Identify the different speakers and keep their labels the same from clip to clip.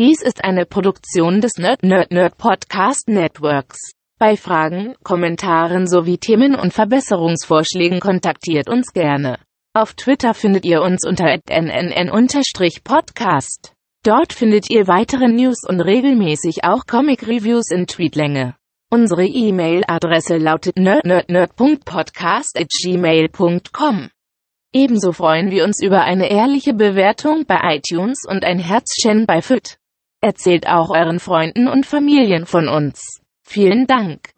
Speaker 1: Dies ist eine Produktion des Nerd Nerd Nerd Podcast Networks. Bei Fragen, Kommentaren sowie Themen und Verbesserungsvorschlägen kontaktiert uns gerne. Auf Twitter findet ihr uns unter @nnn_podcast. Dort findet ihr weitere News und regelmäßig auch Comic Reviews in Tweetlänge. Unsere E-Mail-Adresse lautet nerdnerdnerd.podcast@gmail.com. Ebenso freuen wir uns über eine ehrliche Bewertung bei iTunes und ein Herzchen bei FIT. Erzählt auch euren Freunden und Familien von uns. Vielen Dank.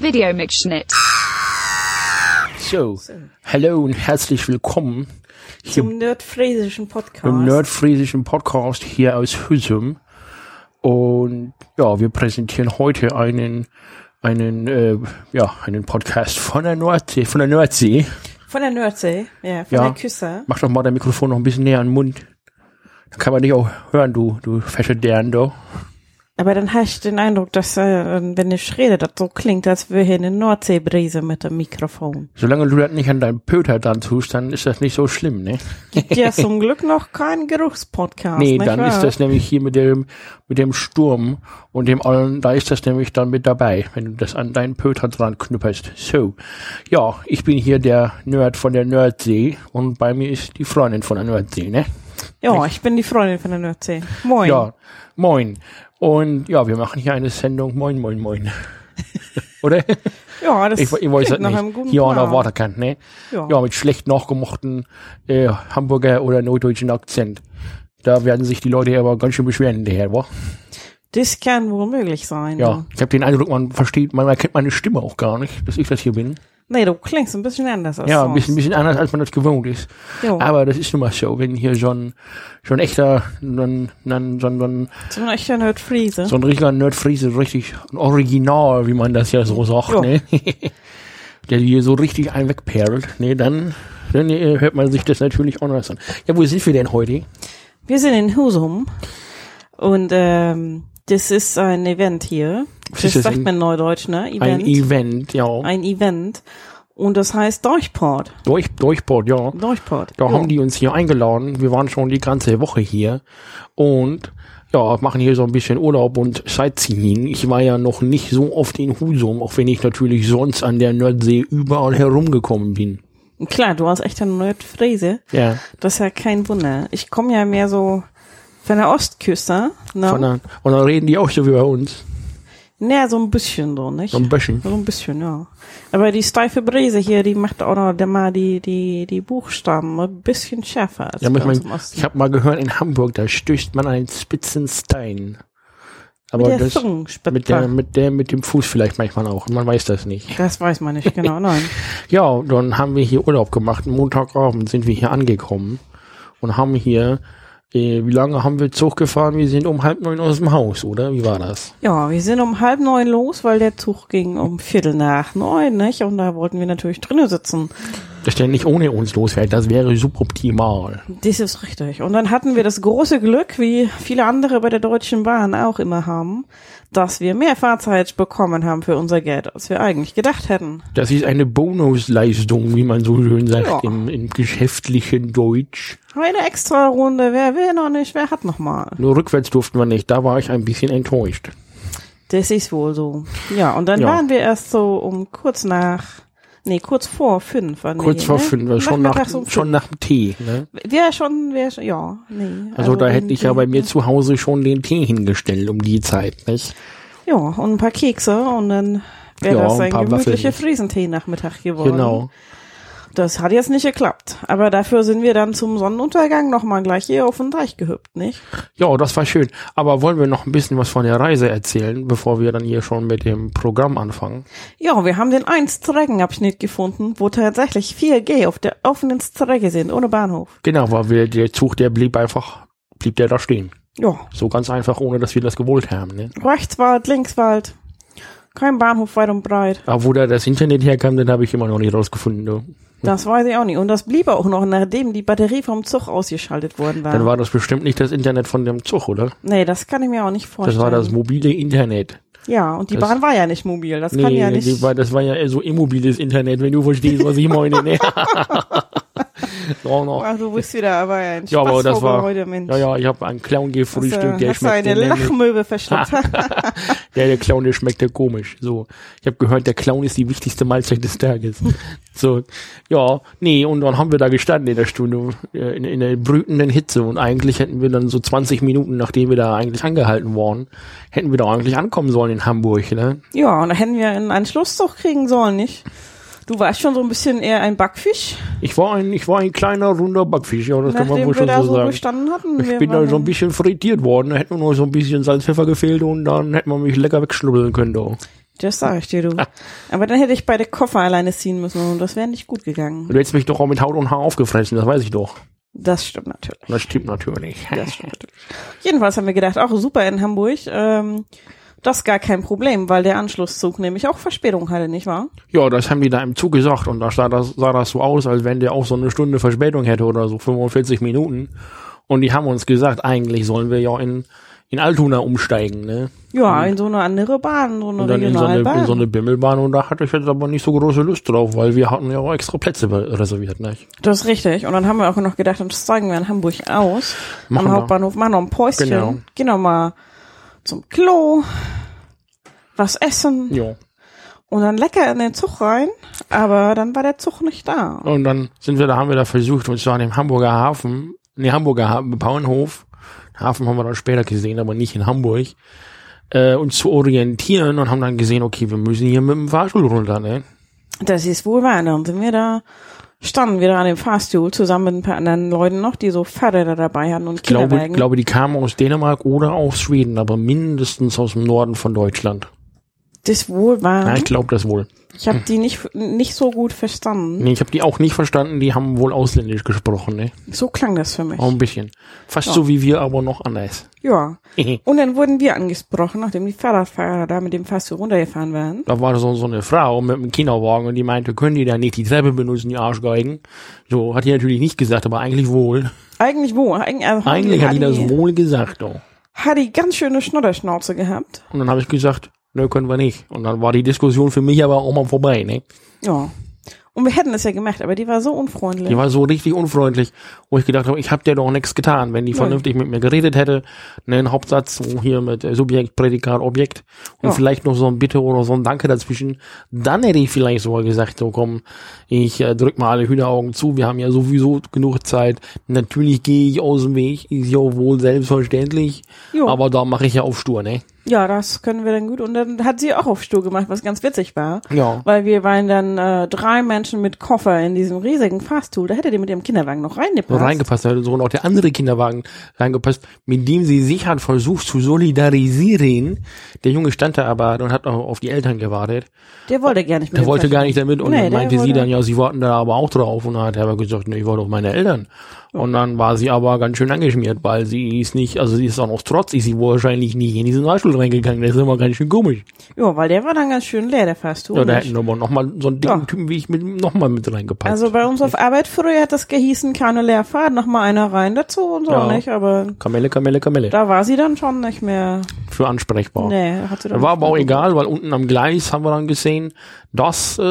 Speaker 2: Video Mixschnitt.
Speaker 3: So, hallo und herzlich willkommen hier
Speaker 4: Zum nerdfriesischen Podcast.
Speaker 3: im nerdfriesischen Podcast hier aus Hüsum. Und ja, wir präsentieren heute einen einen äh, ja einen Podcast von der Nordsee, von der Nordsee.
Speaker 4: Von der Nordsee, ja, von
Speaker 3: Ja.
Speaker 4: der Küste.
Speaker 3: Mach doch mal dein Mikrofon noch ein bisschen näher an den Mund. Dann kann man dich auch hören, du du fesche Derndo.
Speaker 4: Aber dann habe ich den Eindruck, dass, äh, wenn ich rede, das so klingt, als wäre hier eine Nordseebrise mit dem Mikrofon.
Speaker 3: Solange du das nicht an deinem Pöter dann tust, dann ist das nicht so schlimm, ne?
Speaker 4: Ja, zum Glück noch kein Geruchspodcast.
Speaker 3: Nee,
Speaker 4: nicht
Speaker 3: dann
Speaker 4: wahr?
Speaker 3: ist das nämlich hier mit dem, mit dem Sturm und dem allen, da ist das nämlich dann mit dabei, wenn du das an deinen Pöter dran knüpperst. So, ja, ich bin hier der Nerd von der Nerdsee und bei mir ist die Freundin von der Nerdsee, ne?
Speaker 4: Ja, ich bin die Freundin von der Nordsee. Moin.
Speaker 3: Ja, moin. Und ja, wir machen hier eine Sendung Moin, Moin, Moin. Oder?
Speaker 4: ja das
Speaker 3: Ich, ich weiß es
Speaker 4: klingt nach einem
Speaker 3: nicht.
Speaker 4: guten
Speaker 3: Hier an der
Speaker 4: Plan.
Speaker 3: Waterkant, ne?
Speaker 4: Ja.
Speaker 3: Ja, mit schlecht nachgemachten äh, Hamburger oder norddeutschen Akzent. Da werden sich die Leute aber ganz schön beschweren hinterher, wa?
Speaker 4: Das kann wohl möglich sein.
Speaker 3: Ja, ich habe den Eindruck, man versteht, man erkennt meine Stimme auch gar nicht, dass ich das hier bin.
Speaker 4: Nee, du klingst ein bisschen anders als
Speaker 3: Ja, ein
Speaker 4: sonst.
Speaker 3: bisschen, ein bisschen anders, als man das gewohnt ist.
Speaker 4: Jo.
Speaker 3: Aber das ist nun mal so, wenn hier so ein, so ein echter, so ein, so ein, so ein,
Speaker 4: So ein echter Nordfriese.
Speaker 3: so ein richtiger Nerdfriese, richtig ein Original, wie man das ja so sagt,
Speaker 4: Ja.
Speaker 3: ne? Der hier so richtig einen wegperlt, ne, dann, dann äh, hört man sich das natürlich auch anders an. Ja, wo sind wir denn heute?
Speaker 4: Wir sind in Husum und ähm, das ist ein Event hier.
Speaker 3: Was
Speaker 4: Das,
Speaker 3: ist das,
Speaker 4: sagt
Speaker 3: ein-
Speaker 4: man in Neudeutsch, ne?
Speaker 3: Ein
Speaker 4: Event.
Speaker 3: Event, ja.
Speaker 4: Ein Event. Und das heißt Dorchport.
Speaker 3: Durch, Durchbord, ja.
Speaker 4: Dorchport.
Speaker 3: Da
Speaker 4: Ja.
Speaker 3: haben die uns hier eingeladen. Wir waren schon die ganze Woche hier und ja, machen hier so ein bisschen Urlaub und Sightseeing. Ich war ja noch nicht so oft in Husum, auch wenn ich natürlich sonst an der Nordsee überall herumgekommen bin.
Speaker 4: Klar, du hast echt eine Nordfriese.
Speaker 3: Ja,
Speaker 4: Das ist ja kein Wunder. Ich komme ja mehr so von der Ostküste. Ne?
Speaker 3: von der, und dann reden die auch so wie bei uns.
Speaker 4: naja, so ein bisschen so, nicht?
Speaker 3: So ein bisschen.
Speaker 4: So ein bisschen, ja. Aber die steife Brise hier, die macht auch noch mal die, die, die Buchstaben ein bisschen schärfer als
Speaker 3: Ja, muss
Speaker 4: bei uns
Speaker 3: man,
Speaker 4: im Osten.
Speaker 3: ich habe mal gehört, in Hamburg, da stößt man einen spitzen Stein. Aber
Speaker 4: mit der
Speaker 3: das,
Speaker 4: Zungenspitze.
Speaker 3: mit der, mit der, mit dem Fuß vielleicht manchmal auch. Man weiß das nicht.
Speaker 4: Das weiß man nicht genau, nein.
Speaker 3: Ja, dann haben wir hier Urlaub gemacht. Montagabend sind wir hier angekommen und haben hier, äh, wie lange haben wir Zug gefahren? Wir sind um halb neun aus dem Haus, oder? Wie war das?
Speaker 4: Ja, wir sind um halb neun los, weil der Zug ging um Viertel nach neun, nicht? Und da wollten wir natürlich drinnen sitzen.
Speaker 3: Dass der nicht ohne uns losfährt, das wäre suboptimal.
Speaker 4: Das ist richtig. Und dann hatten wir das große Glück, wie viele andere bei der Deutschen Bahn auch immer haben, dass wir mehr Fahrzeit bekommen haben für unser Geld, als wir eigentlich gedacht hätten.
Speaker 3: Das ist eine Bonusleistung, wie man so schön sagt,
Speaker 4: Ja.
Speaker 3: im, im geschäftlichen Deutsch.
Speaker 4: Eine extra Runde, wer will noch nicht, wer hat noch mal?
Speaker 3: Nur rückwärts durften wir nicht, da war ich ein bisschen enttäuscht.
Speaker 4: Das ist wohl so. Ja, und dann
Speaker 3: Ja.
Speaker 4: waren wir erst so um kurz nach, nee, kurz vor fünf. waren wir
Speaker 3: Kurz
Speaker 4: hier,
Speaker 3: vor
Speaker 4: ne?
Speaker 3: fünf, war schon nach,
Speaker 4: Nachmittags um fünf.
Speaker 3: schon nach dem Tee. Ne?
Speaker 4: Wäre schon, wäre schon, ja, nee.
Speaker 3: Also, da
Speaker 4: den-
Speaker 3: hätte ich ja
Speaker 4: den-
Speaker 3: bei mir zu Hause schon den Tee hingestellt um die Zeit, nicht?
Speaker 4: Ja, und ein paar Kekse und dann wäre
Speaker 3: Ja,
Speaker 4: das
Speaker 3: ein
Speaker 4: ein
Speaker 3: paar
Speaker 4: gemütlicher
Speaker 3: Waffeln.
Speaker 4: Friesentee-Nachmittag geworden.
Speaker 3: Genau.
Speaker 4: Das hat jetzt nicht geklappt. Aber dafür sind wir dann zum Sonnenuntergang nochmal gleich hier auf den Deich gehüpft, nicht?
Speaker 3: Ja, das war schön. Aber wollen wir noch ein bisschen was von der Reise erzählen, bevor wir dann hier schon mit dem Programm anfangen?
Speaker 4: Ja, wir haben den einen Streckenabschnitt gefunden, wo tatsächlich 4G auf der offenen Strecke sind, ohne Bahnhof.
Speaker 3: Genau, weil wir, der Zug, der blieb einfach, blieb der da stehen.
Speaker 4: Ja,
Speaker 3: So ganz einfach, ohne dass wir das gewollt haben. Ne?
Speaker 4: Rechtswald, Linkswald. Kein Bahnhof weit und breit.
Speaker 3: Aber wo da das Internet herkam, den habe ich immer noch nicht rausgefunden. Du.
Speaker 4: Das
Speaker 3: Hm.
Speaker 4: weiß ich auch nicht. Und das blieb auch noch, nachdem die Batterie vom Zug ausgeschaltet worden war.
Speaker 3: Dann war das bestimmt nicht das Internet von dem Zug, oder?
Speaker 4: nee, das kann ich mir auch nicht
Speaker 3: Das
Speaker 4: vorstellen.
Speaker 3: war das mobile Internet.
Speaker 4: Ja, und die
Speaker 3: das-
Speaker 4: Bahn war ja nicht mobil. Das kann
Speaker 3: Nee,
Speaker 4: ja nicht.
Speaker 3: die war- das war ja eher so immobiles Internet, wenn du verstehst, was ich meine. Ne? no, no.
Speaker 4: Ach, Ah, du bist wieder aber ein
Speaker 3: Ja, aber das
Speaker 4: Spaßvogel
Speaker 3: war.
Speaker 4: heute, Mensch.
Speaker 3: Ja, ja, ich habe einen Clown
Speaker 4: Hast
Speaker 3: gefrühstückt,
Speaker 4: du
Speaker 3: der
Speaker 4: hast du eine
Speaker 3: schmeckte nämlich-
Speaker 4: Lachmöwe verschluckt?
Speaker 3: Ja, der Clown, der schmeckte komisch. So, ich habe gehört, der Clown ist die wichtigste Mahlzeit des Tages. So, ja, nee, und dann haben wir da gestanden in der Stunde, äh, in, in der brütenden Hitze. Und eigentlich hätten wir dann so 20 Minuten, nachdem wir da eigentlich angehalten waren, hätten wir da eigentlich ankommen sollen in Hamburg. Ne?
Speaker 4: ja, und da hätten wir einen Anschlusszug kriegen sollen, nicht? Du warst schon so ein bisschen eher ein Backfisch,
Speaker 3: Ich war ein, ich war ein kleiner runder Backfisch, ja, das kann man
Speaker 4: nachdem
Speaker 3: wohl
Speaker 4: wir
Speaker 3: schon
Speaker 4: da
Speaker 3: so
Speaker 4: so
Speaker 3: sagen.
Speaker 4: gestanden hatten.
Speaker 3: Ich
Speaker 4: Wir
Speaker 3: bin da
Speaker 4: waren
Speaker 3: so ein bisschen frittiert worden, da hätte nur noch so ein bisschen Salz, Pfeffer gefehlt und dann hätte man mich lecker wegschnubbeln können. Da.
Speaker 4: Das sag ich dir, du. Aber dann hätte ich beide Koffer alleine ziehen müssen und das wäre nicht gut gegangen.
Speaker 3: Du hättest mich doch auch mit Haut und Haar aufgefressen, das weiß ich doch.
Speaker 4: Das stimmt natürlich.
Speaker 3: Das stimmt natürlich.
Speaker 4: Das stimmt natürlich. Jedenfalls haben wir gedacht, auch super in Hamburg. Ähm, das ist gar kein Problem, weil der Anschlusszug nämlich auch Verspätung hatte, nicht wahr?
Speaker 3: Ja, das haben die da im Zug gesagt und da sah das, sah das so aus, als wenn der auch so eine Stunde Verspätung hätte oder so 45 Minuten. Und die haben uns gesagt, eigentlich sollen wir ja in, in Altona umsteigen, ne?
Speaker 4: Ja, in so eine andere Bahn, so eine
Speaker 3: Und dann in so eine,
Speaker 4: Regionalbahn.
Speaker 3: in so eine Bimmelbahn und da hatte ich jetzt aber nicht so große Lust drauf, weil wir hatten ja auch extra Plätze be- reserviert, ne?
Speaker 4: Das ist richtig. Und dann haben wir auch noch gedacht, dann steigen wir in Hamburg aus.
Speaker 3: Machen
Speaker 4: am
Speaker 3: wir.
Speaker 4: Hauptbahnhof, machen noch ein Päuschen.
Speaker 3: Genau.
Speaker 4: Gehen noch mal zum Klo, was essen
Speaker 3: Ja.
Speaker 4: und dann lecker in den Zug rein. Aber dann war der Zug nicht da.
Speaker 3: Und dann sind wir da, haben wir da versucht, uns da an dem Hamburger Hafen, ne, Hamburger Hafen, Bauernhof, Hafen haben wir dann später gesehen, aber nicht in Hamburg, äh, uns zu orientieren und haben dann gesehen, okay, wir müssen hier mit dem Fahrstuhl runter, ne?
Speaker 4: Das ist wohl wahr. Dann sind wir da, standen wir da an dem Fahrstuhl zusammen mit ein paar anderen Leuten noch, die so Fahrräder dabei hatten und
Speaker 3: Ich glaube,
Speaker 4: Kinderwagen.
Speaker 3: glaube, die kamen aus Dänemark oder aus Schweden, aber mindestens aus dem Norden von Deutschland.
Speaker 4: das ist wohl wahr.
Speaker 3: Ja, ich glaube das wohl.
Speaker 4: Ich habe die nicht, nicht so gut verstanden.
Speaker 3: Nee, ich habe die auch nicht verstanden, die haben wohl ausländisch gesprochen, ne?
Speaker 4: So klang das für mich.
Speaker 3: Auch ein bisschen. Fast so wie wir, aber noch anders.
Speaker 4: Ja. Und dann wurden wir angesprochen, nachdem die Fahrradfahrer da mit dem Fahrstuhl runtergefahren waren.
Speaker 3: Da war so, so eine Frau mit einem Kinderwagen und die meinte, können die da nicht die Treppe benutzen, die Arschgeigen? So, hat die natürlich nicht gesagt, aber eigentlich wohl.
Speaker 4: Eigentlich wo? Eig also
Speaker 3: Eigentlich hat die das wohl gesagt. Oh.
Speaker 4: Hat die ganz schöne Schnodderschnauze gehabt.
Speaker 3: Und dann habe ich gesagt, ne, können wir nicht. Und dann war die Diskussion für mich aber auch mal vorbei, ne?
Speaker 4: Ja. Und wir hätten es ja gemacht, aber die war so unfreundlich.
Speaker 3: Die war so richtig unfreundlich, wo ich gedacht habe, ich habe dir doch nichts getan. Wenn die vernünftig mit mir geredet hätte, ne, einen Hauptsatz, so hier mit äh, Subjekt, Prädikat, Objekt und
Speaker 4: Ja.
Speaker 3: vielleicht noch so ein Bitte oder so ein Danke dazwischen, dann hätte ich vielleicht sogar gesagt, so komm, ich äh, drück mal alle Hühneraugen zu, wir haben ja sowieso genug Zeit. Natürlich gehe ich aus dem Weg, ist ja wohl selbstverständlich,
Speaker 4: Jo.
Speaker 3: aber da mache ich ja auf Stur, ne?
Speaker 4: ja, das können wir dann gut. Und dann hat sie auch auf Stuhl gemacht, was ganz witzig war.
Speaker 3: Ja.
Speaker 4: Weil wir waren dann äh, drei Menschen mit Koffer in diesem riesigen Fahrstuhl. Da hätte die mit ihrem Kinderwagen noch
Speaker 3: So
Speaker 4: reingepasst.
Speaker 3: reingepasst, da hätte so und auch der andere Kinderwagen reingepasst, mit dem sie sich hat versucht zu solidarisieren. Der Junge stand da aber und hat auch auf die Eltern gewartet.
Speaker 4: Der wollte gar nicht mit
Speaker 3: Der
Speaker 4: dem
Speaker 3: wollte
Speaker 4: Fahrstuhl.
Speaker 3: gar nicht damit und
Speaker 4: Nee,
Speaker 3: dann
Speaker 4: der
Speaker 3: meinte sie
Speaker 4: wollte-
Speaker 3: dann, ja, sie warten da aber auch drauf und dann hat er aber gesagt, nee, ich warte auf meine Eltern. Und dann war sie aber ganz schön angeschmiert, weil sie ist nicht, also sie ist auch noch trotz, ist sie wahrscheinlich nicht in diesen Fahrstuhl reingegangen, das ist immer ganz schön komisch.
Speaker 4: Ja, weil der war dann ganz schön leer, der Fahrstuhl.
Speaker 3: Ja, da
Speaker 4: Nicht?
Speaker 3: hätten aber nochmal so einen dicken
Speaker 4: Ja.
Speaker 3: Typen wie ich mit, nochmal mit reingepackt.
Speaker 4: Also bei uns auf Arbeit früher hat das gehießen, keine Leerfahrt, noch mal einer rein dazu und so
Speaker 3: Ja.
Speaker 4: nicht, aber
Speaker 3: Kamelle, Kamelle, Kamelle.
Speaker 4: da war sie dann schon nicht mehr.
Speaker 3: Für ansprechbar.
Speaker 4: Nee, hat sie dann
Speaker 3: War aber auch egal, weil unten am Gleis haben wir dann gesehen, dass äh,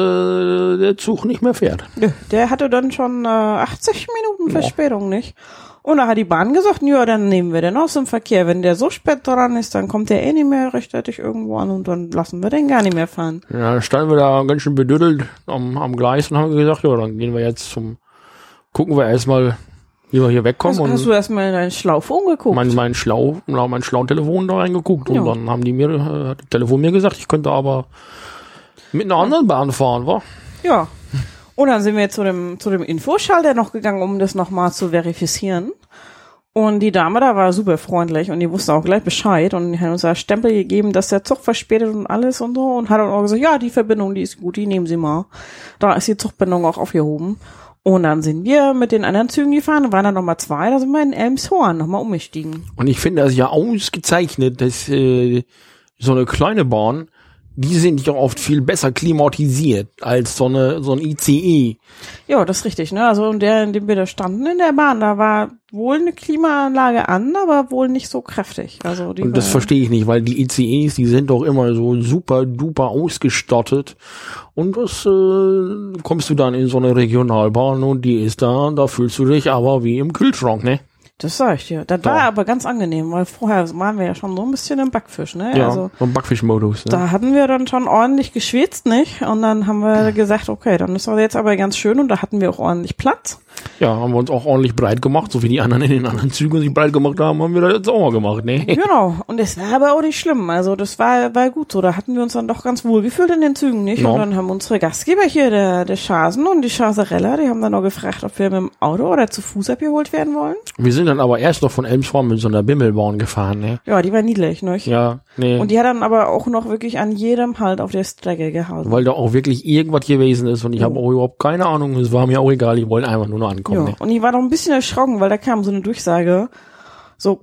Speaker 3: der Zug nicht mehr fährt.
Speaker 4: Nö, Der hatte dann schon äh, 80 Minuten Verspätung, nicht? Und da hat die Bahn gesagt, ja, dann nehmen wir den aus dem Verkehr. Wenn der so spät dran ist, dann kommt der eh nicht mehr rechtzeitig irgendwo an und dann lassen wir den gar nicht mehr fahren.
Speaker 3: Ja, dann standen wir da ganz schön bedüttelt am, am Gleis und haben gesagt, ja, dann gehen wir jetzt zum, gucken wir erstmal, wie wir hier wegkommen
Speaker 4: Hast, hast du
Speaker 3: und
Speaker 4: erstmal in deinen Schlauch umgeguckt?
Speaker 3: mein, mein Schlau, na, mein Schlautelefon da reingeguckt
Speaker 4: Ja.
Speaker 3: und dann haben die mir, äh, hat das Telefon mir gesagt, ich könnte aber mit einer anderen Bahn fahren, wa?
Speaker 4: ja. Und dann sind wir zu dem, zu dem Infoschalter noch gegangen, um das nochmal zu verifizieren. Und die Dame da war super freundlich und die wusste auch gleich Bescheid und die hat uns da Stempel gegeben, dass der Zug verspätet und alles und so und hat dann auch gesagt, ja, die Verbindung, die ist gut, die nehmen Sie mal. Da ist die Zugbindung auch aufgehoben. Und dann sind wir mit den anderen Zügen gefahren, waren dann nochmal zwei, da sind wir in Elmshorn nochmal umgestiegen.
Speaker 3: Und ich finde das ja ausgezeichnet, dass äh, so eine kleine Bahn, die sind ja oft viel besser klimatisiert als so eine so ein E. ICE.
Speaker 4: Ja, das ist richtig, ne? Also in der, in dem wir da standen in der Bahn, da war wohl eine Klimaanlage an, aber wohl nicht so kräftig. Also die
Speaker 3: Und das
Speaker 4: war-
Speaker 3: verstehe ich nicht, weil die ICEs, die sind doch immer so super duper ausgestattet. Und das äh, kommst du dann in so eine Regionalbahn und die ist da, da fühlst du dich aber wie im Kühlschrank, ne?
Speaker 4: Das sag ich dir. Das war aber ganz angenehm, weil vorher waren wir ja schon so ein bisschen im Backfisch, ne?
Speaker 3: Ja,
Speaker 4: Also
Speaker 3: so ein Backfischmodus. Ne?
Speaker 4: da hatten wir dann schon ordentlich geschwitzt, nicht? Und dann haben wir gesagt, okay, dann ist das jetzt aber ganz schön und da hatten wir auch ordentlich Platz.
Speaker 3: Ja, haben wir uns auch ordentlich breit gemacht, so wie die anderen in den anderen Zügen sich breit gemacht haben, haben wir das jetzt auch mal gemacht, ne?
Speaker 4: Genau. Und es war aber auch nicht schlimm. Also das war, war gut so. Da hatten wir uns dann doch ganz wohl gefühlt in den Zügen, nicht?
Speaker 3: Ja.
Speaker 4: Und dann haben unsere Gastgeber hier, der, der Schasen und die Schaserella, die haben dann auch gefragt, ob wir mit dem Auto oder zu Fuß abgeholt werden wollen.
Speaker 3: Wir sind dann aber erst noch von Elmshorn mit so einer Bimmelbahn gefahren, ne?
Speaker 4: Ja, die war niedlich, nicht?
Speaker 3: Ja, nee.
Speaker 4: Und die hat dann aber auch noch wirklich an jedem Halt auf der Strecke gehalten.
Speaker 3: weil da auch wirklich irgendwas gewesen ist und ich habe auch überhaupt keine Ahnung, es war mir auch egal, ich wollte einfach nur noch ankommen.
Speaker 4: Ja.
Speaker 3: Ne?
Speaker 4: Und ich war noch ein bisschen erschrocken, weil da kam so eine Durchsage. So.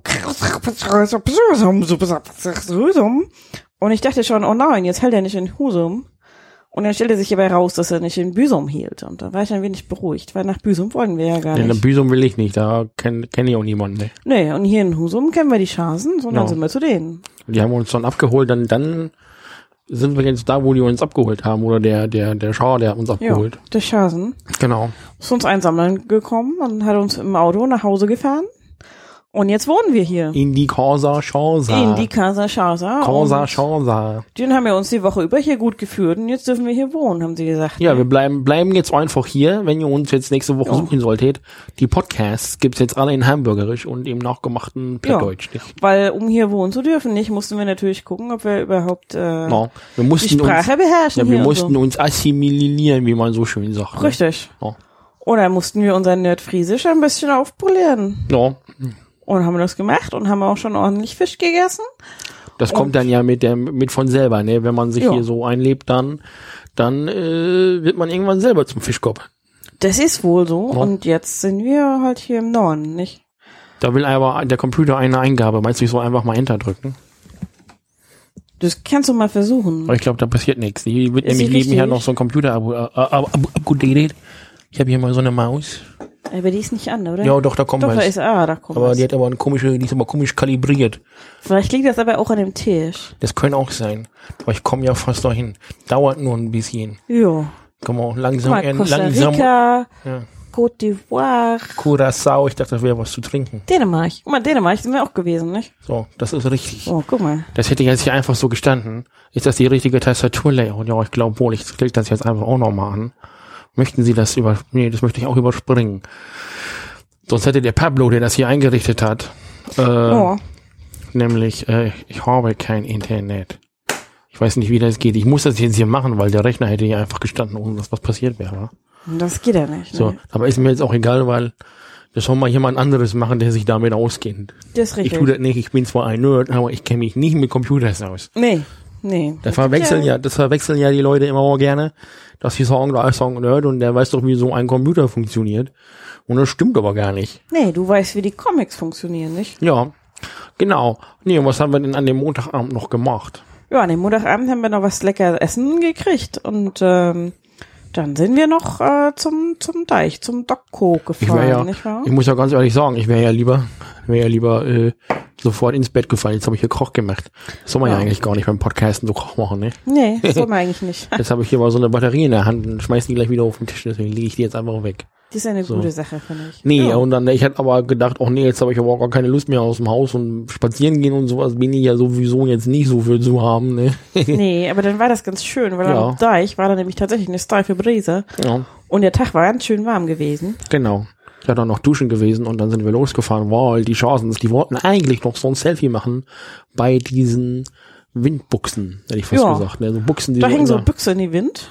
Speaker 4: Und ich dachte schon, oh nein, jetzt hält er nicht in Husum. Und dann stellte sich hierbei raus, dass er nicht in Büsum hielt. Und da war ich ein wenig beruhigt, weil nach Büsum wollen wir ja gar
Speaker 3: In der
Speaker 4: nicht.
Speaker 3: Büsum will ich nicht, da kenne kenn ich auch niemanden. Ne?
Speaker 4: Nee, und hier in Husum kennen wir die Chasen, sondern
Speaker 3: Ja.
Speaker 4: sind wir zu denen.
Speaker 3: Die haben uns dann abgeholt, dann, dann sind wir jetzt da, wo die uns abgeholt haben oder der der der Schauer, der hat uns
Speaker 4: Ja,
Speaker 3: abgeholt.
Speaker 4: der Chasen.
Speaker 3: Genau.
Speaker 4: Ist uns einsammeln gekommen und hat uns im Auto nach Hause gefahren. Und jetzt wohnen wir hier.
Speaker 3: In die Corsa Chance.
Speaker 4: In die Casa Chasa.
Speaker 3: Corsa Chance.
Speaker 4: Den haben wir uns die Woche über hier gut geführt und jetzt dürfen wir hier wohnen, haben sie gesagt.
Speaker 3: Ja, wir bleiben, bleiben jetzt einfach hier. Wenn ihr uns jetzt nächste Woche suchen solltet, die Podcasts gibt's jetzt alle in Hamburgerisch und im nachgemachten per
Speaker 4: Ja.
Speaker 3: Deutsch. Ne?
Speaker 4: Weil um hier wohnen zu dürfen, nicht, mussten wir natürlich gucken, ob wir überhaupt äh,
Speaker 3: Ja. Genau. Wir
Speaker 4: die
Speaker 3: mussten uns,
Speaker 4: Sprache beherrschen
Speaker 3: ja, wir
Speaker 4: hier
Speaker 3: mussten
Speaker 4: und
Speaker 3: uns assimilieren, wie man so schön sagt.
Speaker 4: so. Richtig.
Speaker 3: Ne?
Speaker 4: Oder mussten wir unser Nerdfriesisch ein bisschen aufpolieren.
Speaker 3: Ja. ja.
Speaker 4: Und haben das gemacht und haben auch schon ordentlich Fisch gegessen.
Speaker 3: Das kommt dann ja mit der mit von selber, ne? Wenn man sich
Speaker 4: Ja.
Speaker 3: hier so einlebt, dann dann äh, wird man irgendwann selber zum Fischkopf.
Speaker 4: Das ist wohl so.
Speaker 3: Ja.
Speaker 4: Und jetzt sind wir halt hier im Norden, nicht?
Speaker 3: Da will aber der Computer eine Eingabe. Meinst du, ich soll einfach mal Enter drücken?
Speaker 4: Das kannst du mal versuchen.
Speaker 3: Aber ich glaube, da passiert nichts. Die wird
Speaker 4: Ist
Speaker 3: nämlich
Speaker 4: sie
Speaker 3: nebenher
Speaker 4: richtig?
Speaker 3: noch so ein Computer ab, äh, ab, ab, ab, abgedatet. Ich habe hier mal so eine Maus.
Speaker 4: Aber die ist nicht an, oder?
Speaker 3: Ja, doch, da kommt
Speaker 4: Doch, da
Speaker 3: was.
Speaker 4: ist, ah, da kommt
Speaker 3: aber
Speaker 4: was.
Speaker 3: die hat aber ein komische, die ist aber komisch kalibriert.
Speaker 4: Vielleicht liegt das aber auch an dem Tisch.
Speaker 3: Das könnte auch sein. Aber ich komme ja fast dahin. Dauert nur ein bisschen.
Speaker 4: Ja.
Speaker 3: Kann man auch langsam,
Speaker 4: Guck mal,
Speaker 3: eher-
Speaker 4: Costa
Speaker 3: langsam.
Speaker 4: Rica,
Speaker 3: Ja.
Speaker 4: Côte d'Ivoire,
Speaker 3: Curacao, ich dachte, das wäre was zu trinken.
Speaker 4: Dänemark. Guck mal, Dänemark sind wir auch gewesen, nicht?
Speaker 3: So, das ist richtig.
Speaker 4: Oh, guck mal.
Speaker 3: Das hätte jetzt hier einfach so gestanden. Ist das die richtige Tastaturlayout? Ja, ich glaube wohl. Ich klicke das jetzt einfach auch nochmal an. Möchten Sie das über, nee, das möchte ich auch überspringen. Sonst hätte der Pablo, der das hier eingerichtet hat, äh,
Speaker 4: Oh,
Speaker 3: nämlich, äh, ich habe kein Internet. Ich weiß nicht, wie das geht. Ich muss das jetzt hier machen, weil der Rechner hätte hier einfach gestanden, ohne dass was passiert wäre. wa?
Speaker 4: das geht ja nicht.
Speaker 3: So,
Speaker 4: Ne?
Speaker 3: aber ist mir jetzt auch egal, weil das soll mal jemand anderes machen, der sich damit auskennt.
Speaker 4: Das ist
Speaker 3: Ich
Speaker 4: richtig.
Speaker 3: tue das nicht, ich bin zwar ein Nerd, aber ich kenne mich nicht mit Computers aus.
Speaker 4: nee, nee.
Speaker 3: Das verwechseln ja, das verwechseln ja die Leute immer mal gerne, dass sie sagen, da ist so ein Nerd und der weiß doch, wie so ein Computer funktioniert. Und das stimmt aber gar nicht.
Speaker 4: Nee, du weißt, wie die Comics funktionieren, nicht?
Speaker 3: Ja, genau. Nee, und was haben wir denn an dem Montagabend noch gemacht?
Speaker 4: Ja, an dem Montagabend haben wir noch was lecker Essen gekriegt und ähm, dann sind wir noch äh, zum, zum Deich, zum Dockko
Speaker 3: Ich wäre
Speaker 4: gefahren,
Speaker 3: ja,
Speaker 4: nicht wahr?
Speaker 3: ich muss ja ganz ehrlich sagen, ich wäre ja lieber, wäre ja lieber äh, sofort ins Bett gefallen. Jetzt habe ich hier Koch gemacht. Das soll man ja,
Speaker 4: Ja.
Speaker 3: eigentlich gar nicht beim Podcasten so Koch machen, ne?
Speaker 4: Nee, das soll man eigentlich nicht.
Speaker 3: Jetzt habe ich hier mal so eine Batterie in der Hand und schmeiß die gleich wieder auf den Tisch, deswegen lege ich die jetzt einfach weg.
Speaker 4: Das ist eine gute Sache, finde ich.
Speaker 3: Nee,
Speaker 4: ja.
Speaker 3: und dann, ich hatte aber gedacht, oh nee, jetzt habe ich aber auch gar keine Lust mehr aus dem Haus und spazieren gehen und sowas bin ich ja sowieso jetzt nicht so für zu haben, ne?
Speaker 4: Nee, aber dann war das ganz schön, weil
Speaker 3: Ja.
Speaker 4: am Deich war da nämlich tatsächlich eine steife Brise
Speaker 3: ja,
Speaker 4: und der Tag war ganz schön warm gewesen.
Speaker 3: genau. Ich hatte auch noch duschen gewesen und dann sind wir losgefahren, weil die Chancen, die wollten eigentlich noch so ein Selfie machen bei diesen Windbuchsen, hätte ich fast
Speaker 4: Ja.
Speaker 3: gesagt, ne? So Buchsen, die
Speaker 4: Da
Speaker 3: so
Speaker 4: hängen
Speaker 3: in
Speaker 4: so
Speaker 3: der-
Speaker 4: Büchse in die Wind.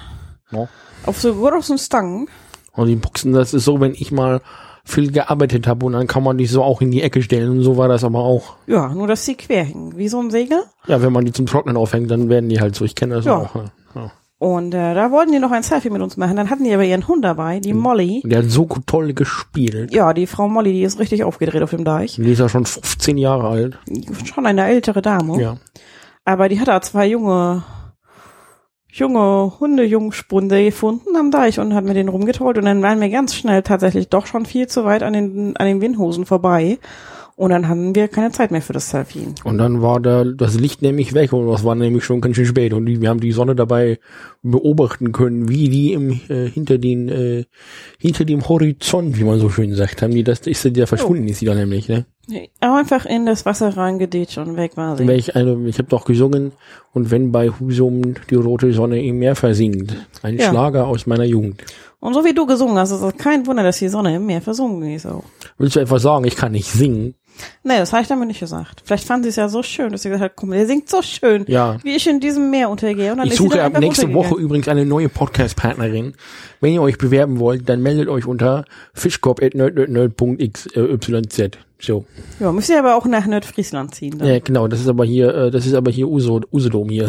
Speaker 3: Ne?
Speaker 4: Auf so großen Stangen.
Speaker 3: Und die Boxen, das ist so, wenn ich mal viel gearbeitet habe und dann kann man die so auch in die Ecke stellen und so war das aber auch.
Speaker 4: Ja, nur dass sie quer hingen. Wie so ein Segel.
Speaker 3: Ja, wenn man die zum Trocknen aufhängt, dann werden die halt so. Ich kenne das
Speaker 4: Ja.
Speaker 3: auch. Ne? Ja.
Speaker 4: Und äh, da wollten die noch ein Selfie mit uns machen. Dann hatten die aber ihren Hund dabei, die Molly.
Speaker 3: Und der hat so toll gespielt.
Speaker 4: Ja, die Frau Molly, die ist richtig aufgedreht auf dem Deich.
Speaker 3: Die ist ja schon 15 Jahre alt.
Speaker 4: Schon eine ältere Dame.
Speaker 3: Ja.
Speaker 4: Aber die hat da zwei junge, junge Hundejungspunde gefunden am Deich und hat mit denen rumgetollt. Und dann waren wir ganz schnell tatsächlich doch schon viel zu weit an den, an den Windhosen vorbei. Und dann hatten wir keine Zeit mehr für das Selfie.
Speaker 3: Und dann war da das Licht nämlich weg und das war nämlich schon ganz schön spät. Und die, wir haben die Sonne dabei beobachten können, wie die im äh, hinter den äh, hinter dem Horizont, wie man so schön sagt, haben die das ist ja verschwunden, ist die da nämlich, ne?
Speaker 4: Aber einfach in das Wasser reingedetscht und weg war sie.
Speaker 3: Welch eine, ich habe doch gesungen und wenn bei Husum die rote Sonne im Meer versinkt, ein
Speaker 4: Ja.
Speaker 3: Schlager aus meiner Jugend.
Speaker 4: Und so wie du gesungen hast, ist es kein Wunder, dass die Sonne im Meer versunken ist auch.
Speaker 3: Willst du etwas sagen? Ich kann nicht singen.
Speaker 4: Nee, das habe ich damit nicht gesagt. Vielleicht fand sie es ja so schön, dass sie gesagt hat, guck mal, der singt so schön,
Speaker 3: Ja.
Speaker 4: wie ich in diesem Meer untergehe. Und dann
Speaker 3: Ich
Speaker 4: ist sie
Speaker 3: suche
Speaker 4: dann
Speaker 3: ab
Speaker 4: einfach
Speaker 3: nächste Woche
Speaker 4: untergegangen.
Speaker 3: übrigens eine neue Podcast-Partnerin. Wenn ihr euch bewerben wollt, dann meldet euch unter fischkorb.nerdnerdnerd.xyz. So.
Speaker 4: Ja, müsst ihr aber auch nach Nordfriesland ziehen. Dann.
Speaker 3: Ja, genau, das ist aber hier, äh, das ist aber hier Uso, Usedom hier.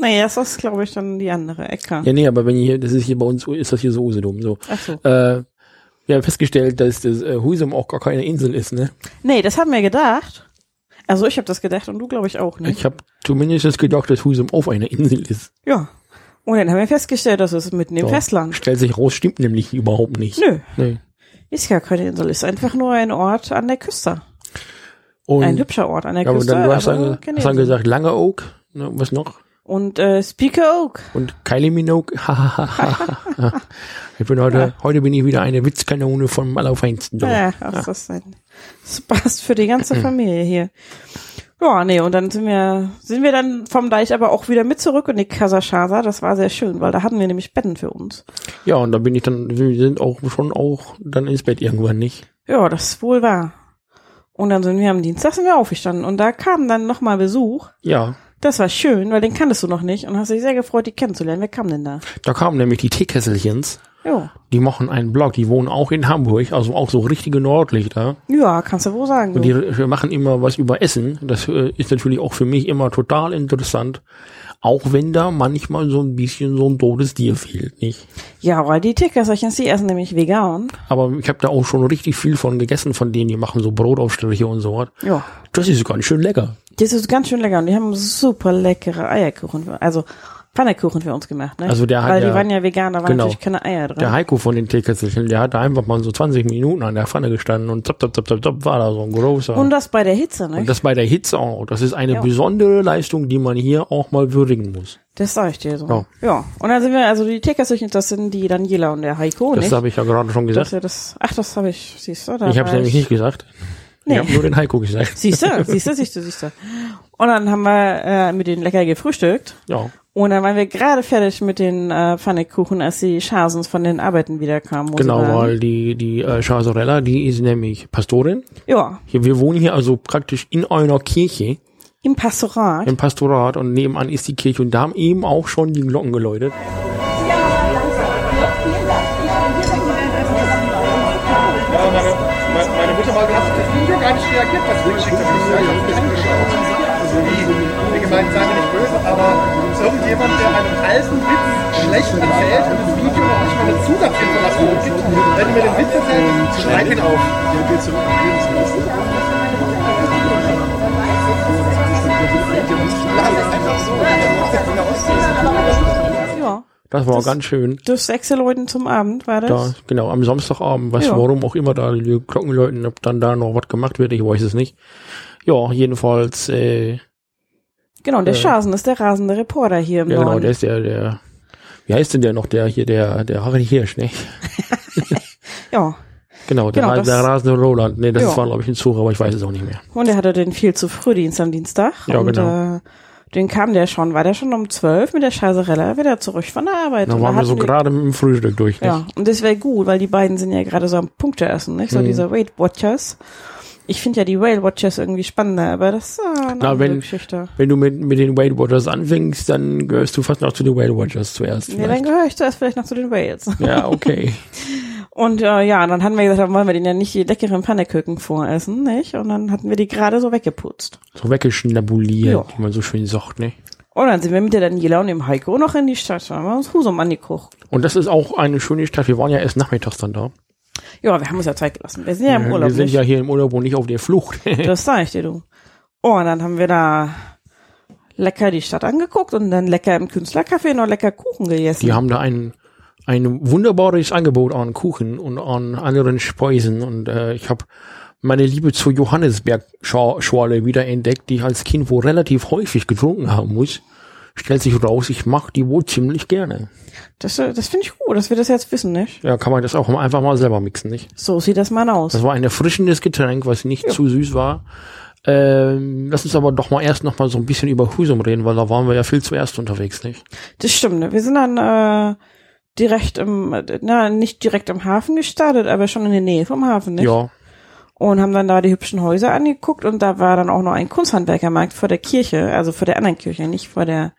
Speaker 4: Naja, das ist, glaube ich, dann die andere Ecke.
Speaker 3: ja, nee, aber wenn ihr hier, das ist hier bei uns, ist das hier so Usedom, so.
Speaker 4: Ach so.
Speaker 3: Äh, wir haben festgestellt, dass das äh, Husum auch gar keine Insel ist, ne?
Speaker 4: Nee, das haben wir gedacht. Also ich habe das gedacht und du, glaube ich, auch nicht.
Speaker 3: Ich habe zumindest gedacht, dass Husum auf einer Insel ist.
Speaker 4: Ja. Und dann haben wir festgestellt, das ist mitten im
Speaker 3: So.
Speaker 4: Festland.
Speaker 3: Stellt sich raus, stimmt nämlich überhaupt nicht.
Speaker 4: Nö,
Speaker 3: Nee.
Speaker 4: ist ja keine Insel, ist einfach nur ein Ort an der Küste.
Speaker 3: Und,
Speaker 4: Ein hübscher Ort an der
Speaker 3: ja, aber
Speaker 4: Küste.
Speaker 3: dann du hast
Speaker 4: aber
Speaker 3: dann,
Speaker 4: keine
Speaker 3: hast dann
Speaker 4: Insel.
Speaker 3: gesagt, Lange Oak, ne, was noch?
Speaker 4: Und äh, Speaker Oak.
Speaker 3: Und Kylie Minogue, hahaha. ich bin heute, heute bin ich wieder eine Witzkanone vom Allerfeinsten. So.
Speaker 4: Ja, ach, das ist ein Spaß für die ganze Familie hier. Ja, nee, und dann sind wir, sind wir dann vom Deich aber auch wieder mit zurück in die Kasachasa. Das war sehr schön, weil da hatten wir nämlich Betten für uns.
Speaker 3: Ja, und da bin ich dann, wir sind auch schon auch dann ins Bett irgendwann nicht.
Speaker 4: Ja, das ist wohl wahr. Und dann sind wir am Dienstag sind wir aufgestanden und da kam dann nochmal Besuch.
Speaker 3: Ja,
Speaker 4: Das war schön, weil den kanntest du noch nicht und hast dich sehr gefreut, die kennenzulernen. Wer kam denn da?
Speaker 3: da kamen nämlich die Teekesselchens.
Speaker 4: Ja,
Speaker 3: Die machen einen Blog, die wohnen auch in Hamburg, also auch so richtige Nordlichter.
Speaker 4: ja kannst du wohl sagen.
Speaker 3: Und
Speaker 4: du.
Speaker 3: die r- machen immer was über Essen. Das äh, ist natürlich auch für mich immer total interessant. Auch wenn da manchmal so ein bisschen so ein totes Tier fehlt, nicht?
Speaker 4: Ja, weil die Tickerserchens, die essen nämlich vegan.
Speaker 3: Aber ich habe da auch schon richtig viel von gegessen, von denen die machen so Brotaufstriche und so was.
Speaker 4: Ja.
Speaker 3: Das ist ganz schön lecker.
Speaker 4: Das ist ganz schön lecker und die haben super leckere Eierkuchen, für, also Pfannekuchen für uns gemacht, ne?
Speaker 3: Also der hat
Speaker 4: Weil die
Speaker 3: ja-
Speaker 4: waren ja vegan, da waren
Speaker 3: genau.
Speaker 4: natürlich keine Eier
Speaker 3: Der
Speaker 4: drin.
Speaker 3: Heiko von den Teekesselchen, der hat da einfach mal so 20 Minuten an der Pfanne gestanden und zap, zap, zap, zap, zap, war da so ein großer.
Speaker 4: Und das bei der Hitze, ne?
Speaker 3: Und
Speaker 4: Das,
Speaker 3: das bei der Hitze auch. Das ist eine
Speaker 4: Ja.
Speaker 3: besondere Leistung, die man hier auch mal würdigen muss.
Speaker 4: sag ich dir so.
Speaker 3: Ja.
Speaker 4: Ja. Und dann sind wir, also die Tickerserchen, das sind die Daniela und der Heiko,
Speaker 3: Das
Speaker 4: Oh, nicht?
Speaker 3: habe ich ja gerade schon
Speaker 4: das,
Speaker 3: gesagt.
Speaker 4: ja das, ach, das habe ich, siehst du, da
Speaker 3: Ich habe
Speaker 4: war
Speaker 3: nämlich nicht gesagt.
Speaker 4: Nee.
Speaker 3: Ich habe nur den Heiko gesagt.
Speaker 4: Siehst du, siehst du, siehst du, siehst du. Und dann haben wir äh, mit denen lecker gefrühstückt.
Speaker 3: Ja.
Speaker 4: Und dann waren wir gerade fertig mit den äh, Pfannekuchen, als die Schasens von den Arbeiten wiederkamen. wo sie
Speaker 3: Genau,
Speaker 4: waren.
Speaker 3: weil die, die äh, Chasorella, die ist nämlich Pastorin.
Speaker 4: Ja,
Speaker 3: Hier, wir wohnen hier also praktisch in einer Kirche,
Speaker 4: im Pastorat.
Speaker 3: im Pastorat und nebenan ist die Kirche und da haben eben auch schon die Glocken geläutet.
Speaker 5: Ja, meine, meine, meine Mutter mal hat das Video gar nicht reagiert, was du geschickt hast. Ich habe es nicht angeschaut. Also wie, wie gemeint, sei mir nicht böse, aber irgendjemand, der einen alten Witz schlecht erzählt und das Video noch nicht mal eine Zusatzinformation gibt, wenn du mir den Witz erzählst, schreib ihn auf. Lass es einfach so.
Speaker 4: Ja.
Speaker 3: Das war ganz schön.
Speaker 4: Durch sechs Leuten zum Abend war das?
Speaker 3: Da, genau, am Samstagabend, was,
Speaker 4: Ja.
Speaker 3: warum auch immer da die Glocken läuten, ob dann da noch was gemacht wird, ich weiß es nicht. Ja, jedenfalls, äh,
Speaker 4: Genau, der Schasen ist der rasende Reporter hier im
Speaker 3: ja, genau,
Speaker 4: Norden.
Speaker 3: der ist der, der, wie heißt denn der noch, der hier, der, der Harry Hirsch, ne?
Speaker 4: ja,
Speaker 3: Genau, der,
Speaker 4: Genau,
Speaker 3: Ra-
Speaker 4: das-
Speaker 3: der rasende Roland, ne, das
Speaker 4: Ja.
Speaker 3: war, glaube ich, ein Zug, aber ich weiß es auch nicht mehr.
Speaker 4: und er hatte den viel zu früh Dienst am Dienstag.
Speaker 3: Ja,
Speaker 4: und,
Speaker 3: genau.
Speaker 4: Äh, den kam der schon, war der schon um zwölf mit der Schaserella wieder zurück von der Arbeit.
Speaker 3: Da
Speaker 4: Und
Speaker 3: waren wir
Speaker 4: hatten
Speaker 3: so
Speaker 4: Also die-
Speaker 3: gerade mit dem Frühstück durch, nicht? Mhm.
Speaker 4: Ja, und das wäre gut, weil die beiden sind ja gerade so am Punkteessen, nicht? So diese Weight Watchers. Ich finde ja die Whale Watchers irgendwie spannender, aber das ist äh, eine
Speaker 3: Na,
Speaker 4: andere
Speaker 3: wenn-
Speaker 4: Geschichte.
Speaker 3: Wenn du mit, mit den Whale Watchers anfängst, dann gehörst du fast noch zu den Whale Watchers zuerst.
Speaker 4: Ja, dann
Speaker 3: vielleicht.
Speaker 4: gehöre ich zuerst vielleicht noch zu den Whales.
Speaker 3: ja okay.
Speaker 4: Und äh, ja, dann hatten wir gesagt, dann wollen wir denen ja nicht die leckeren Pannekuchen voressen, nicht? Und dann hatten wir die gerade so weggeputzt.
Speaker 3: So weggeschnabuliert,
Speaker 4: Ja.
Speaker 3: wie man so schön sagt, ne?
Speaker 4: Und dann sind wir mit der Daniela und dem Heiko noch in die Stadt. Dann haben wir uns Husum angeguckt.
Speaker 3: Und das ist auch eine schöne Stadt. Wir waren ja erst nachmittags dann da.
Speaker 4: Ja, wir haben uns ja Zeit gelassen. Wir sind ja im Urlaub.
Speaker 3: wir sind
Speaker 4: nicht?
Speaker 3: ja hier im Urlaub und nicht auf der Flucht.
Speaker 4: Das sag ich dir, du. Oh, Und dann haben wir da lecker die Stadt angeguckt und dann lecker im Künstlercafé noch lecker Kuchen gegessen.
Speaker 3: Die haben da ein, ein wunderbares Angebot an Kuchen und an anderen Speisen. Und äh, ich habe meine Liebe zur Johannisberg-Schorle wiederentdeckt, die ich als Kind wohl relativ häufig getrunken haben muss. Stellt sich raus, ich mag die wohl ziemlich gerne.
Speaker 4: Das, äh, das finde ich gut, dass wir das jetzt wissen, nicht?
Speaker 3: Ja, kann man das auch einfach mal selber mixen, nicht?
Speaker 4: So sieht das mal aus.
Speaker 3: Das war ein erfrischendes Getränk, was nicht zu süß war. Ähm, lass uns aber doch mal erst noch mal so ein bisschen über Husum reden, weil da waren wir ja viel zuerst unterwegs, nicht?
Speaker 4: Das stimmt. ne? Wir sind dann äh, direkt im, äh, na, nicht direkt im Hafen gestartet, aber schon in der Nähe vom Hafen, nicht?
Speaker 3: Ja,
Speaker 4: Und haben dann da die hübschen Häuser angeguckt und da war dann auch noch ein Kunsthandwerkermarkt vor der Kirche, also vor der anderen Kirche, nicht vor der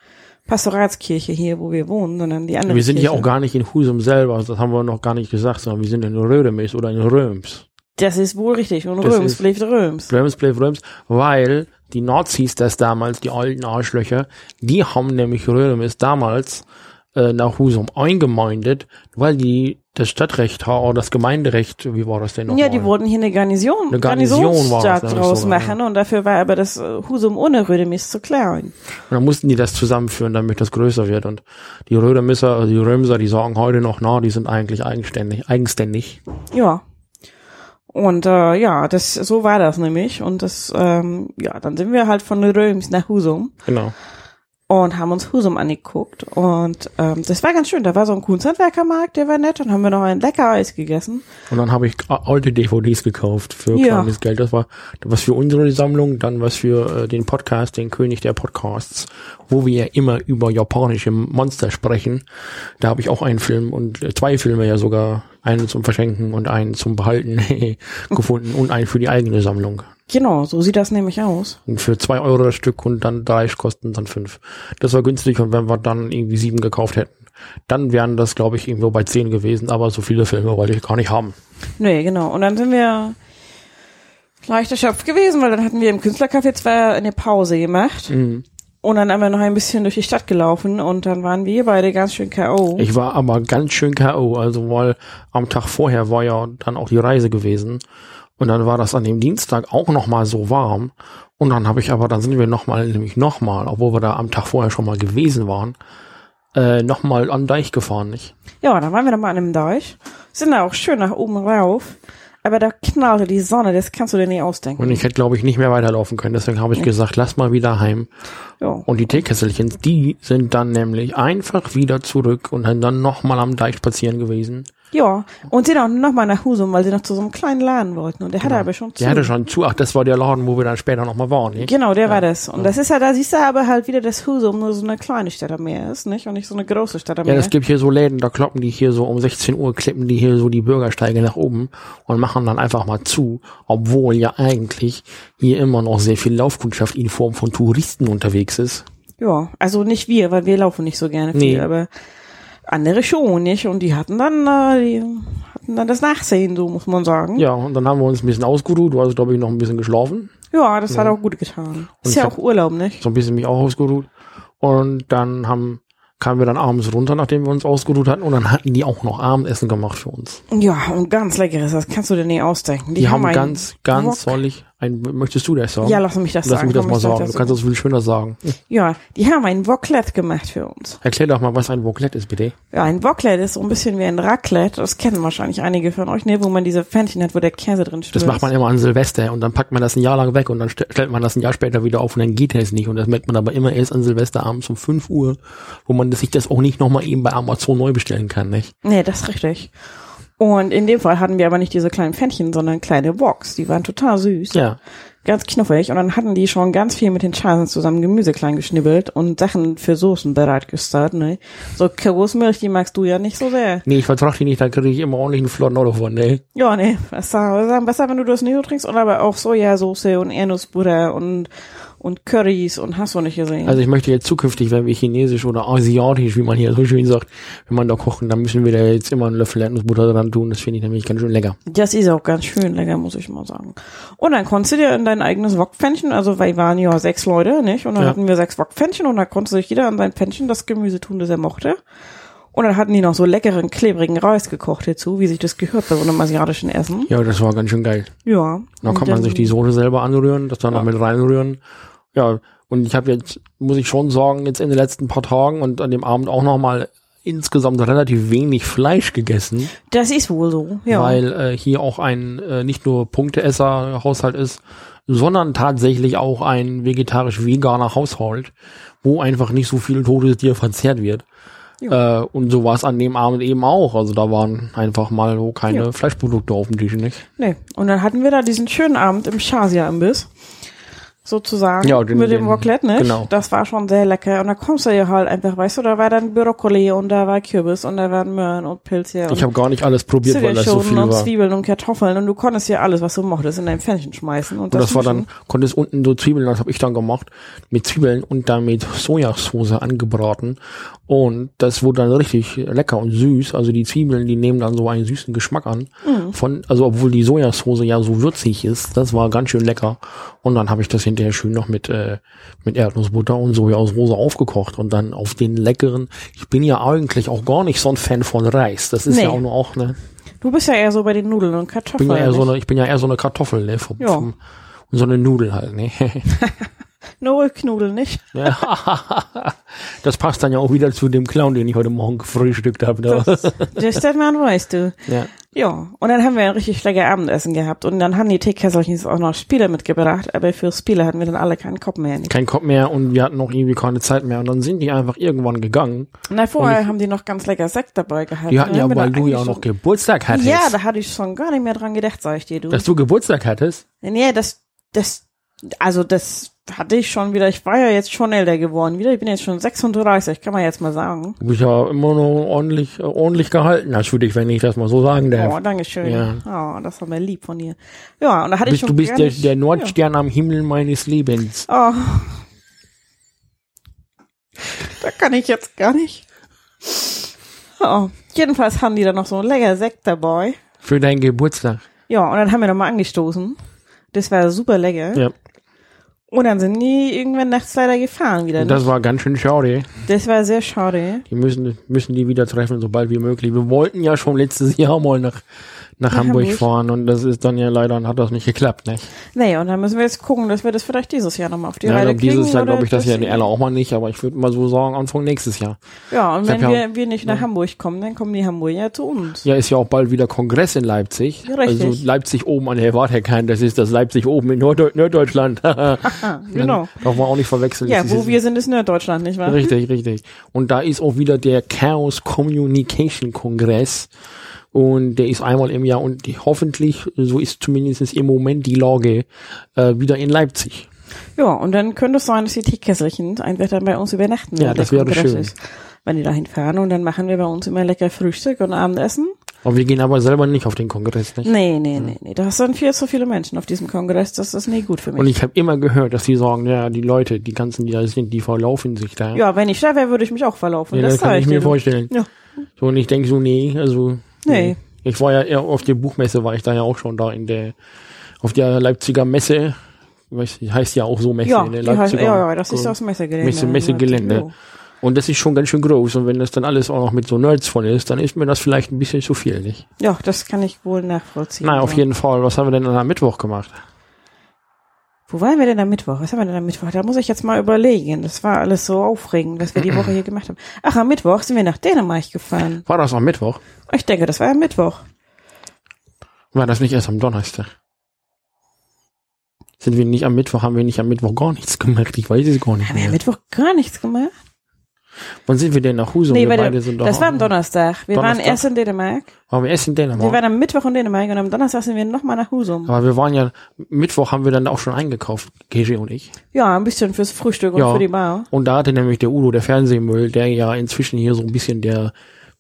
Speaker 4: Pastoratskirche hier, wo wir wohnen, sondern die andere
Speaker 3: wir sind
Speaker 4: Kirche.
Speaker 3: ja auch gar nicht in Husum selber, also das haben wir noch gar nicht gesagt, sondern wir sind in Rödemis oder in Röms.
Speaker 4: Das ist wohl richtig. Und
Speaker 3: Das
Speaker 4: Röms
Speaker 3: ist-
Speaker 4: bleibt Röms.
Speaker 3: Röms, Bleib Röms, weil die Nazis das damals, die alten Arschlöcher, die haben nämlich Rödemis damals äh, nach Husum eingemeindet, weil die das Stadtrecht ha- oder das Gemeinderecht, wie war das denn noch?
Speaker 4: Ja, die wollten hier eine Garnison,
Speaker 3: Eine Garnison war
Speaker 4: Garnisonsstadt
Speaker 3: das, ne,
Speaker 4: draus
Speaker 3: so,
Speaker 4: machen und dafür war aber das äh, Husum ohne Rödemis zu klein.
Speaker 3: Und dann mussten die das zusammenführen, damit das größer wird. Und die Rödemisser, also die Römser, die sagen heute noch, na, die sind eigentlich eigenständig, eigenständig.
Speaker 4: Ja. Und äh, ja, das so war das nämlich und das ähm, ja, dann sind wir halt von Röms nach Husum
Speaker 3: Genau.
Speaker 4: und haben uns Husum angeguckt und ähm, das war ganz schön. Da war so ein Kunsthandwerkermarkt, der war nett und haben wir noch ein lecker Eis gegessen.
Speaker 3: Und dann habe ich a- alte DVDs gekauft für
Speaker 4: Ja.
Speaker 3: kleines Geld. Das war was für unsere Sammlung, dann was für äh, den Podcast, den König der Podcasts, wo wir ja immer über japanische Monster sprechen. Da habe ich auch einen Film und äh, zwei Filme ja sogar, einen zum Verschenken und einen zum Behalten gefunden und einen für die eigene Sammlung.
Speaker 4: Genau, so sieht das nämlich aus.
Speaker 3: Und für zwei Euro das Stück und dann drei kosten dann fünf. Das war günstig und wenn wir dann irgendwie sieben gekauft hätten, dann wären das, glaube ich, irgendwo bei zehn gewesen, aber so viele Filme wollte ich gar nicht haben.
Speaker 4: Nee, genau. Und dann sind wir leicht erschöpft gewesen, weil dann hatten wir im Künstlercafé zwar eine Pause gemacht.
Speaker 3: Mhm.
Speaker 4: Und dann haben wir noch ein bisschen durch die Stadt gelaufen und dann waren wir beide ganz schön K.O.
Speaker 3: Ich war aber ganz schön K.O., also weil am Tag vorher war ja dann auch die Reise gewesen. Und dann war das an dem Dienstag auch nochmal so warm. Und dann habe ich aber, dann sind wir nochmal, nämlich nochmal, obwohl wir da am Tag vorher schon mal gewesen waren, äh, nochmal an den Deich gefahren, nicht?
Speaker 4: Ja, dann waren wir dann mal an einem Deich. Sind da auch schön nach oben rauf. Aber da knallte die Sonne, das kannst du dir nicht ausdenken.
Speaker 3: Und ich hätte, glaube ich, nicht mehr weiterlaufen können. Deswegen habe ich gesagt, lass mal wieder heim.
Speaker 4: Ja.
Speaker 3: Und die Teekesselchens, die sind dann nämlich einfach wieder zurück und sind dann nochmal am Deich spazieren gewesen.
Speaker 4: ja. Und sind auch nochmal nach Husum, weil sie noch zu so einem kleinen Laden wollten. Und der hatte aber schon zu.
Speaker 3: Genau. Der hatte schon zu, ach, das war der Laden, wo wir dann später nochmal waren. Nicht?
Speaker 4: Genau, der war das. Und das ist ja, da siehst du aber halt wieder, dass Husum nur so eine kleine Stadt am Meer ist, nicht? Und nicht so eine große Stadt am
Speaker 3: Ja,
Speaker 4: Meer.
Speaker 3: es gibt hier so Läden, da kloppen die hier so um 16 Uhr, klippen die hier so die Bürgersteige nach oben und machen dann einfach mal zu, obwohl ja eigentlich hier immer noch sehr viel Laufkundschaft in Form von Touristen unterwegs ist.
Speaker 4: Ja, also nicht wir, weil wir laufen nicht so gerne viel,
Speaker 3: Nee.
Speaker 4: aber andere schon, nicht? Und die hatten dann, äh, die hatten dann das Nachsehen, so muss man sagen.
Speaker 3: Ja, und dann haben wir uns ein bisschen ausgeruht, du hast, glaube ich, noch ein bisschen geschlafen.
Speaker 4: Ja, das hat auch gut getan. Ist
Speaker 3: ich
Speaker 4: ja
Speaker 3: hab-
Speaker 4: auch Urlaub, nicht?
Speaker 3: so ein bisschen mich auch ausgeruht. Und dann haben, kamen wir dann abends runter, nachdem wir uns ausgeruht hatten. Und dann hatten die auch noch Abendessen gemacht für uns.
Speaker 4: Ja, und ganz leckeres, das kannst du dir nicht ausdenken.
Speaker 3: Die, haben,
Speaker 4: einen
Speaker 3: ganz, ganz
Speaker 4: Wok.
Speaker 3: sollig ein, möchtest du das sagen?
Speaker 4: Ja, lass mich das
Speaker 3: Lass
Speaker 4: sagen.
Speaker 3: mich das
Speaker 4: komm,
Speaker 3: mal
Speaker 4: ich sag
Speaker 3: sagen.
Speaker 4: das
Speaker 3: Du kannst das viel schöner sagen.
Speaker 4: Ja, die haben ein Woklet gemacht für uns.
Speaker 3: Erklär doch mal, was ein Woklet ist, bitte.
Speaker 4: Ja, ein Woklet ist so ein bisschen wie ein Raclette. Das kennen wahrscheinlich einige von euch, ne? Wo man diese Pfännchen hat, wo der Käse drin schmilzt.
Speaker 3: Das macht man immer an Silvester und dann packt man das ein Jahr lang weg und dann st stellt man das ein Jahr später wieder auf und dann geht es nicht. Und das merkt man aber immer erst an Silvesterabends um 5 Uhr, wo man das, sich das auch nicht nochmal eben bei Amazon neu bestellen kann, nicht?
Speaker 4: Nee, das ist richtig. Und in dem Fall hatten wir aber nicht diese kleinen Pfännchen, sondern kleine Woks. Die waren total süß.
Speaker 3: Ja.
Speaker 4: ganz knuffig. Und dann hatten die schon ganz viel mit den Charles zusammen Gemüse klein geschnibbelt und Sachen für Soßen bereitgestellt. Ne? So Kokosmilch, die magst du ja nicht so sehr.
Speaker 3: Nee, ich vertrag die nicht, dann kriege ich immer ordentlich einen flotten Auto von, ne?
Speaker 4: Ja, nee, was sagen, besser, wenn du das Neo trinkst und aber auch Sojasauce und Erdnussbutter und und Currys und hast du nicht gesehen.
Speaker 3: Also ich möchte jetzt zukünftig, wenn wir chinesisch oder asiatisch, wie man hier so schön sagt, wenn man da kochen, dann müssen wir da jetzt immer einen Löffel Erdnussbutter dran tun. Das finde ich nämlich ganz schön lecker.
Speaker 4: das ist auch ganz schön lecker, muss ich mal sagen. Und dann konntest du dir in dein eigenes Wokpfännchen, also wir waren ja sechs Leute, nicht? Und dann
Speaker 3: Ja.
Speaker 4: hatten wir sechs Wokpfännchen und dann konnte sich jeder an sein Pfännchen das Gemüse tun, das er mochte. Und dann hatten die noch so leckeren, klebrigen Reis gekocht dazu, wie sich das gehört bei so einem asiatischen Essen.
Speaker 3: Ja, das war ganz schön geil.
Speaker 4: Ja.
Speaker 3: Dann
Speaker 4: Und
Speaker 3: kann man sich die Soße selber anrühren, das dann noch mit reinrühren. Ja, und ich habe jetzt, muss ich schon sagen, jetzt in den letzten paar Tagen und an dem Abend auch nochmal insgesamt relativ wenig Fleisch gegessen,
Speaker 4: Das ist wohl so, ja.
Speaker 3: weil äh, hier auch ein äh, nicht nur Punkteesser-Haushalt ist, sondern tatsächlich auch ein vegetarisch-veganer Haushalt, wo einfach nicht so viel totes Tier verzehrt wird. Äh, und so war es an dem Abend eben auch. Also da waren einfach mal so keine
Speaker 4: Ja.
Speaker 3: Fleischprodukte auf dem Tisch, nicht?
Speaker 4: Nee. Und dann hatten wir da diesen schönen Abend im Chasia-Imbiss. Sozusagen.
Speaker 3: Ja, den-
Speaker 4: mit dem
Speaker 3: den-
Speaker 4: Raclette, ne?
Speaker 3: genau.
Speaker 4: Das war schon sehr lecker. Und da kommst du ja halt einfach, weißt du, da war dann Brokkoli und da war Kürbis und da waren Möhren und Pilze
Speaker 3: Ich
Speaker 4: und
Speaker 3: habe gar nicht alles probiert, weil das so viel
Speaker 4: Zwiebelschoten und
Speaker 3: war.
Speaker 4: Zwiebeln und Kartoffeln und du konntest ja alles, was du mochtest, in dein Pfännchen schmeißen. Und,
Speaker 3: Und das war dann, konntest unten so Zwiebeln, das habe ich dann gemacht, mit Zwiebeln und dann mit Sojasauce angebraten. Und das wurde dann richtig lecker und süß. Also die Zwiebeln, die nehmen dann so einen süßen Geschmack an.
Speaker 4: Mhm.
Speaker 3: Von, also obwohl die Sojasauce ja so würzig ist, das war ganz schön lecker. Und dann habe ich das hinterher schön noch mit, äh, mit Erdnussbutter und Sojasauce aufgekocht und dann auf den leckeren, ich bin ja eigentlich auch gar nicht so ein Fan von Reis. Das ist
Speaker 4: Nee.
Speaker 3: ja auch nur auch, ne?
Speaker 4: Du bist ja eher so bei den Nudeln und Kartoffeln.
Speaker 3: bin ja eher so
Speaker 4: nicht?
Speaker 3: eine, ich bin ja eher so eine Kartoffel, ne? Vom,
Speaker 4: Ja.
Speaker 3: vom, und so eine Nudel halt, ne?
Speaker 4: Noel Knudel, nicht?
Speaker 3: Ja. das passt dann ja auch wieder zu dem Clown, den ich heute Morgen gefrühstückt habe. ne? Da.
Speaker 4: Das ist man, weißt du.
Speaker 3: Ja.
Speaker 4: Ja, und dann haben wir ein richtig lecker Abendessen gehabt und dann haben die Teekesselchens auch noch Spiele mitgebracht, aber für Spiele hatten wir dann alle keinen Kopf mehr.
Speaker 3: Kein Kopf mehr und wir hatten noch irgendwie keine Zeit mehr. Und dann sind die einfach irgendwann gegangen.
Speaker 4: Na, vorher haben die noch ganz lecker Sekt dabei gehabt. ne?
Speaker 3: Die hatten
Speaker 4: Und
Speaker 3: ja,
Speaker 4: dann bin
Speaker 3: weil
Speaker 4: da
Speaker 3: du ja auch
Speaker 4: eigentlich
Speaker 3: noch Geburtstag
Speaker 4: schon-
Speaker 3: hattest.
Speaker 4: Ja, da hatte ich schon gar nicht mehr dran gedacht, sag ich dir, du.
Speaker 3: dass du Geburtstag hattest.
Speaker 4: nee, das, das, also das hatte ich schon wieder, ich war ja jetzt schon älter geworden wieder, ich bin jetzt schon 36, kann man jetzt mal sagen.
Speaker 3: Du bist ja immer noch ordentlich, äh, ordentlich gehalten. hast du dich, wenn ich das mal so sagen darf.
Speaker 4: Oh, Dankeschön.
Speaker 3: Ja.
Speaker 4: Oh, das war mir lieb von dir. Ja, und da hatte
Speaker 3: bist,
Speaker 4: ich schon
Speaker 3: du bist
Speaker 4: gar
Speaker 3: der,
Speaker 4: nicht-
Speaker 3: der Nordstern am Himmel meines Lebens.
Speaker 4: Oh. Da kann ich jetzt gar nicht. Oh. Jedenfalls haben die da noch so einen lecker Sekt dabei.
Speaker 3: Für deinen Geburtstag.
Speaker 4: Ja, und dann haben wir nochmal angestoßen. Das war super lecker.
Speaker 3: Ja.
Speaker 4: Und dann sind die irgendwann nachts leider gefahren wieder.
Speaker 3: Und das war ganz schön schade.
Speaker 4: das war sehr schade.
Speaker 3: Die müssen, müssen die wieder treffen, sobald wie möglich. Wir wollten ja schon letztes Jahr mal nach, nach Hamburg,
Speaker 4: Hamburg.
Speaker 3: fahren und das ist dann ja leider, hat das nicht geklappt, ne? nicht?
Speaker 4: Naja, und dann müssen wir jetzt gucken, dass wir das vielleicht dieses Jahr nochmal auf die
Speaker 3: Ja, ich
Speaker 4: Reihe
Speaker 3: glaub,
Speaker 4: kriegen.
Speaker 3: dieses Jahr
Speaker 4: oder
Speaker 3: glaube ich das ja in
Speaker 4: dass-
Speaker 3: Erla auch mal nicht, aber ich würde mal so sagen, Anfang nächstes Jahr.
Speaker 4: Ja, und
Speaker 3: Ich hab
Speaker 4: wenn
Speaker 3: ja-
Speaker 4: wir, wir nicht nach Hamburg kommen, dann kommen die Hamburger zu uns.
Speaker 3: Ja, ist ja auch bald wieder Kongress in Leipzig.
Speaker 4: Ja, richtig.
Speaker 3: Also Leipzig oben an der Wartheckheim, das ist das Leipzig oben in Norddeu Norddeutschland.
Speaker 4: Ah, genau.
Speaker 3: Darf man auch nicht verwechseln.
Speaker 4: Ja,
Speaker 3: Das
Speaker 4: wo
Speaker 3: ist-
Speaker 4: wir sind, ist nur Deutschland, nicht wahr?
Speaker 3: Richtig, richtig. Und da ist auch wieder der Chaos Communication Kongress. Und der ist einmal im Jahr und die, hoffentlich, so ist zumindest im Moment die Lage, äh, wieder in Leipzig.
Speaker 4: Ja, und dann könnte es sein, dass die Teekesselchen einfach dann bei uns übernachten.
Speaker 3: Ja,
Speaker 4: wenn
Speaker 3: das
Speaker 4: der
Speaker 3: wäre
Speaker 4: Kongress
Speaker 3: schön.
Speaker 4: wenn die dahin fahren und dann machen wir bei uns immer lecker Frühstück und Abendessen.
Speaker 3: Aber wir gehen aber selber nicht auf den Kongress. Nicht?
Speaker 4: Nee, nee, nee, nee. Da sind viel zu viele Menschen auf diesem Kongress. Das ist nie gut für
Speaker 3: Und
Speaker 4: mich.
Speaker 3: ich habe immer gehört, dass die sagen, ja, die Leute, die ganzen, die da sind, die verlaufen sich da.
Speaker 4: Ja, wenn ich da wäre, würde ich mich auch verlaufen.
Speaker 3: Ja, das kann
Speaker 4: sag
Speaker 3: ich mir
Speaker 4: dir, du.
Speaker 3: vorstellen.
Speaker 4: Ja.
Speaker 3: So, und ich denke so, nee, also.
Speaker 4: Nee.
Speaker 3: Ich war ja eher auf der Buchmesse, war ich da ja auch schon da in der, auf der Leipziger Messe. Weiß, heißt ja auch so Messe,
Speaker 4: Ja,
Speaker 3: ne?
Speaker 4: die heißt, ja,
Speaker 3: Leipziger.
Speaker 4: ja, das ist ne? das Messegelände.
Speaker 3: Messe, Messegelände.
Speaker 4: Ja.
Speaker 3: Und das ist schon ganz schön groß. Und wenn das dann alles auch noch mit so Nerds voll ist, dann ist mir das vielleicht ein bisschen zu viel, nicht?
Speaker 4: Ja, das kann ich wohl nachvollziehen.
Speaker 3: Naja, auf
Speaker 4: Ja.
Speaker 3: jeden Fall. Was haben wir denn dann am Mittwoch gemacht?
Speaker 4: Wo waren wir denn am Mittwoch? Was haben wir denn am Mittwoch? Da muss ich jetzt mal überlegen. Das war alles so aufregend, was wir die Woche hier gemacht haben. Ach, am Mittwoch sind wir nach Dänemark gefahren.
Speaker 3: War das am Mittwoch?
Speaker 4: Ich denke, das war am Mittwoch.
Speaker 3: War das nicht erst am Donnerstag? Sind wir nicht am Mittwoch? Haben wir nicht am Mittwoch gar nichts gemacht? Ich weiß es gar nicht
Speaker 4: Haben wir
Speaker 3: mehr.
Speaker 4: am Mittwoch gar nichts gemacht?
Speaker 3: Wann sind wir denn nach Husum?
Speaker 4: Nee,
Speaker 3: wir
Speaker 4: weil
Speaker 3: beide
Speaker 4: der,
Speaker 3: sind
Speaker 4: das
Speaker 3: doch-
Speaker 4: war am Donnerstag. Wir waren
Speaker 3: Donnerstag?
Speaker 4: erst in Dänemark.
Speaker 3: Aber wir essen in
Speaker 4: Wir
Speaker 3: Dänemark.
Speaker 4: waren am Mittwoch in Dänemark und am Donnerstag sind wir nochmal nach Husum.
Speaker 3: Aber wir waren ja, Mittwoch haben wir dann auch schon eingekauft, Keji und ich.
Speaker 4: Ja, ein bisschen fürs Frühstück und
Speaker 3: Ja.
Speaker 4: für die Bar.
Speaker 3: Und da hatte nämlich der Udo, der Fernsehmüll, der ja inzwischen hier so ein bisschen der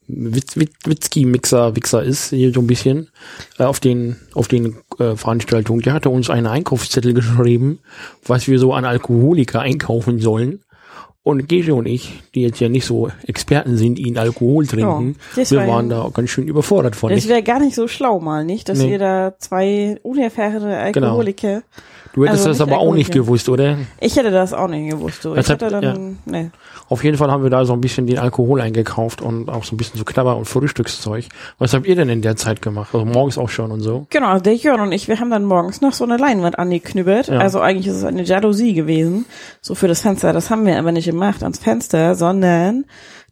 Speaker 3: Witz, Witz, Witzki-Mixer, Wichser ist, hier so ein bisschen, äh, auf den, auf den äh, Veranstaltungen, der hatte uns einen Einkaufszettel geschrieben, was wir so an Alkoholiker einkaufen sollen. Und Gege und ich, die jetzt ja nicht so Experten sind, ihn Alkohol trinken,
Speaker 4: das
Speaker 3: wir
Speaker 4: war
Speaker 3: waren
Speaker 4: ja-
Speaker 3: da ganz schön überfordert von.
Speaker 4: Das
Speaker 3: Ich,
Speaker 4: wäre gar nicht so schlau mal, nicht? Dass
Speaker 3: Nee.
Speaker 4: ihr da zwei unerfahrene
Speaker 3: Genau.
Speaker 4: Alkoholiker.
Speaker 3: du hättest
Speaker 4: also
Speaker 3: das
Speaker 4: nicht
Speaker 3: aber auch nicht
Speaker 4: Alkoholiker.
Speaker 3: gewusst, oder?
Speaker 4: Ich hätte das auch nicht gewusst. So. Ich
Speaker 3: Deshalb-
Speaker 4: hätte dann, nee.
Speaker 3: Auf jeden Fall haben wir da so ein bisschen den Alkohol eingekauft und auch so ein bisschen so Knabber und Frühstückszeug. Was habt ihr denn in der Zeit gemacht? Also morgens auch schon und so.
Speaker 4: Genau, der Jörn und ich, wir haben dann morgens noch so eine Leinwand angeknüppelt.
Speaker 3: Ja.
Speaker 4: Also eigentlich ist es eine Jalousie gewesen, so für das Fenster. Das haben wir aber nicht gemacht ans Fenster, sondern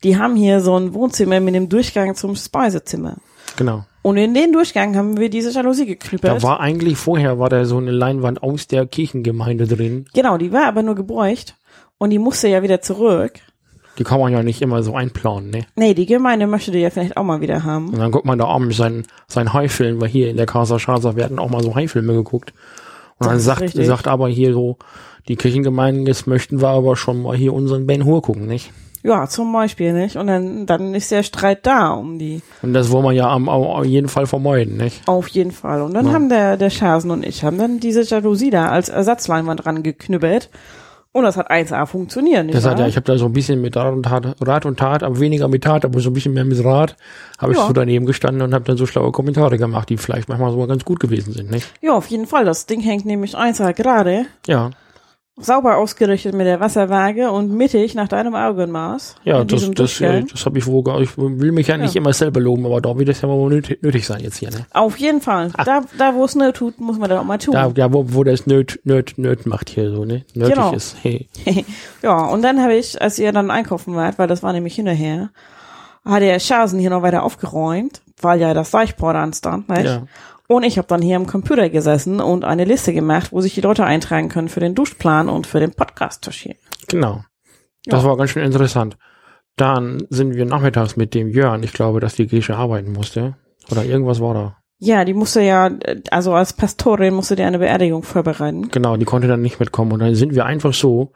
Speaker 4: die haben hier so ein Wohnzimmer mit dem Durchgang zum Speisezimmer.
Speaker 3: Genau.
Speaker 4: Und in den Durchgang haben wir diese Jalousie
Speaker 3: Da
Speaker 4: geknüppelt.
Speaker 3: war eigentlich vorher war da so eine Leinwand aus der Kirchengemeinde drin.
Speaker 4: genau, die war aber nur gebräucht und die musste ja wieder zurück.
Speaker 3: Die kann man ja nicht immer so einplanen, ne?
Speaker 4: Nee, die Gemeinde möchte die ja vielleicht auch mal wieder haben.
Speaker 3: Und dann guckt man da abends seinen, seinen Haifilm, weil hier in der Casa Schaser werden auch mal so Haifilme geguckt. Und dann
Speaker 4: ist
Speaker 3: sagt,
Speaker 4: richtig.
Speaker 3: sagt aber hier so, die Kirchengemeinden, jetzt möchten wir aber schon mal hier unseren Ben Hur gucken, nicht?
Speaker 4: Ja, zum Beispiel, nicht? Und dann, dann ist der Streit da um die.
Speaker 3: Und das wollen wir ja am, auf jeden Fall vermeiden, nicht?
Speaker 4: Auf jeden Fall. Und dann haben der, der Schasen und ich haben dann diese Jalousie da als Ersatzleinwand rangeknüppelt. Und das hat 1A funktioniert. Nicht
Speaker 3: Das hat
Speaker 4: wahr?
Speaker 3: ja, ich habe da so ein bisschen mit Rat und Tat, Rat und Tat, aber weniger mit Tat, aber so ein bisschen mehr mit Rat, habe ich
Speaker 4: Ja.
Speaker 3: so daneben gestanden und habe dann so schlaue Kommentare gemacht, die vielleicht manchmal sogar ganz gut gewesen sind, nicht?
Speaker 4: ja, auf jeden Fall. Das Ding hängt nämlich 1A gerade,
Speaker 3: Ja,
Speaker 4: sauber ausgerichtet mit der Wasserwaage und mittig nach deinem Augenmaß.
Speaker 3: ja,
Speaker 4: In
Speaker 3: das,
Speaker 4: diesem
Speaker 3: das, äh,
Speaker 4: Durchgang.
Speaker 3: das habe ich wohl gar, ich will mich ja nicht immer selber loben, aber da wird das ja mal nötig, nötig sein jetzt hier, ne?
Speaker 4: Auf jeden Fall. Da, da wo es ne tut, muss man das auch mal tun.
Speaker 3: Da, da wo, wo das nöt, nöt, nöt macht hier so, ne? Nötig
Speaker 4: Genau.
Speaker 3: ist. Hey.
Speaker 4: ja, und dann habe ich, als ihr dann einkaufen wart, weil das war nämlich hinterher, hat der Schasen hier noch weiter aufgeräumt, weil ja das Deichboard anstand, nicht?
Speaker 3: Ja.
Speaker 4: Und ich habe dann hier am Computer gesessen und eine Liste gemacht, wo sich die Leute eintragen können für den Duschplan und für den Podcast-Tisch hier.
Speaker 3: Genau. Das war ganz schön interessant. Dann sind wir nachmittags mit dem Jörn, ich glaube, dass die Gesche arbeiten musste. Oder irgendwas war da.
Speaker 4: Ja, die musste ja, äh, also als Pastorin musste die eine Beerdigung vorbereiten.
Speaker 3: Genau, die konnte dann nicht mitkommen. Und dann sind wir einfach so,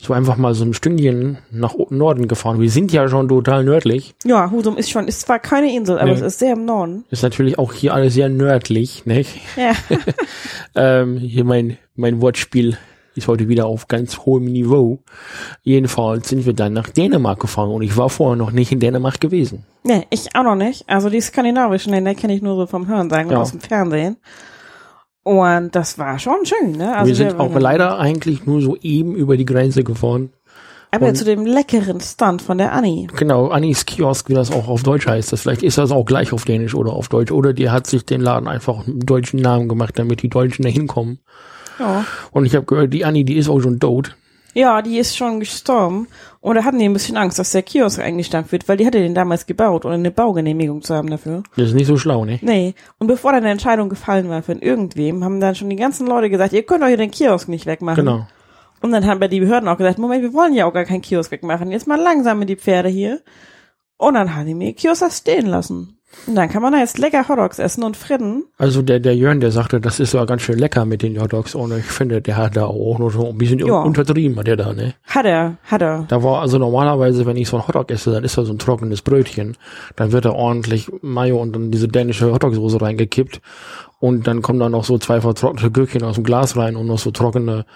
Speaker 3: so einfach mal so ein Stündchen nach O- Norden gefahren. Wir sind ja schon total nördlich.
Speaker 4: Ja, Husum ist schon, ist zwar keine Insel, aber
Speaker 3: Nee.
Speaker 4: es ist sehr im Norden.
Speaker 3: Ist natürlich auch hier alles sehr nördlich, nicht?
Speaker 4: Ja,
Speaker 3: Ähm, hier mein, mein Wortspiel ist heute wieder auf ganz hohem Niveau. Jedenfalls sind wir dann nach Dänemark gefahren und ich war vorher noch nicht in Dänemark gewesen.
Speaker 4: nee, ich auch noch nicht. Also die skandinavischen Länder kenne ich nur so vom Hören sagen
Speaker 3: Ja.
Speaker 4: und aus dem Fernsehen. Und das war schon schön, ne? Also
Speaker 3: wir sind auch
Speaker 4: waren-
Speaker 3: leider eigentlich nur so eben über die Grenze gefahren.
Speaker 4: Aber zu dem leckeren Stand von der Annie.
Speaker 3: Genau, Annis Kiosk, wie das auch auf Deutsch heißt. Das vielleicht ist das auch gleich auf Dänisch oder auf Deutsch. Oder die hat sich den Laden einfach einen deutschen Namen gemacht, damit die Deutschen da hinkommen.
Speaker 4: Ja.
Speaker 3: Und ich habe gehört, die Anni, die ist auch schon tot.
Speaker 4: Ja, die ist schon gestorben. Und da hatten die ein bisschen Angst, dass der Kiosk eingestampft wird, weil die hatte den damals gebaut, ohne eine Baugenehmigung zu haben dafür.
Speaker 3: Das ist nicht so schlau, ne?
Speaker 4: Nee. Und bevor dann eine Entscheidung gefallen war von irgendwem, haben dann schon die ganzen Leute gesagt, ihr könnt euch den Kiosk nicht wegmachen.
Speaker 3: Genau.
Speaker 4: Und dann haben bei die Behörden auch gesagt, Moment, wir wollen ja auch gar keinen Kiosk wegmachen. Jetzt mal langsam mit die Pferde hier. Und dann haben die mir den Kiosk das stehen lassen. Und dann kann man da jetzt lecker Hotdogs essen und fritten.
Speaker 3: Also der, der Jörn, der sagte, das ist ja ganz schön lecker mit den Hotdogs. Und ich finde, der hat da auch noch so ein bisschen
Speaker 4: Ja.
Speaker 3: untertrieben, hat er da, ne?
Speaker 4: Hat er, hat er.
Speaker 3: Da war also normalerweise, wenn ich so ein Hotdog esse, dann ist da so ein trockenes Brötchen. Dann wird da ordentlich Mayo und dann diese dänische Hotdogsoße reingekippt. Und dann kommen da noch so zwei vertrocknete Gürkchen aus dem Glas rein und noch so trockene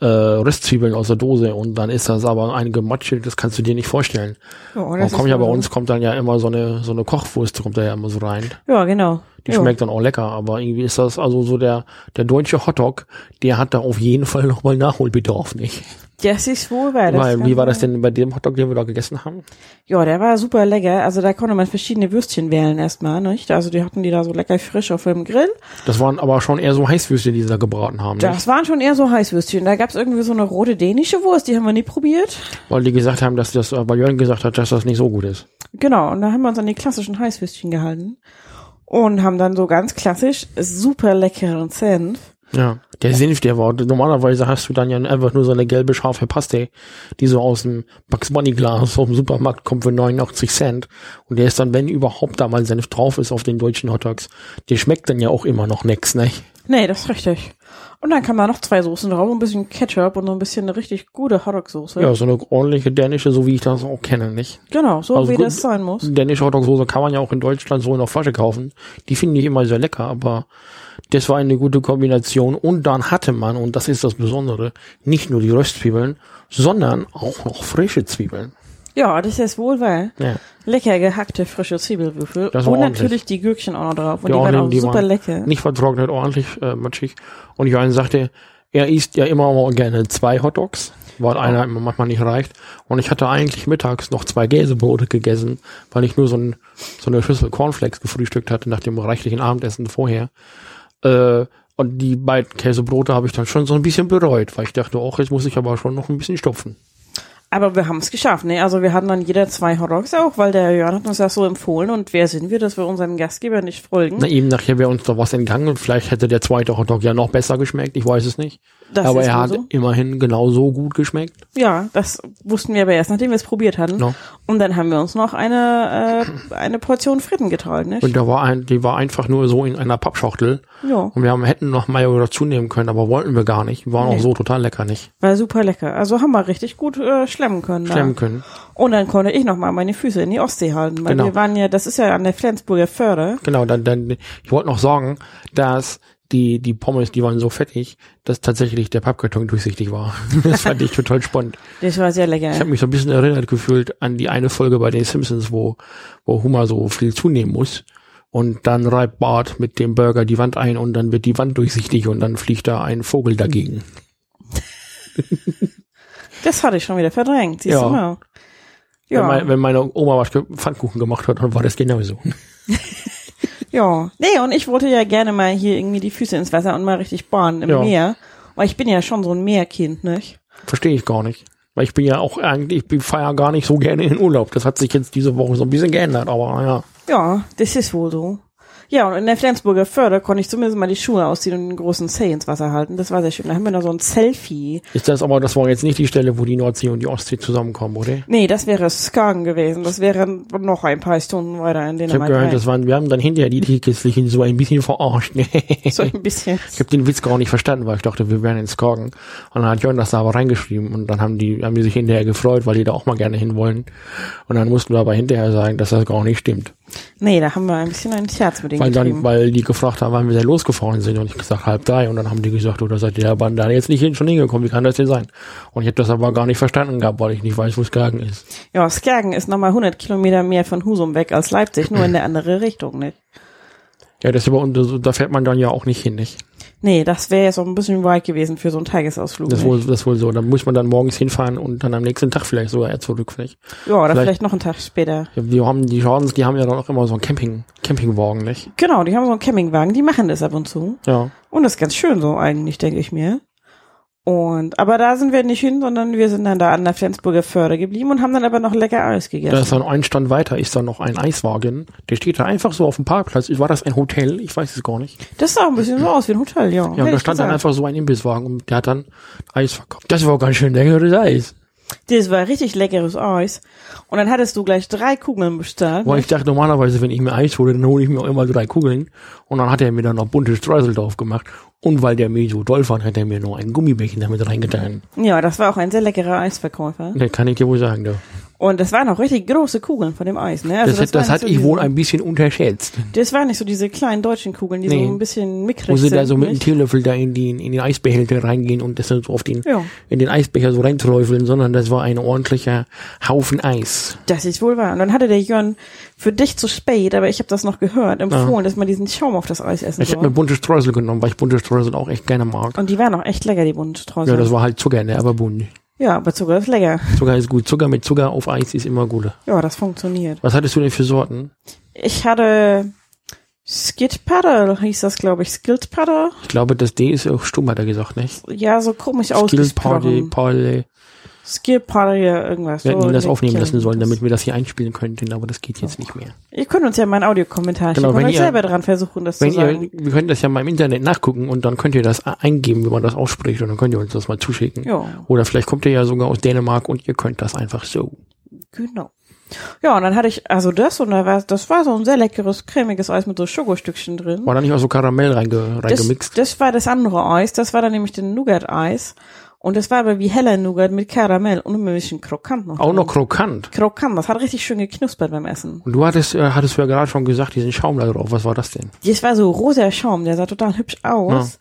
Speaker 3: äh, Röstzwiebeln aus der Dose. Und dann ist das aber ein Gematsche, das kannst du dir nicht vorstellen.
Speaker 4: Ja, und
Speaker 3: Und
Speaker 4: Oh, das
Speaker 3: kommt
Speaker 4: ist
Speaker 3: ja bei
Speaker 4: so-
Speaker 3: uns, kommt dann ja immer so eine, so eine Kochwurst, kommt da ja immer so rein.
Speaker 4: Ja, genau.
Speaker 3: Die
Speaker 4: ja.
Speaker 3: schmeckt dann auch lecker, aber irgendwie ist das also so der, der deutsche Hotdog, der hat da auf jeden Fall nochmal Nachholbedarf, nicht?
Speaker 4: Das ist wohl wahr. das
Speaker 3: Weil,
Speaker 4: kann
Speaker 3: wie war
Speaker 4: sein.
Speaker 3: das denn bei dem Hotdog, den wir da gegessen haben?
Speaker 4: Ja, der war super lecker. Also da konnte man verschiedene Würstchen wählen erstmal, nicht? Also die hatten die da so lecker frisch auf dem Grill.
Speaker 3: Das waren aber schon eher so Heißwürste, die sie da gebraten haben. ne? Nicht?
Speaker 4: Das waren schon eher so Heißwürstchen. Da gab's irgendwie so eine rote dänische Wurst, die haben wir nie probiert.
Speaker 3: Weil die gesagt haben, dass das, äh, weil Jörn gesagt hat, dass das nicht so gut ist.
Speaker 4: Genau, und da haben wir uns an die klassischen Heißwürstchen gehalten. Und haben dann so ganz klassisch super leckeren Senf
Speaker 3: Ja, der Senf der Worte. Normalerweise hast du dann ja einfach nur so eine gelbe, scharfe Paste, die so aus dem Bugs Bunny Glas vom Supermarkt kommt für 89 Cent. Und der ist dann, wenn überhaupt da mal Senf drauf ist auf den deutschen Hotdogs, der schmeckt dann ja auch immer noch nix, ne?
Speaker 4: Nee, das ist richtig. Und dann kann man noch zwei Soßen drauf, ein bisschen Ketchup und so ein bisschen eine richtig gute Hotdog-Soße.
Speaker 3: Ja, so eine ordentliche dänische, so wie ich das auch kenne, nicht?
Speaker 4: Genau, so
Speaker 3: Also
Speaker 4: wie
Speaker 3: gut-
Speaker 4: das sein muss.
Speaker 3: Dänische Hotdogsoße kann man ja auch in Deutschland so in der Flasche kaufen. Die finde ich immer sehr lecker, aber das war eine gute Kombination. Und dann hatte man, und das ist das Besondere, nicht nur die Röstzwiebeln, sondern auch noch frische Zwiebeln.
Speaker 4: Ja, das ist wohl wahr.
Speaker 3: Ja,
Speaker 4: Lecker gehackte frische Zwiebelwürfel.
Speaker 3: Das war
Speaker 4: und
Speaker 3: ordentlich.
Speaker 4: natürlich die Gürkchen auch noch drauf. Und
Speaker 3: Die
Speaker 4: die, waren
Speaker 3: Ordnung,
Speaker 4: auch
Speaker 3: die
Speaker 4: super
Speaker 3: waren
Speaker 4: lecker.
Speaker 3: Nicht vertrocknet, ordentlich äh, matschig. Und Johann sagte, er isst ja immer mal gerne zwei Hotdogs, weil einer immer manchmal nicht reicht. Und ich hatte eigentlich mittags noch zwei Käsebrote gegessen, weil ich nur so, ein, so eine Schüssel Cornflakes gefrühstückt hatte nach dem reichlichen Abendessen vorher. Äh, und die beiden Käsebrote habe ich dann schon so ein bisschen bereut, weil ich dachte, auch jetzt muss ich aber schon noch ein bisschen stopfen.
Speaker 4: Aber wir haben es geschafft, ne? Also wir hatten dann jeder zwei Hotdogs auch, weil der Jörn hat uns das so empfohlen. Und wer sind wir, dass wir unserem Gastgeber nicht folgen?
Speaker 3: Na, eben nachher wäre uns doch was entgangen und vielleicht hätte der zweite Hotdog ja noch besser geschmeckt, ich weiß es nicht.
Speaker 4: Das
Speaker 3: aber
Speaker 4: ist
Speaker 3: er
Speaker 4: wohl
Speaker 3: hat
Speaker 4: so.
Speaker 3: immerhin genauso gut geschmeckt.
Speaker 4: Ja, das wussten wir aber erst, nachdem wir es probiert hatten.
Speaker 3: No.
Speaker 4: Und dann haben wir uns noch eine, äh, eine Portion Fritten geteilt, nicht?
Speaker 3: Und da war ein, die war einfach nur so in einer Pappschachtel.
Speaker 4: Ja,
Speaker 3: Und wir haben, hätten noch Mayo dazu nehmen können, aber wollten wir gar nicht. War auch so total lecker nicht.
Speaker 4: war super lecker. Also haben wir richtig gut äh, schlemmen können. da.
Speaker 3: Klemmen können.
Speaker 4: Und dann konnte ich nochmal meine Füße in die Ostsee halten, weil
Speaker 3: Genau.
Speaker 4: wir waren ja, das ist ja an der Flensburger Förde.
Speaker 3: Genau, dann, dann, ich wollte noch sagen, dass die, die Pommes, die waren so fettig, dass tatsächlich der Pappkarton durchsichtig war. Das fand ich total spannend.
Speaker 4: Das war sehr lecker.
Speaker 3: Ich habe mich so ein bisschen erinnert gefühlt an die eine Folge bei den Simpsons, wo, wo Homer so viel zunehmen muss. Und dann reibt Bart mit dem Burger die Wand ein und dann wird die Wand durchsichtig und dann fliegt da ein Vogel dagegen.
Speaker 4: Das hatte ich schon wieder verdrängt, siehst
Speaker 3: Ja.
Speaker 4: du mal.
Speaker 3: Wenn,
Speaker 4: Ja,
Speaker 3: mein, wenn meine Oma was ge- Pfannkuchen gemacht hat, dann war das genauso.
Speaker 4: ja. Nee, und ich wollte ja gerne mal hier irgendwie die Füße ins Wasser und mal richtig bahnen im
Speaker 3: Ja.
Speaker 4: Meer. Weil ich bin ja schon so ein Meerkind, nicht?
Speaker 3: Verstehe ich gar nicht. Weil ich bin ja auch eigentlich, ich feiere gar nicht so gerne in Urlaub. Das hat sich jetzt diese Woche so ein bisschen geändert, aber naja.
Speaker 4: Ja, das ist wohl so. Ja, und in der Flensburger Förde konnte ich zumindest mal die Schuhe ausziehen und den großen Zeh ins Wasser halten. Das war sehr schön. Da haben wir noch so ein Selfie.
Speaker 3: Ist das aber, das war jetzt nicht die Stelle, wo die Nordsee und die Ostsee zusammenkommen, oder?
Speaker 4: Nee, das wäre Skagen gewesen. Das wäre noch ein paar Stunden weiter in
Speaker 3: Ich habe
Speaker 4: Dänemark.
Speaker 3: gehört, das waren, wir haben dann hinterher die Lichtkistlichen so ein bisschen verarscht. ich
Speaker 4: so ein bisschen.
Speaker 3: habe den Witz gar nicht verstanden, weil ich dachte, wir wären in Skagen. Und dann hat John das da aber reingeschrieben und dann haben die, haben die sich hinterher gefreut, weil die da auch mal gerne hin wollen. Und dann mussten wir aber hinterher sagen, dass das gar nicht stimmt.
Speaker 4: Nee, da haben wir ein bisschen einen Scherz mit denen
Speaker 3: Weil
Speaker 4: getrieben.
Speaker 3: dann, weil die gefragt haben, wann wir denn losgefahren sind und ich gesagt halb drei und dann haben die gesagt, oder seid ihr da Bahn da jetzt nicht hin, schon hingekommen, wie kann das denn sein? Und ich habe das aber gar nicht verstanden gehabt, weil ich nicht weiß, wo es gegangen ist.
Speaker 4: ja, Skagen ist nochmal 100 Kilometer mehr von Husum weg als Leipzig, nur in der andere Richtung, nicht?
Speaker 3: Ja, das über und das- da fährt man dann ja auch nicht hin, nicht?
Speaker 4: Nee, das wäre jetzt auch ein bisschen weit gewesen für so einen Tagesausflug.
Speaker 3: Das
Speaker 4: nicht?
Speaker 3: wohl, das wohl so. Da muss man dann morgens hinfahren und dann am nächsten Tag vielleicht sogar eher zurück, vielleicht.
Speaker 4: ja, oder vielleicht,
Speaker 3: vielleicht-
Speaker 4: noch einen Tag später.
Speaker 3: Ja, Wir haben die Jordans, die haben ja dann auch immer so einen Camping, Campingwagen, nicht?
Speaker 4: Genau, die haben so einen Campingwagen, die machen das ab und zu.
Speaker 3: Ja.
Speaker 4: Und das ist ganz schön so eigentlich, denke ich mir. Und, aber da sind wir nicht hin, sondern wir sind dann da an der Flensburger Förde geblieben und haben dann aber noch lecker Eis
Speaker 3: Da
Speaker 4: gegessen.
Speaker 3: ist dann ein Stand weiter, ist dann noch ein Eiswagen. Der steht da einfach so auf dem Parkplatz. War das ein Hotel? Ich weiß es gar nicht.
Speaker 4: Das sah ein bisschen so aus wie ein Hotel, ja.
Speaker 3: Ja,
Speaker 4: Hätte
Speaker 3: und da stand
Speaker 4: ich gesagt.
Speaker 3: dann einfach so ein Imbisswagen und der hat dann Eis verkauft. Das war ganz schön leckeres Eis.
Speaker 4: Das war richtig leckeres Eis. Und dann hattest du gleich drei Kugeln bestellt.
Speaker 3: Weil ich dachte, normalerweise, wenn ich mir Eis hole, dann hole ich mir auch immer drei Kugeln. Und dann hat er mir dann noch bunte Streusel drauf gemacht. Und weil der mir so doll fand, hat er mir noch einen Gummibärchen damit reingetan.
Speaker 4: Ja, das war auch ein sehr leckerer Eisverkäufer.
Speaker 3: Das kann ich dir wohl sagen, du.
Speaker 4: Und das waren auch richtig große Kugeln von dem Eis, ne?
Speaker 3: Das, hat,
Speaker 4: waren
Speaker 3: das
Speaker 4: nicht
Speaker 3: hat
Speaker 4: so
Speaker 3: ich
Speaker 4: diese,
Speaker 3: wohl ein bisschen unterschätzt.
Speaker 4: Das waren nicht so diese kleinen deutschen Kugeln, die
Speaker 3: Nee.
Speaker 4: so ein bisschen mickrig
Speaker 3: Wo sie
Speaker 4: sind.
Speaker 3: da so mit dem
Speaker 4: nicht?
Speaker 3: Teelöffel da in, die, in den Eisbehälter reingehen und das dann so auf den,
Speaker 4: Ja.
Speaker 3: in den Eisbecher so reinträufeln, sondern das war ein ordentlicher Haufen Eis.
Speaker 4: Das ist wohl wahr. Und dann hatte der Jörn für dich zu spät, aber ich habe das noch gehört, empfohlen, dass man diesen Schaum auf das Eis essen
Speaker 3: Ich habe
Speaker 4: soll.
Speaker 3: mir bunte Streusel genommen, weil ich bunte Streusel auch echt gerne mag.
Speaker 4: Und die waren auch echt lecker, die bunten Streusel.
Speaker 3: Ja, das war halt Zucker, ne? Aber bunt.
Speaker 4: Ja, aber Zucker ist lecker.
Speaker 3: Zucker ist gut. Zucker mit Zucker auf Eis ist immer gut.
Speaker 4: Ja, das funktioniert.
Speaker 3: Was hattest du denn für Sorten?
Speaker 4: Ich hatte Skid Paddle, hieß das, glaube ich. Skid Paddle?
Speaker 3: Ich glaube, das D ist auch stumm, hat er gesagt, ne? nicht?
Speaker 4: Ja, so komisch
Speaker 3: Skill, Party,
Speaker 4: ausgesprochen.
Speaker 3: Party.
Speaker 4: Skierparia, irgendwas.
Speaker 3: Wir hätten
Speaker 4: so
Speaker 3: Ihnen das
Speaker 4: in den
Speaker 3: aufnehmen lassen
Speaker 4: Kern.
Speaker 3: sollen, damit wir das hier einspielen könnten, aber das geht jetzt nicht mehr.
Speaker 4: Ihr könnt uns ja mal einen Audiokommentar schicken
Speaker 3: Genau,
Speaker 4: und
Speaker 3: wenn
Speaker 4: euch
Speaker 3: ihr-
Speaker 4: selber dran versuchen, das zu
Speaker 3: Wenn
Speaker 4: sagen.
Speaker 3: ihr, wir können das ja mal im Internet nachgucken und dann könnt ihr das a- eingeben, wie man das ausspricht und dann könnt ihr uns das mal zuschicken.
Speaker 4: Ja.
Speaker 3: Oder vielleicht kommt ihr ja sogar aus Dänemark und ihr könnt das einfach so.
Speaker 4: Genau. Ja, und dann hatte ich, also das und da war, das war so ein sehr leckeres, cremiges Eis mit so Schokostückchen drin.
Speaker 3: War da nicht auch so Karamell reinge,
Speaker 4: Das,
Speaker 3: reingemixt?
Speaker 4: das war das andere Eis, das war dann nämlich den Nougat-Eis. Und das war aber wie heller Nougat mit Karamell und ein bisschen krokant noch.
Speaker 3: auch
Speaker 4: drin.
Speaker 3: noch krokant.
Speaker 4: Krokant, das hat richtig schön geknuspert beim Essen.
Speaker 3: Und du hattest, äh, hattest du ja gerade schon gesagt, diesen Schaum da drauf. Was war das denn?
Speaker 4: Das war so rosa Schaum, der sah total hübsch aus.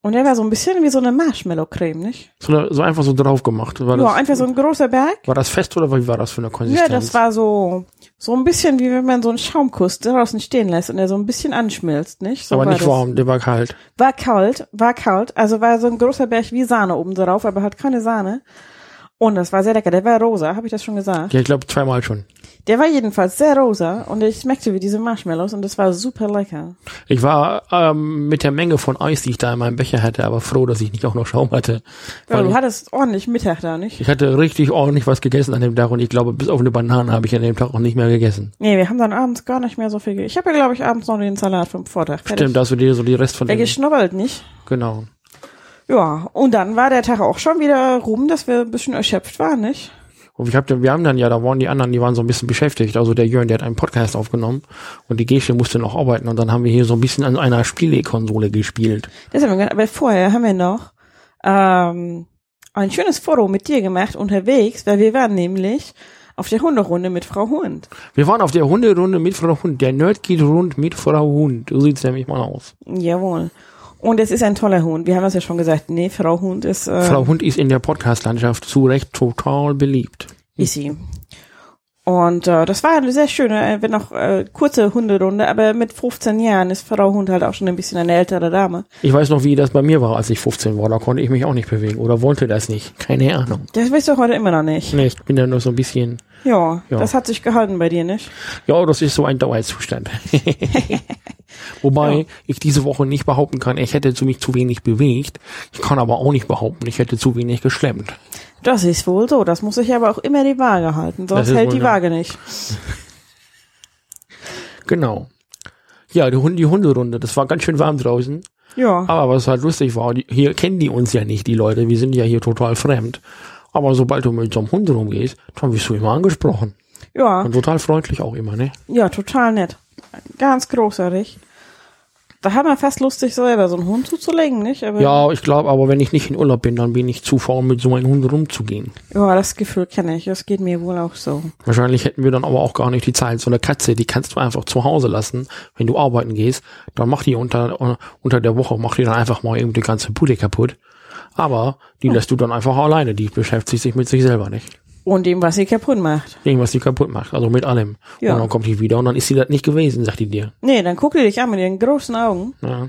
Speaker 4: Und der war so ein bisschen wie so eine Marshmallow-Creme, nicht?
Speaker 3: So, eine- so einfach so drauf gemacht. War
Speaker 4: Ja,
Speaker 3: das,
Speaker 4: einfach so ein großer Berg.
Speaker 3: war das fest oder wie war das für eine Konsistenz?
Speaker 4: Ja, das war so, so ein bisschen wie wenn man so einen Schaumkuss draußen stehen lässt und der so ein bisschen anschmilzt, nicht? So
Speaker 3: aber
Speaker 4: war
Speaker 3: nicht
Speaker 4: das.
Speaker 3: warm, der war kalt.
Speaker 4: War kalt, war kalt. Also war so ein großer Berg wie Sahne oben drauf, aber hat keine Sahne. Und das war sehr lecker. Der war rosa, habe ich das schon gesagt.
Speaker 3: Ja, ich glaube zweimal schon.
Speaker 4: Der war jedenfalls sehr rosa und ich schmeckte wie diese Marshmallows und das war super lecker.
Speaker 3: Ich war ähm, mit der Menge von Eis, die ich da in meinem Becher hatte, aber froh, dass ich nicht auch noch Schaum hatte.
Speaker 4: Ja,
Speaker 3: Weil
Speaker 4: du
Speaker 3: ich,
Speaker 4: hattest ordentlich Mittag da, nicht?
Speaker 3: ich hatte richtig ordentlich was gegessen an dem Tag und ich glaube, bis auf eine Banane habe ich an dem Tag auch nicht mehr gegessen.
Speaker 4: Nee, wir haben dann abends gar nicht mehr so viel. ge- Ich habe ja, glaube ich, abends noch den Salat vom Vortag. fertig.
Speaker 3: Stimmt, da hast du dir so die Rest von
Speaker 4: Der
Speaker 3: dem...
Speaker 4: geschnobbelt, nicht?
Speaker 3: Genau.
Speaker 4: Ja, und dann war der Tag auch schon wieder rum, dass wir ein bisschen erschöpft waren, nicht?
Speaker 3: Und ich hab, dann- wir haben dann ja, da waren die anderen, die waren so ein bisschen beschäftigt. Also der Jörn, der hat einen Podcast aufgenommen und die Gesche musste noch arbeiten und dann haben wir hier so ein bisschen an einer Spielekonsole gespielt.
Speaker 4: Das haben wir, ge- aber vorher haben wir noch ähm, ein schönes Foto mit dir gemacht unterwegs, weil wir waren nämlich auf der Hunderunde mit Frau Hund.
Speaker 3: Wir waren auf der Hunderunde mit Frau Hund. Der Nerd geht rund mit Frau Hund. So sieht's nämlich mal aus.
Speaker 4: Jawohl. Und es ist ein toller Hund. Wir haben das ja schon gesagt. Nee, Frau Hund ist, äh,
Speaker 3: Frau Hund ist in der Podcast-Landschaft zu Recht total beliebt.
Speaker 4: ist sie. Und äh, das war eine sehr schöne, äh, wenn auch äh, kurze Hunderunde, aber mit 15 Jahren ist Frau Hund halt auch schon ein bisschen eine ältere Dame.
Speaker 3: Ich weiß noch, wie das bei mir war, als ich 15 war. Da konnte ich mich auch nicht bewegen oder wollte das nicht. Keine Ahnung.
Speaker 4: Das weißt du heute immer noch nicht.
Speaker 3: Nee, ich bin da nur so ein bisschen...
Speaker 4: Ja,
Speaker 3: Ja.
Speaker 4: das hat sich gehalten bei dir, nicht?
Speaker 3: Ja, das ist so ein Dauerzustand. Wobei ich diese Woche nicht behaupten kann, ich hätte zu mich zu wenig bewegt. Ich kann aber auch nicht behaupten, ich hätte zu wenig geschlemmt.
Speaker 4: Das ist wohl so. Das muss ich aber auch immer die Waage halten, sonst
Speaker 3: ist
Speaker 4: hält
Speaker 3: wohl
Speaker 4: die
Speaker 3: ne-
Speaker 4: Waage nicht.
Speaker 3: Genau. Ja, die, Hund, die Hunderunde, das war ganz schön warm draußen.
Speaker 4: Ja.
Speaker 3: Aber was halt lustig war, die, hier kennen die uns ja nicht, die Leute. Wir sind ja hier total fremd. Aber sobald du mit so einem Hund rumgehst, dann wirst du immer angesprochen.
Speaker 4: Ja,
Speaker 3: Und total freundlich auch immer, ne?
Speaker 4: ja, total nett. Ganz großartig. Da haben wir fast lustig, selber so einen Hund zuzulegen, nicht? Aber
Speaker 3: Ja, ich glaube, aber wenn ich nicht in Urlaub bin, dann bin ich zu faul, mit so einem Hund rumzugehen.
Speaker 4: ja, das Gefühl kenne ich. Das geht mir wohl auch so.
Speaker 3: Wahrscheinlich hätten wir dann aber auch gar nicht die Zeit. So eine Katze, die kannst du einfach zu Hause lassen, wenn du arbeiten gehst. Dann macht die unter, äh, unter der Woche, macht die dann einfach mal eben die ganze Bude kaputt. Aber die lässt du dann einfach alleine. Die beschäftigt sich mit sich selber nicht.
Speaker 4: Und dem, was sie kaputt macht.
Speaker 3: Irgendwas die kaputt macht, also mit allem.
Speaker 4: Ja.
Speaker 3: Und dann kommt die wieder und dann ist sie das nicht gewesen, sagt die dir.
Speaker 4: Nee, dann guck die dich an mit ihren großen Augen.
Speaker 3: Ja.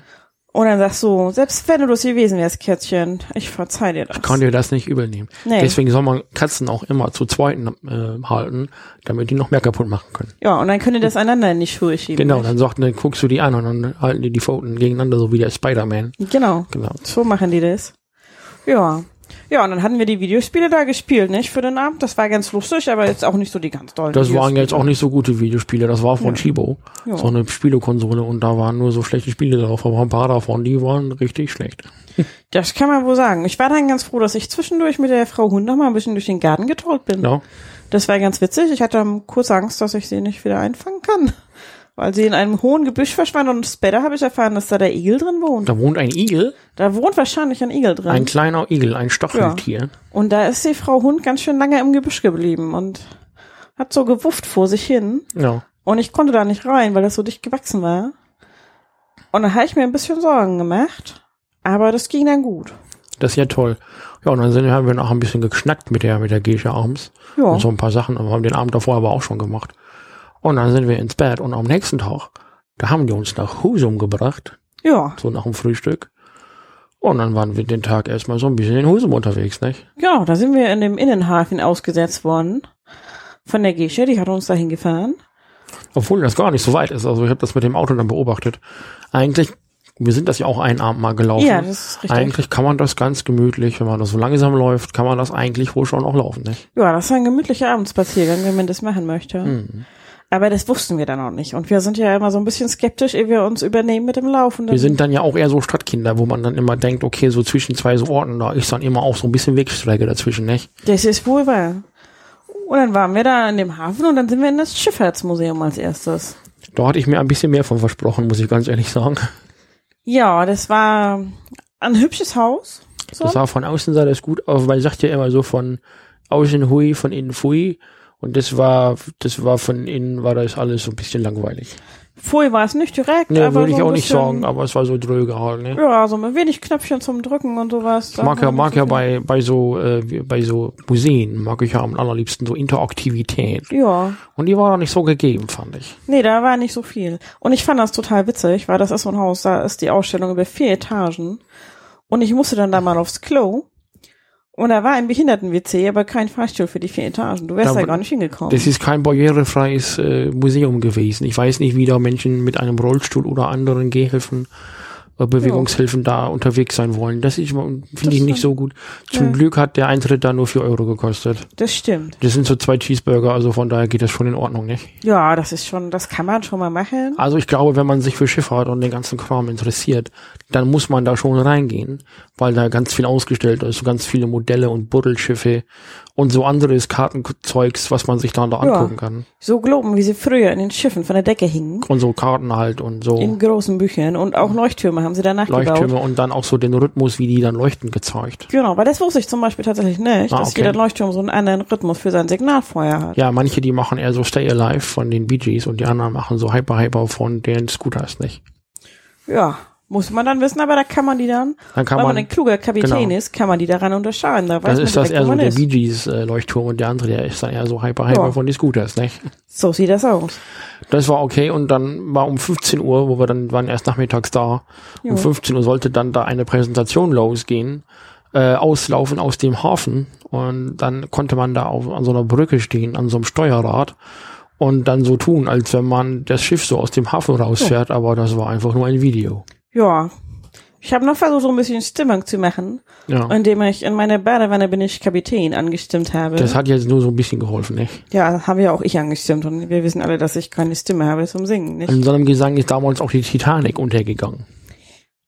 Speaker 4: Und dann sagst du, selbst wenn du es gewesen wärst, Kätzchen, ich verzeih dir das.
Speaker 3: Kann dir das nicht übel nehmen.
Speaker 4: Nee.
Speaker 3: Deswegen soll man Katzen auch immer zu zweiten äh, halten, damit die noch mehr kaputt machen können.
Speaker 4: ja, und dann könnt ihr das einander in die Schuhe schieben.
Speaker 3: Genau,
Speaker 4: nicht?
Speaker 3: dann sagt, dann guckst du die an und dann halten die die Pfoten gegeneinander, so wie der Spider-Man.
Speaker 4: Genau.
Speaker 3: Genau.
Speaker 4: So machen die das. Ja. Ja, und dann hatten wir die Videospiele da gespielt, nicht? Für den Abend. Das war ganz lustig, aber jetzt auch nicht so die ganz dollen
Speaker 3: Das waren
Speaker 4: Videospiele.
Speaker 3: jetzt auch nicht so gute Videospiele. Das war von Chibo.
Speaker 4: Ja.
Speaker 3: So eine Spielekonsole und da waren nur so schlechte Spiele drauf. Aber ein paar davon, die waren richtig schlecht.
Speaker 4: Das kann man wohl sagen. Ich war dann ganz froh, dass ich zwischendurch mit der Frau Hund noch mal ein bisschen durch den Garten getrollt bin.
Speaker 3: Ja.
Speaker 4: Das war ganz witzig. Ich hatte ähm, kurz Angst, dass ich sie nicht wieder einfangen kann. Weil sie in einem hohen Gebüsch verschwand und später habe ich erfahren, dass da der Igel drin wohnt.
Speaker 3: Da wohnt ein Igel,
Speaker 4: Da wohnt wahrscheinlich ein Igel drin.
Speaker 3: ein kleiner Igel, ein Stacheltier.
Speaker 4: und da ist die Frau Hund ganz schön lange im Gebüsch geblieben und hat so gewufft vor sich hin.
Speaker 3: Ja.
Speaker 4: Und ich konnte da nicht rein, weil das so dicht gewachsen war. Und da habe ich mir ein bisschen Sorgen gemacht. Aber das ging dann gut.
Speaker 3: Das ist ja toll. Ja, und dann sind, haben wir noch ein bisschen geschnackt mit der, mit der Gesche abends.
Speaker 4: Ja.
Speaker 3: Und so ein paar Sachen. Aber haben den Abend davor aber auch schon gemacht. Und dann sind wir ins Bett und am nächsten Tag, da haben die uns nach Husum gebracht.
Speaker 4: Ja,
Speaker 3: So nach dem Frühstück. Und dann waren wir den Tag erstmal so ein bisschen in Husum unterwegs, nicht?
Speaker 4: genau, da sind wir in dem Innenhafen ausgesetzt worden. Von der Gesche, die hat uns dahin gefahren.
Speaker 3: Obwohl das gar nicht so weit ist. Also ich habe das mit dem Auto dann beobachtet. Eigentlich wir sind das ja auch einen Abend mal gelaufen.
Speaker 4: Ja, das ist richtig.
Speaker 3: Eigentlich kann man das ganz gemütlich, wenn man das so langsam läuft, kann man das eigentlich wohl schon auch laufen. Ne?
Speaker 4: Ja, das war ein gemütlicher Abendspaziergang, wenn man das machen möchte.
Speaker 3: Mhm.
Speaker 4: Aber das wussten wir dann auch nicht. Und wir sind ja immer so ein bisschen skeptisch, ehe wir uns übernehmen mit dem Laufen.
Speaker 3: Wir sind dann ja auch eher so Stadtkinder, wo man dann immer denkt, okay, so zwischen zwei so Orten, da ist dann immer auch so ein bisschen Wegstrecke dazwischen, nicht?
Speaker 4: Das ist wohl wahr. Und dann waren wir da in dem Hafen und dann sind wir in das Schifffahrtsmuseum als erstes.
Speaker 3: Da hatte ich mir ein bisschen mehr von versprochen, muss ich ganz ehrlich sagen.
Speaker 4: Ja, das war ein hübsches Haus. So.
Speaker 3: Das sah von außen sah das gut aus, weil ich sagte ja immer so von außen hui, von innen fui. Und das war, das war von innen, war das alles so ein bisschen langweilig.
Speaker 4: Pfui war es nicht direkt,
Speaker 3: Ne,
Speaker 4: aber
Speaker 3: würde
Speaker 4: so
Speaker 3: ich
Speaker 4: ein
Speaker 3: auch nicht
Speaker 4: bisschen,
Speaker 3: sagen, aber es war so dröge halt, ne?
Speaker 4: Ja, so mit wenig Knöpfchen zum Drücken und sowas.
Speaker 3: Ich mag ja, mag ja bei, bei so, äh, wie- bei so Museen, mag ich ja am allerliebsten so Interaktivität.
Speaker 4: Ja,
Speaker 3: Und die war da nicht so gegeben, fand ich.
Speaker 4: nee, da war nicht so viel. Und ich fand das total witzig, weil das ist so ein Haus, da ist die Ausstellung über vier Etagen. Und ich musste dann da mal aufs Klo. Und da war ein Behinderten-WC, aber kein Fahrstuhl für die vier Etagen. Du wärst
Speaker 3: Da
Speaker 4: da,
Speaker 3: w-
Speaker 4: gar nicht hingekommen.
Speaker 3: Das ist kein barrierefreies äh, Museum gewesen. Ich weiß nicht, wie da Menschen mit einem Rollstuhl oder anderen Gehhilfen, äh, Bewegungshilfen da unterwegs sein wollen. Das ist finde ich nicht so gut. Zum Glück hat der Eintritt da nur 4 Euro gekostet.
Speaker 4: das stimmt.
Speaker 3: Das sind so zwei Cheeseburger, also von daher geht das schon in Ordnung, nicht?
Speaker 4: Ja, das ist schon, das kann man schon mal machen.
Speaker 3: Also ich glaube, wenn man sich für Schifffahrt und den ganzen Kram interessiert, dann muss man da schon reingehen, weil da ganz viel ausgestellt ist, so ganz viele Modelle und Buddelschiffe und so anderes Kartenzeugs, was man sich dann da angucken kann.
Speaker 4: So Globen, wie sie früher in den Schiffen von der Decke hingen.
Speaker 3: Und so Karten halt und so.
Speaker 4: In großen Büchern. Und auch Leuchttürme haben sie danach gebaut.
Speaker 3: Leuchttürme und dann auch so den Rhythmus, wie die dann leuchten, gezeigt.
Speaker 4: Genau, weil das wusste ich zum Beispiel tatsächlich nicht,
Speaker 3: Ah,
Speaker 4: dass
Speaker 3: okay.
Speaker 4: jeder Leuchtturm so einen anderen Rhythmus für sein Signalfeuer hat.
Speaker 3: Ja, manche, die machen eher so Stay Alive von den Bee Gees und die anderen machen so Hyper Hyper von den Scooters, nicht?
Speaker 4: Ja. muss man dann wissen, aber da kann man die dann,
Speaker 3: Dann kann
Speaker 4: wenn man,
Speaker 3: man-
Speaker 4: ein kluger Kapitän
Speaker 3: genau.
Speaker 4: ist, kann man die daran unterscheiden. Da weiß
Speaker 3: Dann
Speaker 4: man
Speaker 3: ist das
Speaker 4: direkt,
Speaker 3: eher
Speaker 4: wo
Speaker 3: so
Speaker 4: man
Speaker 3: der
Speaker 4: ist.
Speaker 3: Bee Gees äh, Leuchtturm und der andere, der ist dann eher so Hyper Hyper
Speaker 4: Ja.
Speaker 3: von den Scooters, nicht?
Speaker 4: So sieht das aus.
Speaker 3: Das war okay und dann war um 15 Uhr, wo wir dann waren erst nachmittags da, um 15 Uhr sollte dann da eine Präsentation losgehen, äh, auslaufen aus dem Hafen und dann konnte man da auf, an so einer Brücke stehen, an so einem Steuerrad und dann so tun, als wenn man das Schiff so aus dem Hafen rausfährt, aber das war einfach nur ein Video.
Speaker 4: Ja. Ich habe noch versucht, so ein bisschen Stimmung zu machen,
Speaker 3: Ja.
Speaker 4: indem ich in meiner Badewanne bin ich Kapitän angestimmt habe.
Speaker 3: das hat jetzt nur so ein bisschen geholfen, ne? nicht?
Speaker 4: ja, habe ja auch ich angestimmt und wir wissen alle, dass ich keine Stimme habe zum Singen. Nicht?
Speaker 3: In so einem Gesang ist damals auch die Titanic untergegangen.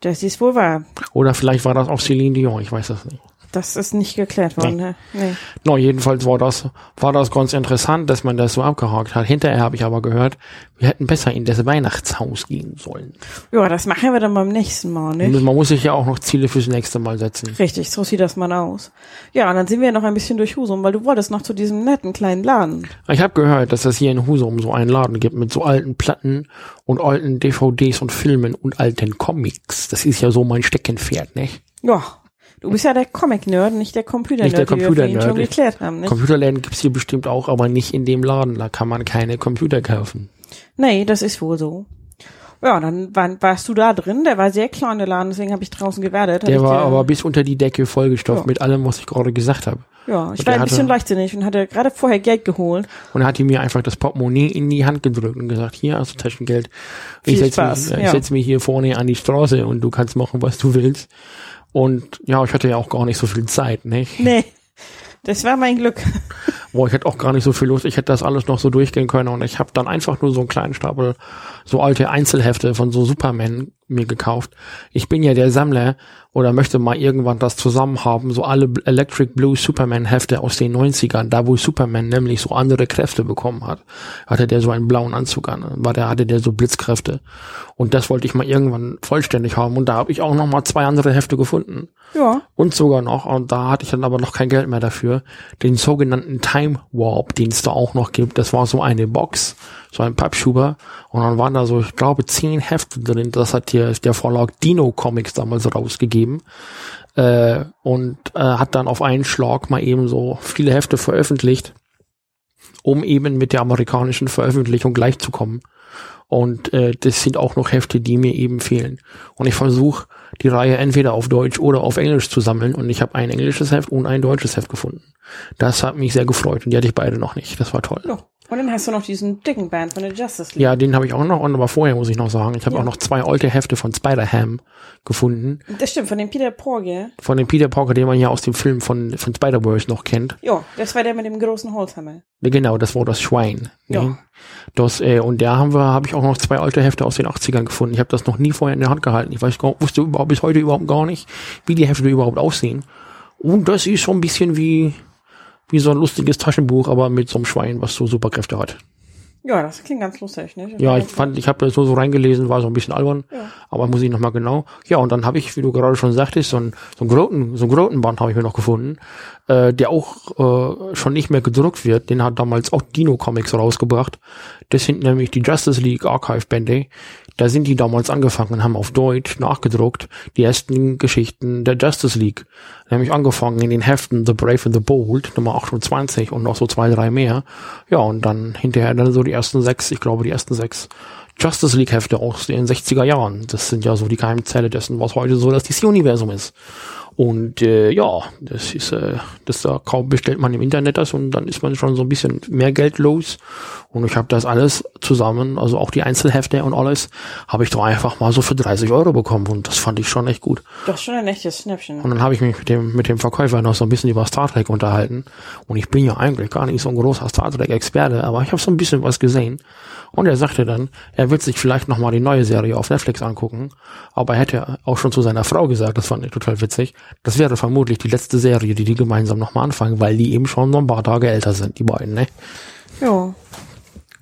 Speaker 4: Das ist wohl wahr.
Speaker 3: Oder vielleicht war das auch Celine Dion, ich weiß das nicht.
Speaker 4: Das ist nicht geklärt worden. Nee. Nee.
Speaker 3: No, jedenfalls war das, war das ganz interessant, dass man das so abgehakt hat. Hinterher habe ich aber gehört, wir hätten besser in das Weihnachtshaus gehen sollen.
Speaker 4: Ja, das machen wir dann beim nächsten Mal, ne?
Speaker 3: Man muss sich ja auch noch Ziele fürs nächste Mal setzen.
Speaker 4: Richtig, so sieht das mal aus. Ja, und dann sind wir noch ein bisschen durch Husum, weil du wolltest noch zu diesem netten kleinen Laden.
Speaker 3: Ich habe gehört, dass es hier in Husum so einen Laden gibt mit so alten Platten und alten DVDs und Filmen und alten Comics. Das ist ja so mein Steckenpferd, ne?
Speaker 4: Ja, du bist ja der Comic-Nerd, nicht der Computer-Nerd,
Speaker 3: Nicht der
Speaker 4: wie ne, wir vorhin schon
Speaker 3: Computer-Nerd. Ich-
Speaker 4: geklärt haben. Nicht?
Speaker 3: Computerläden gibt's hier bestimmt auch, aber nicht in dem Laden. Da kann man keine Computer kaufen.
Speaker 4: nee, das ist wohl so. Ja, dann war, warst du da drin, der war sehr klein, der Laden, deswegen habe ich draußen gewertet. hab
Speaker 3: Der
Speaker 4: ich
Speaker 3: war
Speaker 4: dir-
Speaker 3: aber bis unter die Decke vollgestopft mit allem, was ich gerade gesagt habe.
Speaker 4: Ja, ich
Speaker 3: und der
Speaker 4: war ein bisschen
Speaker 3: hatte-
Speaker 4: leichtsinnig und hatte gerade vorher Geld geholt.
Speaker 3: Und hat die mir einfach das Portemonnaie in die Hand gedrückt und gesagt, hier hast du Taschengeld.
Speaker 4: Viel
Speaker 3: Ich setze
Speaker 4: Spaß,
Speaker 3: mich, ja. ich
Speaker 4: ja.
Speaker 3: setz mich hier vorne an die Straße und du kannst machen, was du willst. Und ja, ich hatte ja auch gar nicht so viel Zeit, ne?
Speaker 4: Nee, das war mein Glück.
Speaker 3: Boah, ich hatte auch gar nicht so viel Lust. Ich hätte das alles noch so durchgehen können. Und ich habe dann einfach nur so einen kleinen Stapel, so alte Einzelhefte von so Superman mir gekauft. Ich bin ja der Sammler oder möchte mal irgendwann das zusammen haben. So alle B- Electric Blue Superman Hefte aus den 90ern, da wo Superman nämlich so andere Kräfte bekommen hat. Hatte der so einen blauen Anzug an. War der, hatte der so Blitzkräfte. Und das wollte ich mal irgendwann vollständig haben. Und da habe ich auch noch mal zwei andere Hefte gefunden
Speaker 4: Ja,
Speaker 3: und sogar noch, und da hatte ich dann aber noch kein Geld mehr dafür, den sogenannten Time Warp, den es da auch noch gibt. Das war so eine Box, so ein Pappschuber, und dann waren da so, ich glaube, zehn Hefte drin. Das hat hier der Verlag Dino Comics damals rausgegeben äh, und äh, hat dann auf einen Schlag mal eben so viele Hefte veröffentlicht, um eben mit der amerikanischen Veröffentlichung gleichzukommen. Und äh, das sind auch noch Hefte, die mir eben fehlen. Und ich versuche die Reihe entweder auf Deutsch oder auf Englisch zu sammeln und ich habe ein englisches Heft und ein deutsches Heft gefunden. Das hat mich sehr gefreut und die hatte ich beide noch nicht. Das war toll.
Speaker 4: So. Und dann hast du noch diesen dicken Band von der Justice League.
Speaker 3: Ja, den habe ich auch noch und aber vorher muss ich noch sagen, ich habe auch noch zwei alte Hefte von Spider-Ham gefunden.
Speaker 4: Das stimmt, von dem Peter Porge.
Speaker 3: Von dem Peter Parker, den man ja aus dem Film von, von Spider-Verse noch kennt.
Speaker 4: Ja, das war der mit dem großen Holzhammer.
Speaker 3: Ne, Genau, das war das Schwein. Ne?
Speaker 4: Ja.
Speaker 3: Das, äh, und da haben wir, habe ich auch noch zwei alte Hefte aus den 80ern gefunden. Ich habe das noch nie vorher in der Hand gehalten. Ich weiß gar, wusste überhaupt bis heute überhaupt gar nicht, wie die Hefte überhaupt aussehen. Und das ist so ein bisschen wie, wie so ein lustiges Taschenbuch, aber mit so einem Schwein, was so Superkräfte hat.
Speaker 4: Ja, das klingt ganz lustig, ne?
Speaker 3: Ja, ich fand, ich habe das nur so reingelesen, war so ein bisschen albern, aber muss ich nochmal genau. Ja, und dann habe ich, wie du gerade schon sagtest, so ein so ein Groten, so ein Grotenband habe ich mir noch gefunden, äh, der auch äh, schon nicht mehr gedruckt wird. Den hat damals auch Dino Comics rausgebracht. Das sind nämlich die Justice League Archive Bände. Da sind die damals angefangen und haben auf Deutsch nachgedruckt die ersten Geschichten der Justice League. Nämlich angefangen in den Heften The Brave and the Bold, Nummer 28 und noch so zwei, drei mehr. Ja, und dann hinterher dann so die ersten sechs, ich glaube die ersten sechs Justice League Hefte aus den 60er Jahren. Das sind ja so die Keimzelle dessen, was heute so das DC-Universum ist. Und äh, ja, das ist, äh, das da kaum bestellt man im Internet das und dann ist man schon so ein bisschen mehr Geld los. Und ich habe das alles zusammen, also auch die Einzelhefte und alles, habe ich doch einfach mal so für 30 Euro bekommen und das fand ich schon echt gut.
Speaker 4: Das ist schon ein echtes Schnäppchen.
Speaker 3: Und dann habe ich mich mit dem, mit dem Verkäufer noch so ein bisschen über Star Trek unterhalten. Und ich bin ja eigentlich gar nicht so ein großer Star Trek-Experte, aber ich habe so ein bisschen was gesehen. Und er sagte dann, er wird sich vielleicht nochmal die neue Serie auf Netflix angucken. Aber er hätte auch schon zu seiner Frau gesagt, das fand ich total witzig, das wäre vermutlich die letzte Serie, die die gemeinsam nochmal anfangen, weil die eben schon so ein paar Tage älter sind, die beiden, ne?
Speaker 4: Ja.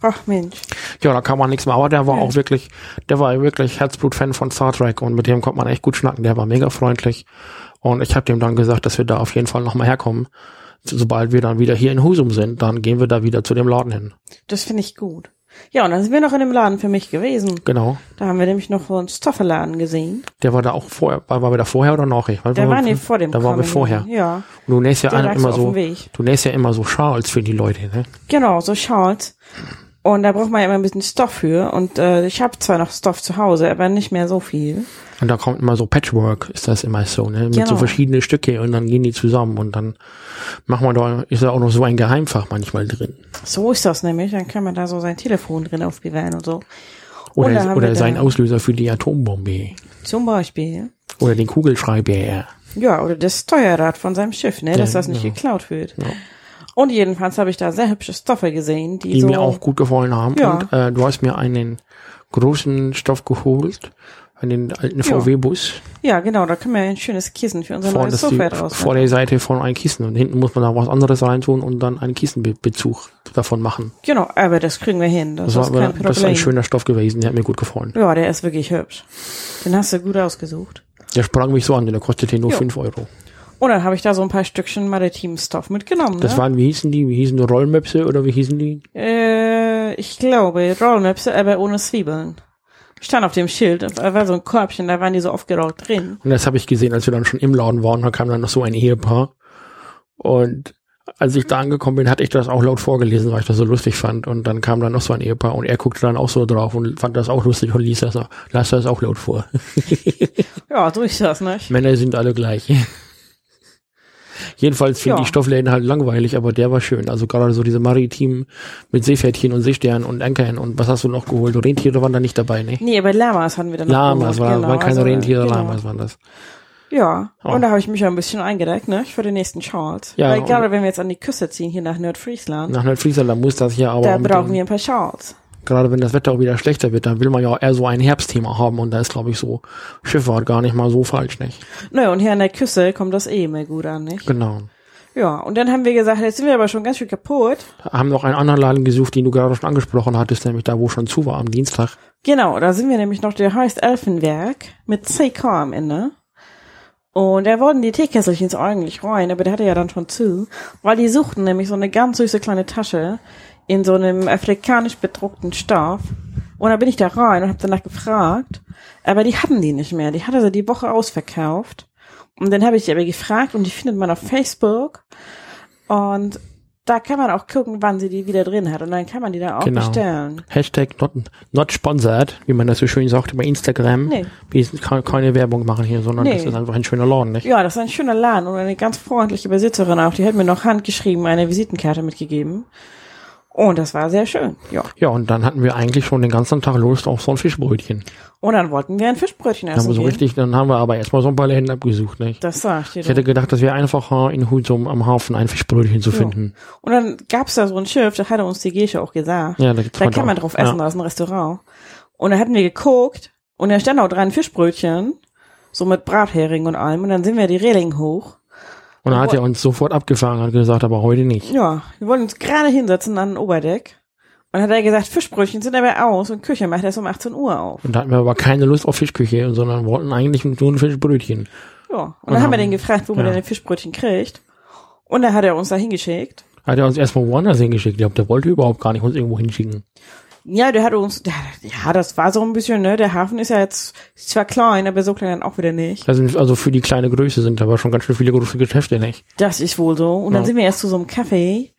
Speaker 4: Ach Mensch.
Speaker 3: Ja, da kann man nichts mehr. Aber der war auch wirklich, der war wirklich Herzblut-Fan von Star Trek und mit dem konnte man echt gut schnacken. Der war mega freundlich. Und ich habe dem dann gesagt, dass wir da auf jeden Fall nochmal herkommen. Sobald wir dann wieder hier in Husum sind, dann gehen wir da wieder zu dem Laden hin.
Speaker 4: Das finde ich gut. Ja, und dann sind wir noch in dem Laden für mich gewesen.
Speaker 3: Genau.
Speaker 4: Da haben wir nämlich noch so einen Stoffelladen gesehen.
Speaker 3: Der war da auch vorher, war, war wir da vorher oder noch? Ich weiß,
Speaker 4: Der
Speaker 3: war-
Speaker 4: war nicht vor dem
Speaker 3: Da waren wir
Speaker 4: Comedy.
Speaker 3: vorher.
Speaker 4: Ja.
Speaker 3: Und du nähst ja
Speaker 4: Der
Speaker 3: einen
Speaker 4: lag
Speaker 3: immer
Speaker 4: so auf
Speaker 3: so,
Speaker 4: dem Weg.
Speaker 3: du nähst ja immer so Schals für die Leute, ne?
Speaker 4: Genau, so schaut. Und da braucht man ja immer ein bisschen Stoff für. Und äh, ich habe zwar noch Stoff zu Hause, aber nicht mehr so viel.
Speaker 3: Und da kommt immer so Patchwork, ist das immer so, ne? Mit so
Speaker 4: Genau.
Speaker 3: verschiedene Stücke und dann gehen die zusammen und dann machen wir da, ist da auch noch so ein Geheimfach manchmal drin.
Speaker 4: So ist das nämlich. Dann kann man da so sein Telefon drin aufbewahren und so. Und Oh, da
Speaker 3: Oder,
Speaker 4: haben
Speaker 3: oder
Speaker 4: wir
Speaker 3: sein
Speaker 4: da-
Speaker 3: Auslöser für die Atombombe.
Speaker 4: Zum Beispiel.
Speaker 3: Oder den Kugelschreiber.
Speaker 4: Ja, oder das Steuerrad von seinem Schiff, ne? Dass
Speaker 3: Ja,
Speaker 4: das nicht
Speaker 3: ja.
Speaker 4: geklaut wird. Und jedenfalls habe ich da sehr hübsche Stoffe gesehen, die,
Speaker 3: die
Speaker 4: so.
Speaker 3: mir auch gut gefallen haben.
Speaker 4: Ja.
Speaker 3: Und äh, du hast mir einen großen Stoff geholt, einen alten VW-Bus.
Speaker 4: Ja, genau, da können wir ein schönes Kissen für unser
Speaker 3: Vor,
Speaker 4: neues
Speaker 3: das die,
Speaker 4: Sofa draus
Speaker 3: vor
Speaker 4: machen.
Speaker 3: der Seite von ein Kissen. Und hinten muss man da was anderes reintun und dann einen Kissenbezug davon machen.
Speaker 4: Genau, aber das kriegen wir hin. Das,
Speaker 3: Das, war,
Speaker 4: ist kein Problem.
Speaker 3: das ist ein schöner Stoff gewesen, der hat mir gut gefallen.
Speaker 4: ja, der ist wirklich hübsch. Den hast du gut ausgesucht.
Speaker 3: Der sprang mich so an, denn der kostete nur
Speaker 4: Ja.
Speaker 3: fünf Euro.
Speaker 4: Und dann habe ich da so ein paar Stückchen maritimen Stoff mitgenommen.
Speaker 3: Das
Speaker 4: ne?
Speaker 3: waren, wie hießen die? Wie hießen die Rollmöpse oder wie hießen die?
Speaker 4: Äh, ich glaube, Rollmöpse, aber ohne Zwiebeln. Stand auf dem Schild, da war so ein Körbchen, da waren die so aufgerollt drin.
Speaker 3: Und das habe ich gesehen, als wir dann schon im Laden waren. Da kam dann noch so ein Ehepaar. Und als ich da angekommen bin, hatte ich das auch laut vorgelesen, weil ich das so lustig fand. Und dann kam dann noch so ein Ehepaar und er guckte dann auch so drauf und fand das auch lustig und ließ das, las das auch laut vor.
Speaker 4: Ja, so ist das, ne?
Speaker 3: Männer sind alle gleich. Jedenfalls finde
Speaker 4: Ja.
Speaker 3: ich Stoffläden halt langweilig, aber der war schön. Also gerade so diese maritimen mit Seepferdchen und Seesternen und Ankern und was hast du noch geholt? Rentiere waren da nicht dabei, ne?
Speaker 4: Nee, aber Lamas hatten wir dann noch
Speaker 3: Lamas,
Speaker 4: geholt,
Speaker 3: war, waren keine
Speaker 4: also,
Speaker 3: Rentiere,
Speaker 4: genau.
Speaker 3: Lamas waren das.
Speaker 4: Ja,
Speaker 3: Ja.
Speaker 4: und da habe ich mich ja ein bisschen eingedeckt, ne? Für den nächsten Schals.
Speaker 3: Ja,
Speaker 4: Weil
Speaker 3: und-
Speaker 4: gerade wenn wir jetzt an die Küste ziehen, hier nach Nordfriesland,
Speaker 3: Nach Nordfriesland da muss das ja aber
Speaker 4: da
Speaker 3: mit
Speaker 4: brauchen
Speaker 3: den-
Speaker 4: wir ein paar Schals.
Speaker 3: gerade wenn das Wetter auch wieder schlechter wird, dann will man ja auch eher so ein Herbstthema haben und da ist, glaube ich, so Schifffahrt gar nicht mal so falsch, nicht?
Speaker 4: Naja, und hier an der Küste kommt das eh immer gut an, nicht?
Speaker 3: Genau.
Speaker 4: Ja, und dann haben wir gesagt, jetzt sind wir aber schon ganz schön kaputt.
Speaker 3: Da haben wir noch einen anderen Laden gesucht, den du gerade schon angesprochen hattest, nämlich da, wo schon zu war am Dienstag.
Speaker 4: Genau, da sind wir nämlich noch, der heißt Elfenwerk mit CK am Ende. Und da wurden die Teekesselchen eigentlich rein, aber der hatte ja dann schon zu, weil die suchten nämlich so eine ganz süße kleine Tasche in so einem afrikanisch bedruckten Stoff. Und da bin ich da rein und habe danach gefragt, aber die hatten die nicht mehr. Die hatte sie die Woche ausverkauft. Und dann habe ich die aber gefragt und die findet man auf Facebook. Und Da kann man auch gucken, wann sie die wieder drin hat. Und dann kann man die dann auch
Speaker 3: Genau.
Speaker 4: bestellen.
Speaker 3: Hashtag not, not sponsored, wie man das so schön sagt bei Instagram.
Speaker 4: Nee.
Speaker 3: Wir sind ke- keine Werbung machen hier, sondern
Speaker 4: Nee.
Speaker 3: das ist einfach ein schöner Laden, nicht?
Speaker 4: Ja, das ist ein schöner Laden und eine ganz freundliche Besitzerin auch. Die hat mir noch handgeschrieben eine Visitenkarte mitgegeben. Und das war sehr schön. Ja.
Speaker 3: Ja, und dann hatten wir eigentlich schon den ganzen Tag Lust auf so ein Fischbrötchen.
Speaker 4: Und dann wollten wir ein Fischbrötchen
Speaker 3: Dann haben
Speaker 4: essen.
Speaker 3: wir so
Speaker 4: gehen.
Speaker 3: richtig, dann haben wir aber erstmal so ein paar Läden abgesucht, nicht?
Speaker 4: Das sagt ihr.
Speaker 3: Ich hätte gedacht, das wäre einfacher, in Husum am Hafen ein Fischbrötchen zu finden.
Speaker 4: Und dann gab's da so ein Schiff, das hatte uns die Gesche auch gesagt.
Speaker 3: Ja, da gibt's
Speaker 4: da
Speaker 3: heute
Speaker 4: kann man
Speaker 3: auch.
Speaker 4: drauf essen,
Speaker 3: Ja.
Speaker 4: da ist ein Restaurant. Und dann hatten wir geguckt und da stand auch dran Fischbrötchen, so mit Brathering und allem. Und dann sind wir die Reling hoch.
Speaker 3: Und dann hat er uns sofort abgefangen und gesagt, aber heute nicht.
Speaker 4: Ja, wir wollten uns gerade hinsetzen an den Oberdeck. Und dann hat er gesagt, Fischbrötchen sind aber aus und Küche macht erst um 18 Uhr auf.
Speaker 3: Und da hatten wir aber keine Lust auf Fischküche, sondern wollten eigentlich nur ein Fischbrötchen.
Speaker 4: Ja. Und dann haben wir den gefragt, wo man
Speaker 3: ja.
Speaker 4: denn ein Fischbrötchen kriegt. Und dann hat er uns da hingeschickt.
Speaker 3: Hat er uns erstmal woanders hingeschickt. Ich glaube, der wollte überhaupt gar nicht uns irgendwo hinschicken.
Speaker 4: Ja, der hat uns, der, ja, das war so ein bisschen, ne, der Hafen ist ja jetzt ist zwar klein, aber so klein dann auch wieder nicht.
Speaker 3: Da sind, also für die kleine Größe sind aber schon ganz schön viele große Geschäfte, nicht?
Speaker 4: Das ist wohl so. Und dann
Speaker 3: Ja.
Speaker 4: sind wir erst zu so einem Café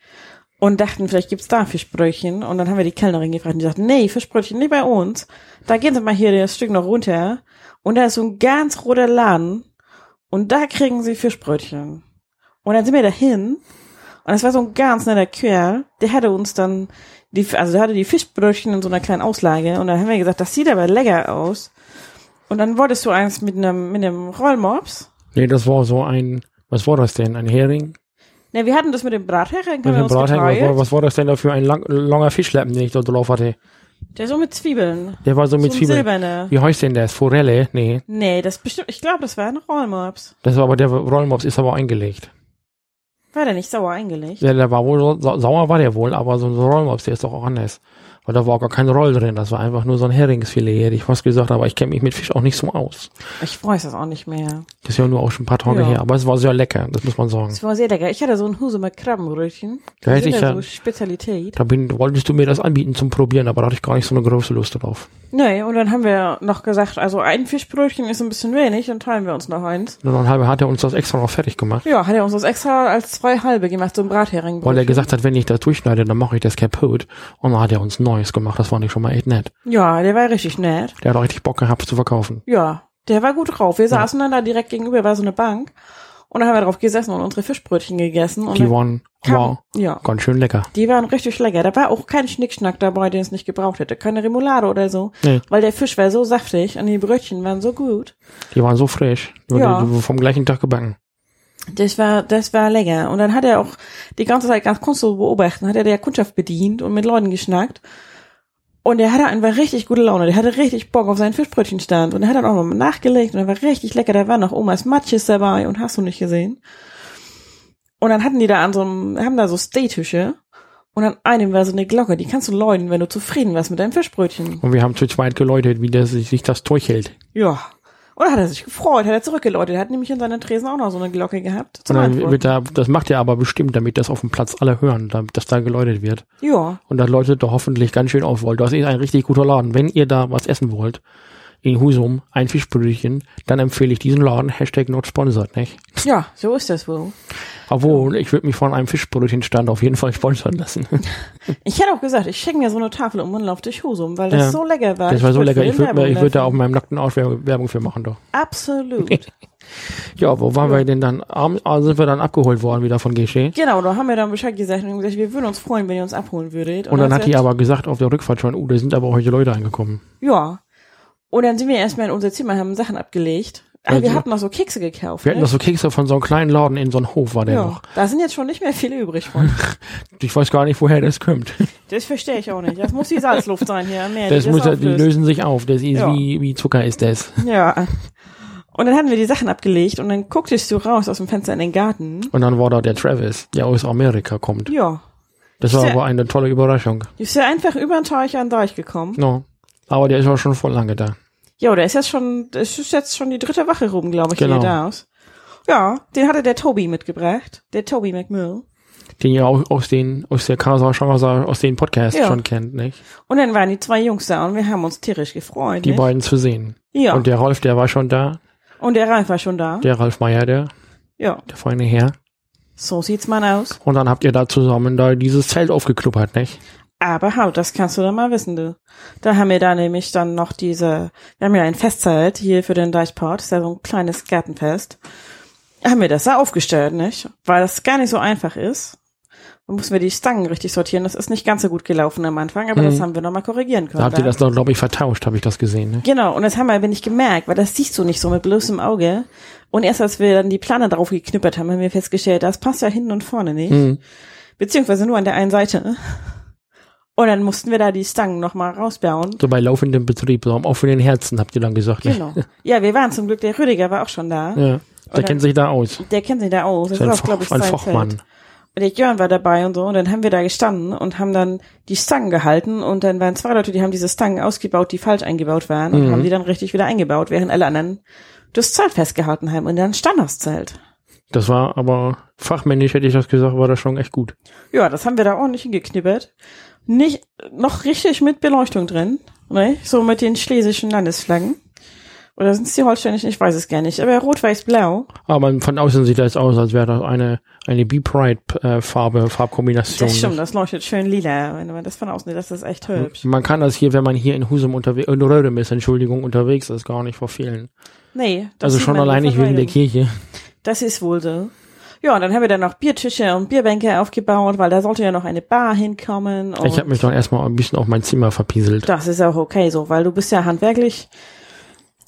Speaker 4: und dachten, vielleicht gibt's da Fischbrötchen. Und dann haben wir die Kellnerin gefragt und die sagt, nee, Fischbrötchen nicht bei uns. Da gehen Sie mal hier das Stück noch runter. Und da ist so ein ganz roter Laden. Und da kriegen Sie Fischbrötchen. Und dann sind wir dahin. Und es war so ein ganz netter Kerl. Der hatte uns dann, die, also der hatte die Fischbrötchen in so einer kleinen Auslage. Und dann haben wir gesagt, das sieht aber lecker aus. Und dann wolltest du eins mit einem, mit einem Rollmops.
Speaker 3: Nee, das war so ein, was war das denn? Ein Hering?
Speaker 4: Ne, wir hatten das mit dem Brathering,
Speaker 3: Mit
Speaker 4: haben wir
Speaker 3: einem
Speaker 4: uns
Speaker 3: Brathering? Was war,
Speaker 4: geteilt.
Speaker 3: was war das denn da für ein lang, langer Fischlappen, den ich dort drauf hatte?
Speaker 4: Der so mit Zwiebeln.
Speaker 3: Der war so mit
Speaker 4: so ein
Speaker 3: Zwiebeln.
Speaker 4: silberne.
Speaker 3: Wie heißt denn der? Forelle? Nee.
Speaker 4: Nee, das bestimmt, ich glaube, das war ein Rollmops.
Speaker 3: Das war aber der Rollmops ist aber eingelegt.
Speaker 4: War der nicht sauer eingelegt?
Speaker 3: Ja, der war wohl, so- sa sauer war der wohl, aber so ein Rollmops, der ist doch auch anders. Weil da war gar kein Roll drin, das war einfach nur so ein Heringsfilet, hätte ich was gesagt, aber ich kenne mich mit Fisch auch nicht so aus.
Speaker 4: Ich weiß das auch nicht mehr.
Speaker 3: Das ist ja nur auch schon ein paar Tage
Speaker 4: Ja.
Speaker 3: her, aber es war sehr lecker, das muss man sagen.
Speaker 4: Das war sehr lecker. Ich hatte so ein Husumer Krabbenbrötchen.
Speaker 3: Da hätte
Speaker 4: sind
Speaker 3: ich
Speaker 4: ja
Speaker 3: ja,
Speaker 4: so Spezialität.
Speaker 3: da bin, wolltest du mir das anbieten zum Probieren, aber da hatte ich gar nicht so eine große Lust drauf.
Speaker 4: Nee, und dann haben wir noch gesagt, also ein Fischbrötchen ist ein bisschen wenig, dann teilen wir uns noch eins.
Speaker 3: Und dann halb hat er uns das extra noch fertig gemacht,
Speaker 4: Ja, hat er uns das extra als zwei halbe gemacht, so ein Brathering.
Speaker 3: weil er gesagt hat, wenn ich das durchschneide, dann mache ich das kaputt. Und dann hat er uns Neues gemacht, das fand ich schon mal echt nett.
Speaker 4: Ja, der war richtig nett.
Speaker 3: Der hat richtig Bock gehabt zu verkaufen.
Speaker 4: Ja, der war gut drauf. Wir saßen dann da direkt gegenüber, war so eine Bank. Und da haben wir drauf gesessen und unsere Fischbrötchen gegessen. Und
Speaker 3: Die
Speaker 4: dann
Speaker 3: waren,
Speaker 4: kam-
Speaker 3: wow,
Speaker 4: Ja,
Speaker 3: ganz schön lecker.
Speaker 4: die waren richtig lecker. Da war auch kein Schnickschnack dabei, den es nicht gebraucht hätte. Keine Remoulade oder so.
Speaker 3: Nee.
Speaker 4: Weil der Fisch war so saftig und die Brötchen waren so gut.
Speaker 3: Die waren so frisch. Die
Speaker 4: Ja.
Speaker 3: wurden vom gleichen Tag gebacken.
Speaker 4: Das war, das war lecker. Und dann hat er auch die ganze Zeit ganz kurz zu beobachten, hat er der Kundschaft bedient und mit Leuten geschnackt. Und er hatte einfach richtig gute Laune. Der hatte richtig Bock auf seinen Fischbrötchenstand. Und er hat dann auch noch mal nachgelegt und er war richtig lecker. Da waren noch Omas Matches dabei und hast du nicht gesehen. Und dann hatten die da an so einem, haben da so Staytische. Und an einem war so eine Glocke, die kannst du läuten, wenn du zufrieden warst mit deinem Fischbrötchen.
Speaker 3: Und wir haben zu zweit geläutet, wie das, sich das durchhält.
Speaker 4: Ja. Und dann hat er sich gefreut, hat er zurückgeläutet. Er hat nämlich in seinen Tresen auch noch so eine Glocke gehabt.
Speaker 3: Und
Speaker 4: Zum
Speaker 3: dann
Speaker 4: Antworten.
Speaker 3: wird da, das macht er aber bestimmt, damit das auf dem Platz alle hören, damit das da geläutet wird.
Speaker 4: Ja.
Speaker 3: Und das läutet doch hoffentlich ganz schön auf, weil das ist ein richtig guter Laden. Wenn ihr da was essen wollt, in Husum, ein Fischbrötchen, dann empfehle ich diesen Laden, Hashtag not sponsored, nicht?
Speaker 4: Ja, so ist das wohl.
Speaker 3: Obwohl, ich würde mich von einem Fischbrötchenstand auf jeden Fall sponsern lassen.
Speaker 4: Ich hätte auch gesagt, ich schenke mir so eine Tafel um und laufe dich Husum, weil das
Speaker 3: Ja.
Speaker 4: so lecker war.
Speaker 3: Das war so
Speaker 4: würd
Speaker 3: lecker.
Speaker 4: für den
Speaker 3: Ich würde
Speaker 4: Werbung
Speaker 3: ich würd da auf
Speaker 4: laufen.
Speaker 3: meinem nackten Arsch Werbung Werbung für machen, doch.
Speaker 4: Absolut.
Speaker 3: Ja, wo waren wir denn dann? Abends ah, sind wir dann abgeholt worden wieder von Gesche.
Speaker 4: genau, da haben wir dann Bescheid gesagt und gesagt, wir würden uns freuen, wenn ihr uns abholen würdet. halt-
Speaker 3: Und dann hat die
Speaker 4: sagt,
Speaker 3: aber gesagt auf der Rückfahrt schon, oh, da sind aber heute Leute angekommen.
Speaker 4: Ja. Und dann sind wir erstmal in unser Zimmer, haben Sachen abgelegt. Ah, wir
Speaker 3: Also-
Speaker 4: hatten noch so Kekse gekauft.
Speaker 3: Wir hatten
Speaker 4: ne?
Speaker 3: noch so Kekse von so einem kleinen Laden in so einem Hof, war der
Speaker 4: ja,
Speaker 3: noch.
Speaker 4: da sind jetzt schon nicht mehr viele übrig von.
Speaker 3: Ich weiß gar nicht, woher das kommt.
Speaker 4: Das verstehe ich auch nicht. Das muss die Salzluft sein hier am Meer.
Speaker 3: Das
Speaker 4: die
Speaker 3: muss, ja- die
Speaker 4: auflöst.
Speaker 3: lösen sich auf. Das ist
Speaker 4: Ja.
Speaker 3: wie, wie Zucker ist das.
Speaker 4: Ja. Und dann hatten wir die Sachen abgelegt und dann gucktest du raus aus dem Fenster in den Garten.
Speaker 3: Und dann war da der Travis, der aus Amerika kommt.
Speaker 4: Ja.
Speaker 3: Das war
Speaker 4: Sehr-
Speaker 3: aber eine tolle Überraschung.
Speaker 4: Du bist ja einfach über den Teich an den Deich gekommen.
Speaker 3: No. Aber der ist auch schon voll lange da.
Speaker 4: Ja, der ist jetzt schon, es ist jetzt schon die dritte Wache rum, glaube ich,
Speaker 3: Genau.
Speaker 4: hier da aus. Ja, den hatte der Toby mitgebracht, der Toby McMill.
Speaker 3: Den ihr auch aus den, aus der Casa Changasa, aus den Podcasts
Speaker 4: Ja.
Speaker 3: schon kennt, nicht?
Speaker 4: Und dann waren die zwei Jungs da und wir haben uns tierisch gefreut.
Speaker 3: Die
Speaker 4: nicht?
Speaker 3: beiden zu sehen.
Speaker 4: Ja,
Speaker 3: Und
Speaker 4: und der,
Speaker 3: der Rolf, der war schon da.
Speaker 4: Ralf war schon da.
Speaker 3: Der Ralf Meier, der,
Speaker 4: ja,
Speaker 3: der feine Herr.
Speaker 4: So sieht's mal aus.
Speaker 3: Und dann habt ihr da zusammen da dieses Zelt aufgeknuppert, nicht?
Speaker 4: Aber hau, das kannst du doch mal wissen, du. Da haben wir da nämlich dann noch diese, wir haben ja ein Festzelt hier für den Deichport, ist ja so ein kleines Gartenfest. Da haben wir das da aufgestellt, nicht? Weil das gar nicht so einfach ist. Da mussten wir die Stangen richtig sortieren. Das ist nicht ganz so gut gelaufen am Anfang, aber das haben wir nochmal korrigieren
Speaker 3: Mhm.
Speaker 4: können.
Speaker 3: Da habt ihr
Speaker 4: dann.
Speaker 3: das doch, glaube ich, vertauscht, habe ich das gesehen, ne?
Speaker 4: Genau, und das haben wir aber nicht gemerkt, weil das siehst du nicht so mit bloßem Auge. Und erst als wir dann die Plane drauf geknüppert haben, haben wir festgestellt, das passt ja hinten und vorne nicht. Beziehungsweise nur an der einen Seite. Und dann mussten wir da die Stangen nochmal rausbauen.
Speaker 3: So bei laufendem Betrieb, so am offenen Herzen, habt ihr dann gesagt, ne?
Speaker 4: Genau. Ja, wir waren zum Glück, der Rüdiger war auch schon da.
Speaker 3: Ja. Der
Speaker 4: Oder-
Speaker 3: kennt sich da aus.
Speaker 4: Der kennt sich da aus. Das
Speaker 3: Ist ein,
Speaker 4: ist auch,
Speaker 3: Fach,
Speaker 4: glaube ich,
Speaker 3: ein
Speaker 4: sein
Speaker 3: Fachmann.
Speaker 4: Feld. Und der Jörn war dabei und so. Und dann haben wir da gestanden und haben dann die Stangen gehalten. Und dann waren zwei Leute, die haben diese Stangen ausgebaut, die falsch eingebaut waren. Und haben die dann richtig wieder eingebaut, während alle anderen das Zelt festgehalten haben. Und dann stand das Zelt.
Speaker 3: Das war aber fachmännisch, hätte ich das gesagt, war das schon echt gut.
Speaker 4: Ja, das haben wir da ordentlich hingeknibbert. Nicht, noch richtig mit Beleuchtung drin. Ne? So mit den schlesischen Landesflaggen. Oder sind es die holsteinischen? Ich weiß es gar nicht. Aber rot-weiß-blau.
Speaker 3: Aber von außen sieht das aus, als wäre das eine, eine B-Pride-Farbe, Farbkombination. ne?
Speaker 4: Das stimmt, das leuchtet schön lila. Wenn man das von außen sieht, das ist echt hübsch.
Speaker 3: Man kann das hier, wenn man hier in Husum unterwegs, in Rödem ist, Entschuldigung, unterwegs ist, gar nicht verfehlen.
Speaker 4: Nee. das
Speaker 3: Also
Speaker 4: sieht
Speaker 3: schon
Speaker 4: man
Speaker 3: allein
Speaker 4: nicht
Speaker 3: nicht
Speaker 4: von
Speaker 3: wegen der
Speaker 4: weitem.
Speaker 3: Kirche.
Speaker 4: Das ist wohl so. Ja, und dann haben wir dann noch Biertische und Bierbänke aufgebaut, weil da sollte ja noch eine Bar hinkommen. Und
Speaker 3: Ich habe mich dann erstmal ein bisschen auf mein Zimmer verpieselt.
Speaker 4: das ist auch okay so, weil du bist ja handwerklich.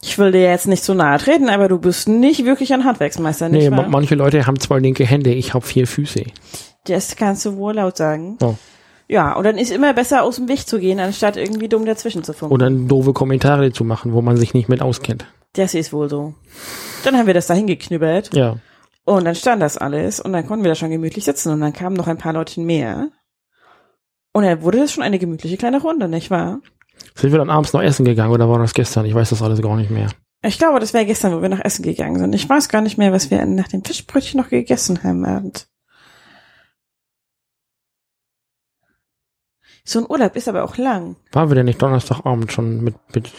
Speaker 4: Ich will dir jetzt nicht zu nahe treten, aber du bist nicht wirklich ein Handwerksmeister, nicht
Speaker 3: Nee, ma
Speaker 4: wahr?
Speaker 3: manche Leute haben zwei linke Hände, ich habe vier Füße.
Speaker 4: Das kannst du wohl laut sagen.
Speaker 3: Oh.
Speaker 4: Ja, und dann ist immer besser aus dem Weg zu gehen, anstatt irgendwie dumm dazwischen zu funken.
Speaker 3: Oder doofe Kommentare zu machen, wo man sich nicht mit auskennt.
Speaker 4: Das ist wohl so. Dann haben wir das da hingeknüppelt.
Speaker 3: Ja.
Speaker 4: Und dann stand das alles und dann konnten wir da schon gemütlich sitzen und dann kamen noch ein paar Leutchen mehr. Und dann wurde das schon eine gemütliche kleine Runde, nicht wahr?
Speaker 3: Sind wir dann abends noch essen gegangen oder war das gestern? Ich weiß das alles gar nicht mehr.
Speaker 4: Ich glaube, das wäre gestern, wo wir nach Essen gegangen sind. Ich weiß gar nicht mehr, was wir nach dem Fischbrötchen noch gegessen haben am Abend. So ein Urlaub ist aber auch lang.
Speaker 3: Waren wir denn nicht Donnerstagabend schon mit, mit,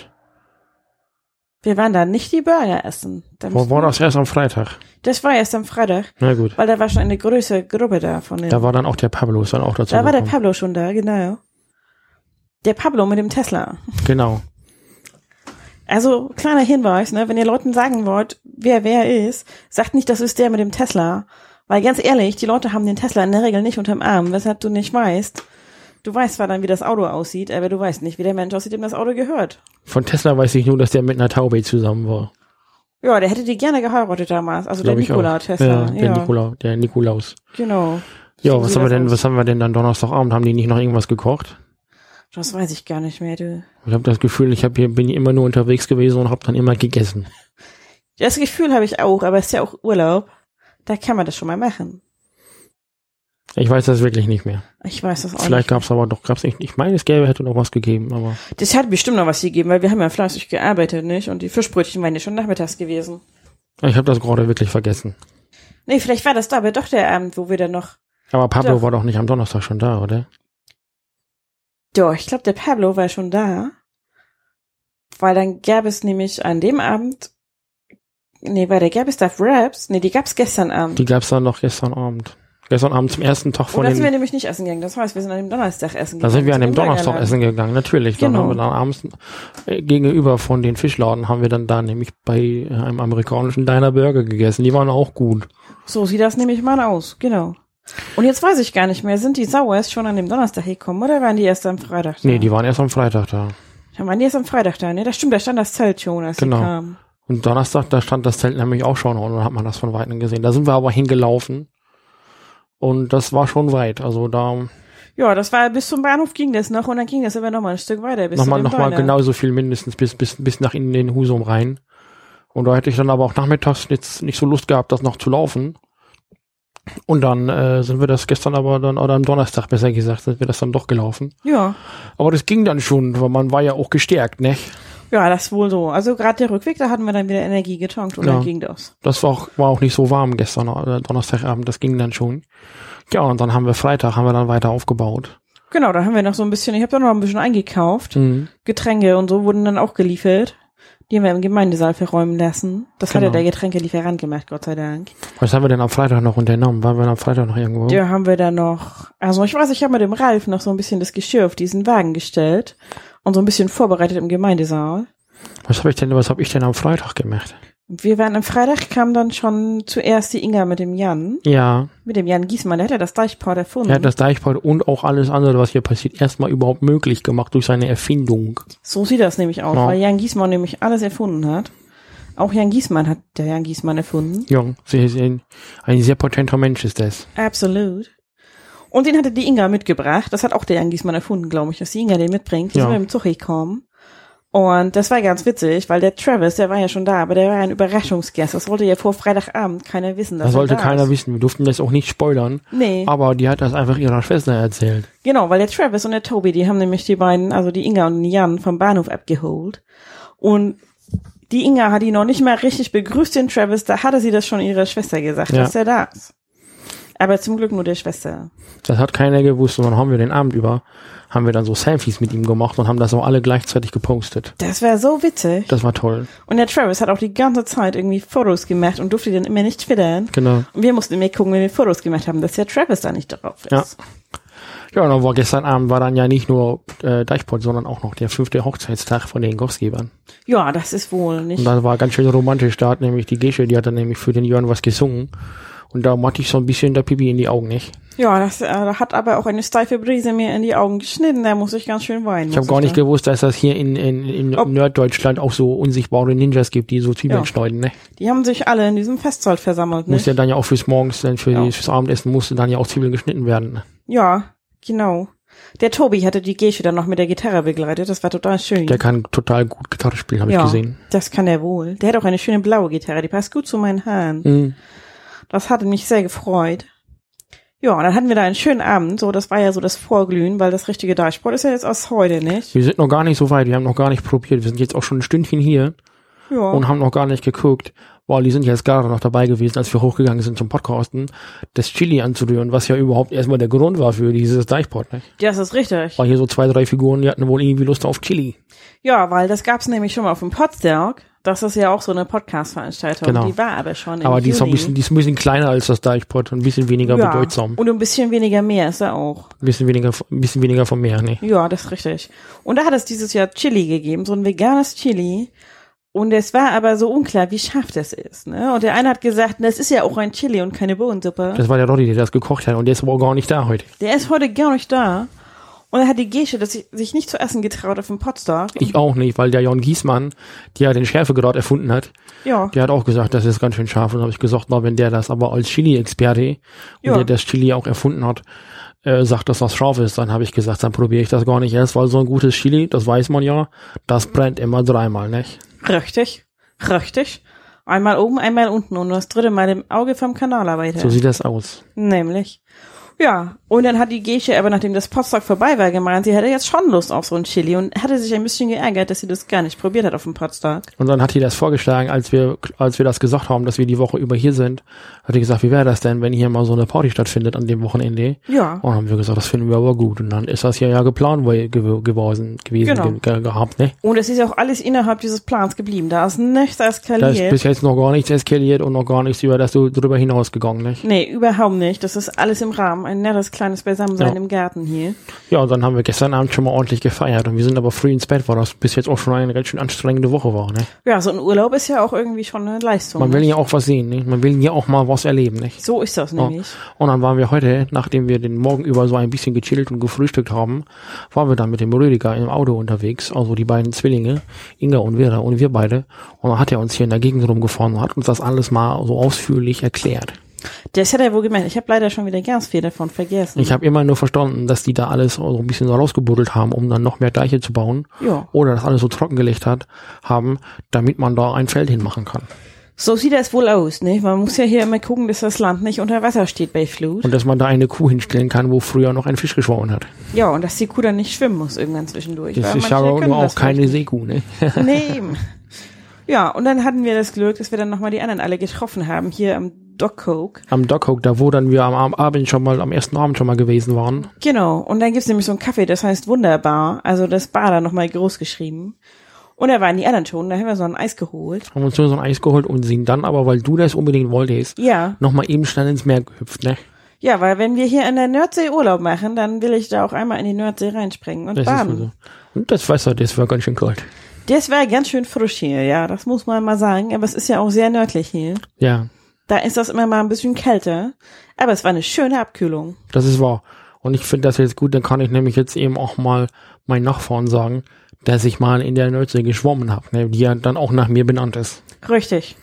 Speaker 4: Wir waren da nicht die Burger essen. Da
Speaker 3: wo
Speaker 4: mussten-
Speaker 3: war das erst am Freitag?
Speaker 4: das war erst am Freitag,
Speaker 3: Na gut.
Speaker 4: weil da war schon eine größere Gruppe da von den.
Speaker 3: Da war dann auch der Pablo, ist dann auch dazu
Speaker 4: da war der
Speaker 3: gekommen.
Speaker 4: Pablo schon da, genau. Der Pablo mit dem Tesla.
Speaker 3: Genau.
Speaker 4: Also, kleiner Hinweis, ne, wenn ihr Leuten sagen wollt, wer wer ist, sagt nicht, das ist der mit dem Tesla. Weil ganz ehrlich, die Leute haben den Tesla in der Regel nicht unterm Arm, weshalb du nicht weißt. Du weißt zwar dann, wie das Auto aussieht, aber du weißt nicht, wie der Mensch aussieht, dem das Auto gehört.
Speaker 3: Von Tesla weiß ich nur, dass der mit einer Taube zusammen war.
Speaker 4: Ja, der hätte die gerne geheiratet damals. Also der
Speaker 3: Glaub ich auch.
Speaker 4: Nikola
Speaker 3: Ja,
Speaker 4: Tesla.
Speaker 3: der Nikolaus, der Nikolaus.
Speaker 4: Genau.
Speaker 3: Ja,
Speaker 4: So
Speaker 3: was
Speaker 4: sieht
Speaker 3: haben wir
Speaker 4: das
Speaker 3: denn,
Speaker 4: aus.
Speaker 3: was haben wir denn dann Donnerstagabend? Haben die nicht noch irgendwas gekocht?
Speaker 4: Das weiß ich gar nicht mehr, du.
Speaker 3: Ich habe das Gefühl, ich hab hier, bin hier immer nur unterwegs gewesen und habe dann immer gegessen.
Speaker 4: Das Gefühl habe ich auch, aber es ist ja auch Urlaub. Da kann man das schon mal machen.
Speaker 3: Ich weiß das wirklich nicht mehr.
Speaker 4: Ich weiß das auch
Speaker 3: Vielleicht gab's aber doch, gab's nicht. Ich meine, es gäbe, hätte noch was gegeben, aber
Speaker 4: nicht. Das hat bestimmt noch was gegeben, weil wir haben ja fleißig gearbeitet, nicht? Und die Fischbrötchen waren ja schon nachmittags gewesen.
Speaker 3: ich habe das gerade wirklich vergessen.
Speaker 4: Nee, vielleicht war das da aber doch der Abend, wo wir dann noch.
Speaker 3: Aber Pablo
Speaker 4: Doch.
Speaker 3: war doch nicht am Donnerstag schon da, oder?
Speaker 4: Doch, ich glaube, der Pablo war schon da. Weil dann gab es nämlich an dem Abend. Nee, bei der gab es da Wraps. Nee, die gab es gestern Abend.
Speaker 3: Die gab's dann noch gestern Abend. Gestern Abend zum ersten Tag von
Speaker 4: Oder sind wir
Speaker 3: den.
Speaker 4: nämlich nicht essen gegangen? Das heißt, wir sind an dem Donnerstag essen
Speaker 3: Da
Speaker 4: gegangen.
Speaker 3: sind wir an
Speaker 4: zu
Speaker 3: dem Donnerstag
Speaker 4: Burgerladen.
Speaker 3: essen gegangen, natürlich. Dann
Speaker 4: Genau.
Speaker 3: haben wir dann abends äh, gegenüber von den Fischladen haben wir dann da nämlich bei äh, einem amerikanischen Diner Burger gegessen. Die waren auch gut.
Speaker 4: So sieht das nämlich mal aus, genau. Und jetzt weiß ich gar nicht mehr, sind die sauer erst schon an dem Donnerstag gekommen oder waren die erst am Freitag da?
Speaker 3: Nee, die waren erst am Freitag da.
Speaker 4: Dann waren die erst am Freitag da, ne? Das stimmt, da stand das Zelt schon, als
Speaker 3: Genau.
Speaker 4: die kamen.
Speaker 3: Und Donnerstag, da stand das Zelt nämlich auch schon und dann hat man das von Weitem gesehen. Da sind wir aber hingelaufen. Und das war schon weit. Also da
Speaker 4: Ja, das war bis zum Bahnhof ging das noch und dann ging das aber nochmal ein Stück weiter. Bis
Speaker 3: nochmal,
Speaker 4: zu dem
Speaker 3: nochmal
Speaker 4: Diner.
Speaker 3: genauso viel mindestens bis, bis, bis nach in den Husum rein. Und da hätte ich dann aber auch nachmittags jetzt nicht so Lust gehabt, das noch zu laufen. Und dann äh, sind wir das gestern aber dann, oder am Donnerstag besser gesagt, sind wir das dann doch gelaufen.
Speaker 4: Ja,
Speaker 3: Aber das ging dann schon, weil man war ja auch gestärkt, ne?
Speaker 4: ja, das wohl so. Also gerade der Rückweg, da hatten wir dann wieder Energie getankt und
Speaker 3: Ja.
Speaker 4: dann ging das.
Speaker 3: Das war auch, war auch nicht so warm gestern, äh, Donnerstagabend, das ging dann schon. Ja, und dann haben wir Freitag, haben wir dann weiter aufgebaut.
Speaker 4: Genau, da haben wir noch so ein bisschen, ich habe da noch ein bisschen eingekauft.
Speaker 3: Mhm.
Speaker 4: Getränke und so wurden dann auch geliefert. die haben wir im Gemeindesaal verräumen lassen. Das hat ja
Speaker 3: Genau.
Speaker 4: der Getränkelieferant gemacht, Gott sei Dank.
Speaker 3: Was haben wir denn am Freitag noch unternommen? Waren wir am Freitag noch irgendwo?
Speaker 4: Da haben wir dann noch, also ich weiß, ich habe mit dem Ralf noch so ein bisschen das Geschirr auf diesen Wagen gestellt und so ein bisschen vorbereitet im Gemeindesaal.
Speaker 3: Was habe ich denn, was habe ich denn am Freitag gemacht?
Speaker 4: Wir waren am Freitag, kam dann schon zuerst die Inga mit dem Jan,
Speaker 3: Ja,
Speaker 4: mit dem Jan Giesmann, der hat ja das Deichport erfunden.
Speaker 3: er hat das Deichport und auch alles andere, was hier passiert, erstmal überhaupt möglich gemacht durch seine Erfindung.
Speaker 4: so sieht das nämlich aus,
Speaker 3: Ja.
Speaker 4: weil Jan Giesmann nämlich alles erfunden hat. Auch Jan Giesmann hat der Jan Giesmann erfunden.
Speaker 3: Jung, sie sehen, ein sehr potenter Mensch ist das.
Speaker 4: Absolut. Und den hatte die Inga mitgebracht. Das hat auch der Jan Giesmann erfunden, glaube ich, dass die Inga den mitbringt. Die
Speaker 3: Ja.
Speaker 4: sind mit dem Zug gekommen. Und das war ganz witzig, weil der Travis, der war ja schon da, aber der war ja ein Überraschungsgast. Das wollte ja vor Freitagabend keiner wissen.
Speaker 3: Das
Speaker 4: er
Speaker 3: sollte
Speaker 4: da
Speaker 3: keiner
Speaker 4: ist.
Speaker 3: wissen. Wir durften das auch nicht spoilern.
Speaker 4: Nee,
Speaker 3: Aber die hat das einfach ihrer Schwester erzählt.
Speaker 4: genau, weil der Travis und der Toby, die haben nämlich die beiden, also die Inga und den Jan vom Bahnhof abgeholt. Und die Inga hat ihn noch nicht mal richtig begrüßt, den Travis. Da hatte sie das schon ihrer Schwester gesagt,
Speaker 3: Ja.
Speaker 4: dass er da ist. Aber zum Glück nur der Schwester.
Speaker 3: Das hat keiner gewusst. Und dann haben wir den Abend über, haben wir dann so Selfies mit ihm gemacht und haben das auch alle gleichzeitig gepostet.
Speaker 4: Das wäre so witzig.
Speaker 3: Das war toll.
Speaker 4: Und der Travis hat auch die ganze Zeit irgendwie Fotos gemacht und durfte die dann immer nicht twittern.
Speaker 3: Genau.
Speaker 4: Und wir mussten immer gucken, wenn wir Fotos gemacht haben, dass der Travis da nicht drauf ist.
Speaker 3: Ja. Ja, und dann war gestern Abend war dann ja nicht nur äh, Deichport, sondern auch noch der fünfte Hochzeitstag von den Gastgebern.
Speaker 4: ja das ist wohl nicht.
Speaker 3: Und das war ganz schön romantisch. Da hat nämlich die Gesche, die hat dann nämlich für den Jörn was gesungen. Und da machte ich so ein bisschen der Pipi in die Augen, nicht?
Speaker 4: Ja, das äh, da hat aber auch eine steife Brise mir in die Augen geschnitten. Da muss ich ganz schön weinen.
Speaker 3: Ich habe gar nicht gewusst, dass das hier in, in, in
Speaker 4: Ob-
Speaker 3: Norddeutschland auch so unsichtbare Ninjas gibt, die so Zwiebeln
Speaker 4: Oh. Ja.
Speaker 3: schneiden. Ne?
Speaker 4: Die haben sich alle in diesem Festsaal versammelt, ne?
Speaker 3: Muss
Speaker 4: nicht?
Speaker 3: ja dann ja auch fürs Morgens, dann für
Speaker 4: Ja.
Speaker 3: die, fürs Abendessen mussten dann ja auch Zwiebeln geschnitten werden. ne?
Speaker 4: Ja, genau. Der Tobi hatte die Gesche dann noch mit der Gitarre begleitet. Das war total schön.
Speaker 3: Der kann total gut Gitarre spielen, habe
Speaker 4: ja,
Speaker 3: ich gesehen.
Speaker 4: das kann er wohl. Der hat auch eine schöne blaue Gitarre. Die passt gut zu meinen Haaren.
Speaker 3: Mhm.
Speaker 4: Das hatte mich sehr gefreut. Ja, und dann hatten wir da einen schönen Abend. So, das war ja so das Vorglühen, weil das richtige Dashboard ist ja jetzt aus heute, nicht?
Speaker 3: Wir sind noch gar nicht so weit, wir haben noch gar nicht probiert. Wir sind jetzt auch schon ein Stündchen hier
Speaker 4: Ja.
Speaker 3: und haben noch gar nicht geguckt. Boah, die sind jetzt gerade noch dabei gewesen, als wir hochgegangen sind zum Podcasten, das Chili anzurühren, was ja überhaupt erstmal der Grund war für dieses Deichport. Ne?
Speaker 4: das ist richtig.
Speaker 3: War hier so zwei, drei Figuren, die hatten wohl irgendwie Lust auf Chili.
Speaker 4: Ja, weil das gab's nämlich schon mal auf dem Potsdog. Das ist ja auch so eine Podcast-Veranstaltung.
Speaker 3: Genau.
Speaker 4: Die war aber schon im
Speaker 3: Aber die ist, auch ein
Speaker 4: Juni.
Speaker 3: bisschen, die ist ein bisschen kleiner als das Deichpot und ein bisschen weniger
Speaker 4: ja.
Speaker 3: bedeutsam.
Speaker 4: Und ein bisschen weniger mehr ist er auch.
Speaker 3: Ein bisschen weniger, ein bisschen weniger vom Meer, ne?
Speaker 4: Ja, das ist richtig. Und da hat es dieses Jahr Chili gegeben, so ein veganes Chili. Und es war aber so unklar, wie scharf das ist. Ne? Und der eine hat gesagt, das ist ja auch ein Chili und keine Bohnensuppe.
Speaker 3: Das war der Roddy, der das gekocht hat und der ist aber auch gar nicht da heute.
Speaker 4: Der ist heute gar nicht da. Und er hat die Gesche, dass sie sich nicht zu essen getraut auf dem Potsdam.
Speaker 3: Ich auch nicht, weil der Jon Giesmann, der ja den Schärfegrad erfunden hat,
Speaker 4: Ja.
Speaker 3: der hat auch gesagt, das ist ganz schön scharf. Und da habe ich gesagt, na, wenn der das aber als Chili-Experte,
Speaker 4: Ja.
Speaker 3: und der das Chili auch erfunden hat, äh, sagt, dass das scharf ist, dann habe ich gesagt, dann probiere ich das gar nicht erst, weil so ein gutes Chili, das weiß man ja, das
Speaker 4: Mhm.
Speaker 3: brennt immer dreimal, ne? nicht?
Speaker 4: Richtig. Richtig. Einmal oben, einmal unten und das dritte Mal im Auge vom Kanalarbeiter.
Speaker 3: So sieht das aus.
Speaker 4: Nämlich. Ja. Und dann hat die Gesche aber, nachdem das Potsdam vorbei war, gemeint, sie hätte jetzt schon Lust auf so ein Chili und hatte sich ein bisschen geärgert, dass sie das gar nicht probiert hat auf dem Potsdam.
Speaker 3: Und dann hat die das vorgeschlagen, als wir, als wir das gesagt haben, dass wir die Woche über hier sind, hat die gesagt, wie wäre das denn, wenn hier mal so eine Party stattfindet an dem Wochenende?
Speaker 4: Ja.
Speaker 3: Und dann haben wir gesagt, das finden wir aber gut. Und dann ist das ja ja geplant ge ge gewesen, gewesen
Speaker 4: Genau.
Speaker 3: ge ge gehabt, ne?
Speaker 4: Und es ist auch alles innerhalb dieses Plans geblieben. Da ist nichts
Speaker 3: Da ist bis
Speaker 4: eskaliert.
Speaker 3: jetzt noch gar nichts eskaliert und noch gar nichts über das so drüber hinausgegangen, ne?
Speaker 4: Nee, überhaupt nicht. Das ist alles im Rahmen. Ein nettes kleines Beisammensein
Speaker 3: Ja.
Speaker 4: im Garten hier.
Speaker 3: Ja, und dann haben wir gestern Abend schon mal ordentlich gefeiert und wir sind aber früh ins Bett, weil das bis jetzt auch schon eine ganz schön anstrengende Woche war, ne?
Speaker 4: Ja, so ein Urlaub ist ja auch irgendwie schon eine Leistung.
Speaker 3: Man will ja auch was sehen, ne? Man will ja auch mal was erleben, ne?
Speaker 4: so ist das nämlich.
Speaker 3: Und dann waren wir heute, nachdem wir den Morgen über so ein bisschen gechillt und gefrühstückt haben, waren wir dann mit dem Rüdiger im Auto unterwegs, also die beiden Zwillinge, Inga und Vera und wir beide. Und dann hat er uns hier in der Gegend rumgefahren und hat uns das alles mal so ausführlich erklärt.
Speaker 4: Das hat er wohl gemerkt. Ich habe leider schon wieder ganz viel davon vergessen.
Speaker 3: Ich habe immer nur verstanden, dass die da alles so ein bisschen rausgebuddelt haben, um dann noch mehr Deiche zu bauen.
Speaker 4: Ja.
Speaker 3: Oder das alles so trockengelegt hat, haben, damit man da ein Feld hinmachen kann.
Speaker 4: so sieht das wohl aus, ne? Man muss ja hier immer gucken, dass das Land nicht unter Wasser steht bei Flut.
Speaker 3: Und dass man da eine Kuh hinstellen kann, wo früher noch ein Fisch geschwommen hat.
Speaker 4: ja, und dass die Kuh dann nicht schwimmen muss irgendwann zwischendurch.
Speaker 3: Das
Speaker 4: weil
Speaker 3: ist
Speaker 4: manche
Speaker 3: aber
Speaker 4: können
Speaker 3: nur
Speaker 4: das
Speaker 3: auch keine Seekuh, ne?
Speaker 4: nicht. Nee. eben. Ja, und dann hatten wir das Glück, dass wir dann nochmal die anderen alle getroffen haben, hier am Dockhoek.
Speaker 3: am Dockhook, da wo dann wir am Ab- Abend schon mal, am ersten Abend schon mal gewesen waren.
Speaker 4: Genau, und dann gibt's nämlich so einen Kaffee, das heißt Wunderbar. Also das Bar da nochmal groß geschrieben. Und er war in die anderen schon, da haben wir so ein Eis geholt.
Speaker 3: Haben uns nur so ein Eis geholt und sind dann aber, weil du das unbedingt wolltest,
Speaker 4: Ja.
Speaker 3: nochmal eben schnell ins Meer gehüpft, ne?
Speaker 4: Ja, weil wenn wir hier in der Nordsee Urlaub machen, dann will ich da auch einmal in die Nordsee reinspringen und
Speaker 3: Das ist
Speaker 4: baden.
Speaker 3: wohl so. Und das Wasser, das war ganz schön kalt.
Speaker 4: Das war ganz schön frisch hier, ja, das muss man mal sagen. Aber es ist ja auch sehr nördlich hier.
Speaker 3: Ja,
Speaker 4: Da ist das immer mal ein bisschen kälter. Aber es war eine schöne Abkühlung.
Speaker 3: das ist wahr. Und ich finde das jetzt gut, dann kann ich nämlich jetzt eben auch mal meinen Nachfahren sagen, dass ich mal in der Nordsee geschwommen habe, ne? die ja dann auch nach mir benannt ist.
Speaker 4: Richtig.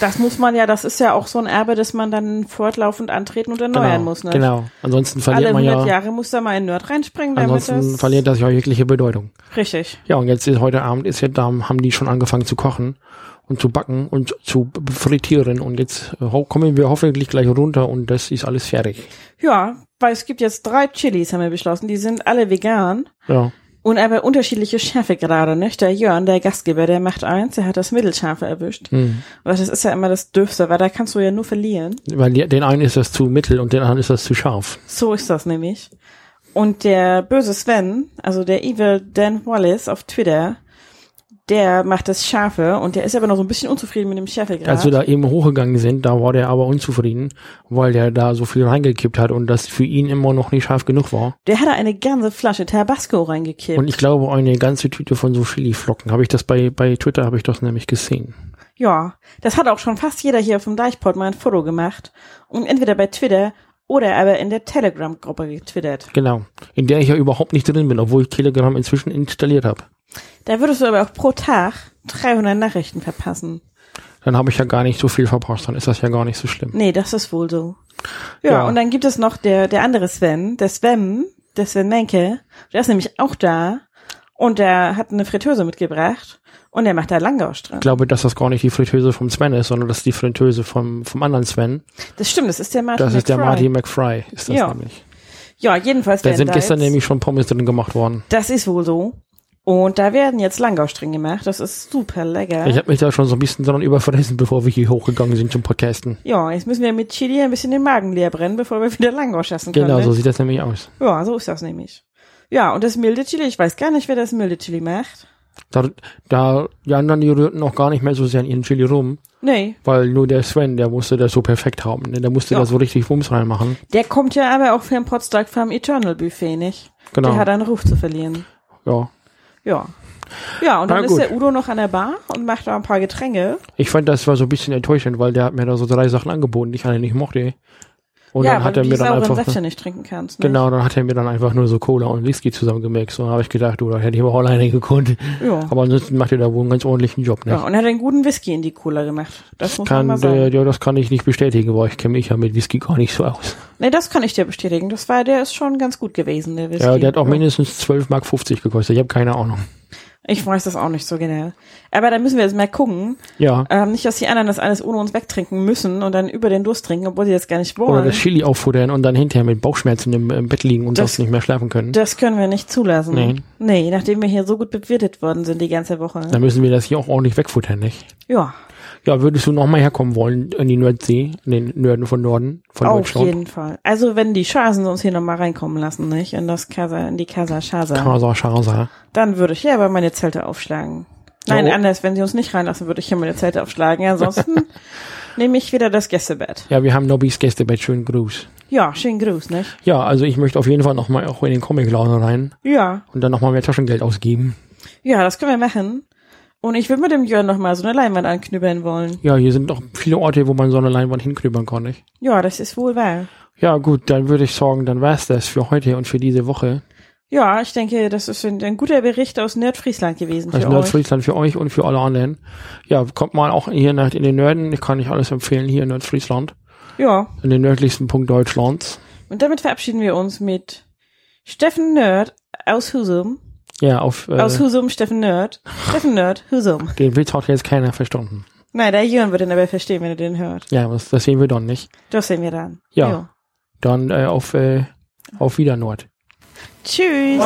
Speaker 4: Das muss man ja, das ist ja auch so ein Erbe, das man dann fortlaufend antreten und erneuern
Speaker 3: genau,
Speaker 4: muss. Ne?
Speaker 3: genau. Ansonsten verliert
Speaker 4: Alle
Speaker 3: man
Speaker 4: 100
Speaker 3: ja,
Speaker 4: Jahre muss da mal in Nord reinspringen, damit
Speaker 3: ansonsten
Speaker 4: das...
Speaker 3: verliert das ja jegliche Bedeutung.
Speaker 4: Richtig.
Speaker 3: Ja, und jetzt ist heute Abend ist ja da, haben die schon angefangen zu kochen und zu backen und zu b- frittieren und jetzt äh, ho- kommen wir hoffentlich gleich runter und das ist alles fertig.
Speaker 4: Ja, weil es gibt jetzt drei Chilis, haben wir beschlossen. Die sind alle vegan
Speaker 3: Ja,
Speaker 4: und aber unterschiedliche Schärfe gerade. Ne? Der Jörn, der Gastgeber, der macht eins, der hat das Mittelschärfe erwischt.
Speaker 3: hm.
Speaker 4: Aber das ist ja immer das Dürfste, weil da kannst du ja nur verlieren.
Speaker 3: weil die- den einen ist das zu mittel und den anderen ist das zu scharf.
Speaker 4: So ist das nämlich. Und der böse Sven, also der Evil Dan Wallace auf Twitter, der macht das Scharfe und der ist aber noch so ein bisschen unzufrieden mit dem Schärfegrad.
Speaker 3: Als wir Also da eben hochgegangen sind, da war der aber unzufrieden, weil der da so viel reingekippt hat und das für ihn immer noch nicht scharf genug war.
Speaker 4: der hatte eine ganze Flasche Tabasco reingekippt.
Speaker 3: Und ich glaube, eine ganze Tüte von so Chili-Flocken. Habe ich das bei, bei Twitter, habe ich das nämlich gesehen.
Speaker 4: ja, das hat auch schon fast jeder hier vom Deichport mal ein Foto gemacht und entweder bei Twitter oder aber in der Telegram-Gruppe getwittert.
Speaker 3: Genau. In der ich ja überhaupt nicht drin bin, obwohl ich Telegram inzwischen installiert habe.
Speaker 4: Da würdest du aber auch pro Tag 300 Nachrichten verpassen.
Speaker 3: dann habe ich ja gar nicht so viel verpasst, dann ist das ja gar nicht so schlimm.
Speaker 4: Nee, das ist wohl so. Ja,
Speaker 3: Ja.
Speaker 4: und dann gibt es noch der, der andere Sven, der Sven, der Sven Menke, der ist nämlich auch da und der hat eine Fritteuse mitgebracht und der macht da Langosch dran.
Speaker 3: Ich glaube, dass das gar nicht die Fritteuse vom Sven ist, sondern das ist die Fritteuse vom, vom anderen Sven.
Speaker 4: Das stimmt, das ist der Martin.
Speaker 3: Das ist der
Speaker 4: McFry.
Speaker 3: Marty McFry, ist das
Speaker 4: Ja.
Speaker 3: nämlich.
Speaker 4: Ja, jedenfalls
Speaker 3: Da
Speaker 4: werden
Speaker 3: sind gestern
Speaker 4: jetzt,
Speaker 3: nämlich schon Pommes drin gemacht worden.
Speaker 4: Das ist wohl so. Und da werden jetzt Langosch drin gemacht. Das ist super lecker.
Speaker 3: Ich habe mich da schon so ein bisschen dran überfressen, bevor wir hier hochgegangen sind zum Podcasten.
Speaker 4: ja, jetzt müssen wir mit Chili ein bisschen den Magen leer brennen, bevor wir wieder Langosch essen können.
Speaker 3: Genau,
Speaker 4: ne?
Speaker 3: so sieht das nämlich aus.
Speaker 4: Ja, so ist das nämlich. Ja, und das milde Chili, ich weiß gar nicht, wer das milde Chili macht.
Speaker 3: Da, da, die anderen, die rührten auch gar nicht mehr so sehr in ihren Chili rum,
Speaker 4: Nee,
Speaker 3: weil nur der Sven, der musste das so perfekt haben. Ne? Der musste
Speaker 4: Ja.
Speaker 3: da so richtig Wumms reinmachen.
Speaker 4: Der kommt ja aber auch für den Potsdam Farm Eternal Buffet, nicht?
Speaker 3: Genau.
Speaker 4: Der hat einen Ruf zu verlieren.
Speaker 3: Ja.
Speaker 4: Ja. Ja, und
Speaker 3: Na
Speaker 4: dann ist
Speaker 3: gut.
Speaker 4: der Udo noch an der Bar und macht da ein paar Getränke.
Speaker 3: Ich fand, das war so ein bisschen enttäuschend, weil der hat mir da so drei Sachen angeboten, die ich alle nicht mochte. Und
Speaker 4: ja,
Speaker 3: dann hat
Speaker 4: weil
Speaker 3: er
Speaker 4: du
Speaker 3: mir
Speaker 4: die
Speaker 3: dann
Speaker 4: sauren
Speaker 3: einfach.
Speaker 4: Säfte nicht trinken kannst. Ne?
Speaker 3: Genau, dann hat er mir dann einfach nur so Cola und Whisky zusammengemixt. Und dann habe ich gedacht, du, da hätte ich aber auch alleine gekonnt.
Speaker 4: Ja.
Speaker 3: Aber ansonsten macht er da wohl einen ganz ordentlichen Job, ne?
Speaker 4: ja. Und er hat einen guten Whisky in die Cola gemacht. Das muss man
Speaker 3: Kann,
Speaker 4: mal sagen.
Speaker 3: äh, ja, das kann ich nicht bestätigen, weil ich kenne mich ja mit Whisky gar nicht so aus.
Speaker 4: nee, das kann ich dir bestätigen. Das war, der ist schon ganz gut gewesen, der Whisky.
Speaker 3: Ja, der hat auch mindestens 12,50 Mark gekostet. Ich habe keine Ahnung.
Speaker 4: Ich weiß das auch nicht so genau. Aber da müssen wir jetzt mal gucken.
Speaker 3: Ja.
Speaker 4: Ähm, nicht, dass die anderen das alles ohne uns wegtrinken müssen und dann über den Durst trinken, obwohl sie das gar nicht wollen.
Speaker 3: Oder das Chili auffuttern und dann hinterher mit Bauchschmerzen im, im Bett liegen und
Speaker 4: Das-
Speaker 3: sonst nicht mehr schlafen können.
Speaker 4: Das können wir nicht zulassen.
Speaker 3: Nee.
Speaker 4: Nee, nachdem wir hier so gut bewirtet worden sind die ganze Woche.
Speaker 3: Dann müssen wir das hier auch ordentlich wegfuttern, nicht?
Speaker 4: Ja,
Speaker 3: Ja, würdest du nochmal herkommen wollen in die Nordsee, in den Norden von Norden, von
Speaker 4: auf
Speaker 3: Deutschland?
Speaker 4: jeden Fall. Also wenn die Schasen uns hier nochmal reinkommen lassen, nicht? In das Casa, in die Casa Schasa.
Speaker 3: Kasa, Schasa.
Speaker 4: Dann würde ich hier aber meine Zelte aufschlagen. Nein,
Speaker 3: Ja, oh.
Speaker 4: anders, wenn sie uns nicht reinlassen, würde ich hier meine Zelte aufschlagen. Ansonsten nehme ich wieder das Gästebett.
Speaker 3: Ja, wir haben Nobbys Gästebett, schönen Gruß.
Speaker 4: Ja, schönen Gruß, nicht?
Speaker 3: Ja, also ich möchte auf jeden Fall nochmal auch in den Comicladen rein
Speaker 4: Ja.
Speaker 3: und dann nochmal mehr Taschengeld ausgeben.
Speaker 4: Ja, das können wir machen. Und ich würde mit dem Jörn nochmal so eine Leinwand anknüppeln wollen.
Speaker 3: Ja, hier sind noch viele Orte, wo man so eine Leinwand hinknüppeln kann, nicht?
Speaker 4: Ja, das ist wohl wahr.
Speaker 3: Ja, gut, dann würde ich sagen, dann war's das für heute und für diese Woche.
Speaker 4: Ja, ich denke, das ist ein, ein guter Bericht aus Nordfriesland gewesen
Speaker 3: Das
Speaker 4: für euch.
Speaker 3: Also Nordfriesland für euch und für alle anderen. Ja, kommt mal auch hier nach in den Norden. Ich kann nicht alles empfehlen hier in Nordfriesland.
Speaker 4: Ja,
Speaker 3: In den nördlichsten Punkt Deutschlands.
Speaker 4: und damit verabschieden wir uns mit Steffen Nerd aus Husum.
Speaker 3: Ja, auf äh,
Speaker 4: Aus Husum, Steffen Nerd. Steffen Nerd, Husum.
Speaker 3: den Witz hat jetzt keiner verstanden.
Speaker 4: Nein, der Jörn wird den aber verstehen, wenn er den hört.
Speaker 3: Ja, das, das sehen wir dann nicht.
Speaker 4: Das sehen wir dann.
Speaker 3: Ja.
Speaker 4: Jo.
Speaker 3: Dann äh, auf, äh, auf Wieder Nord.
Speaker 4: Tschüss.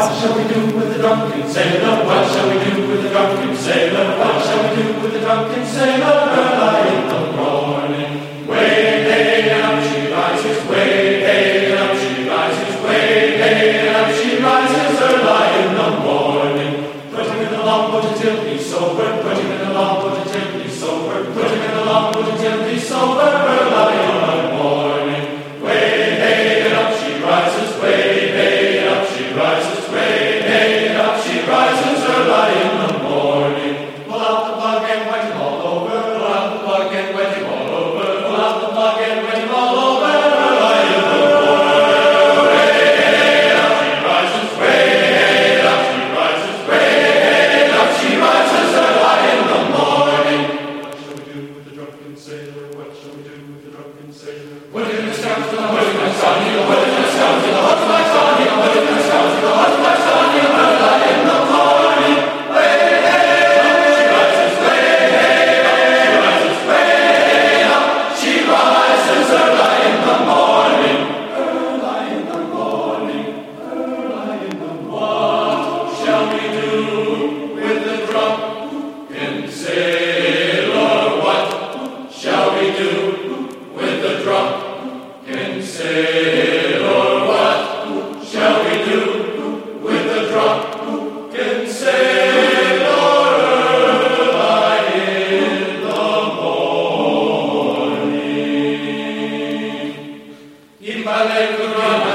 Speaker 6: Putting in the long water till he's so Im Ballet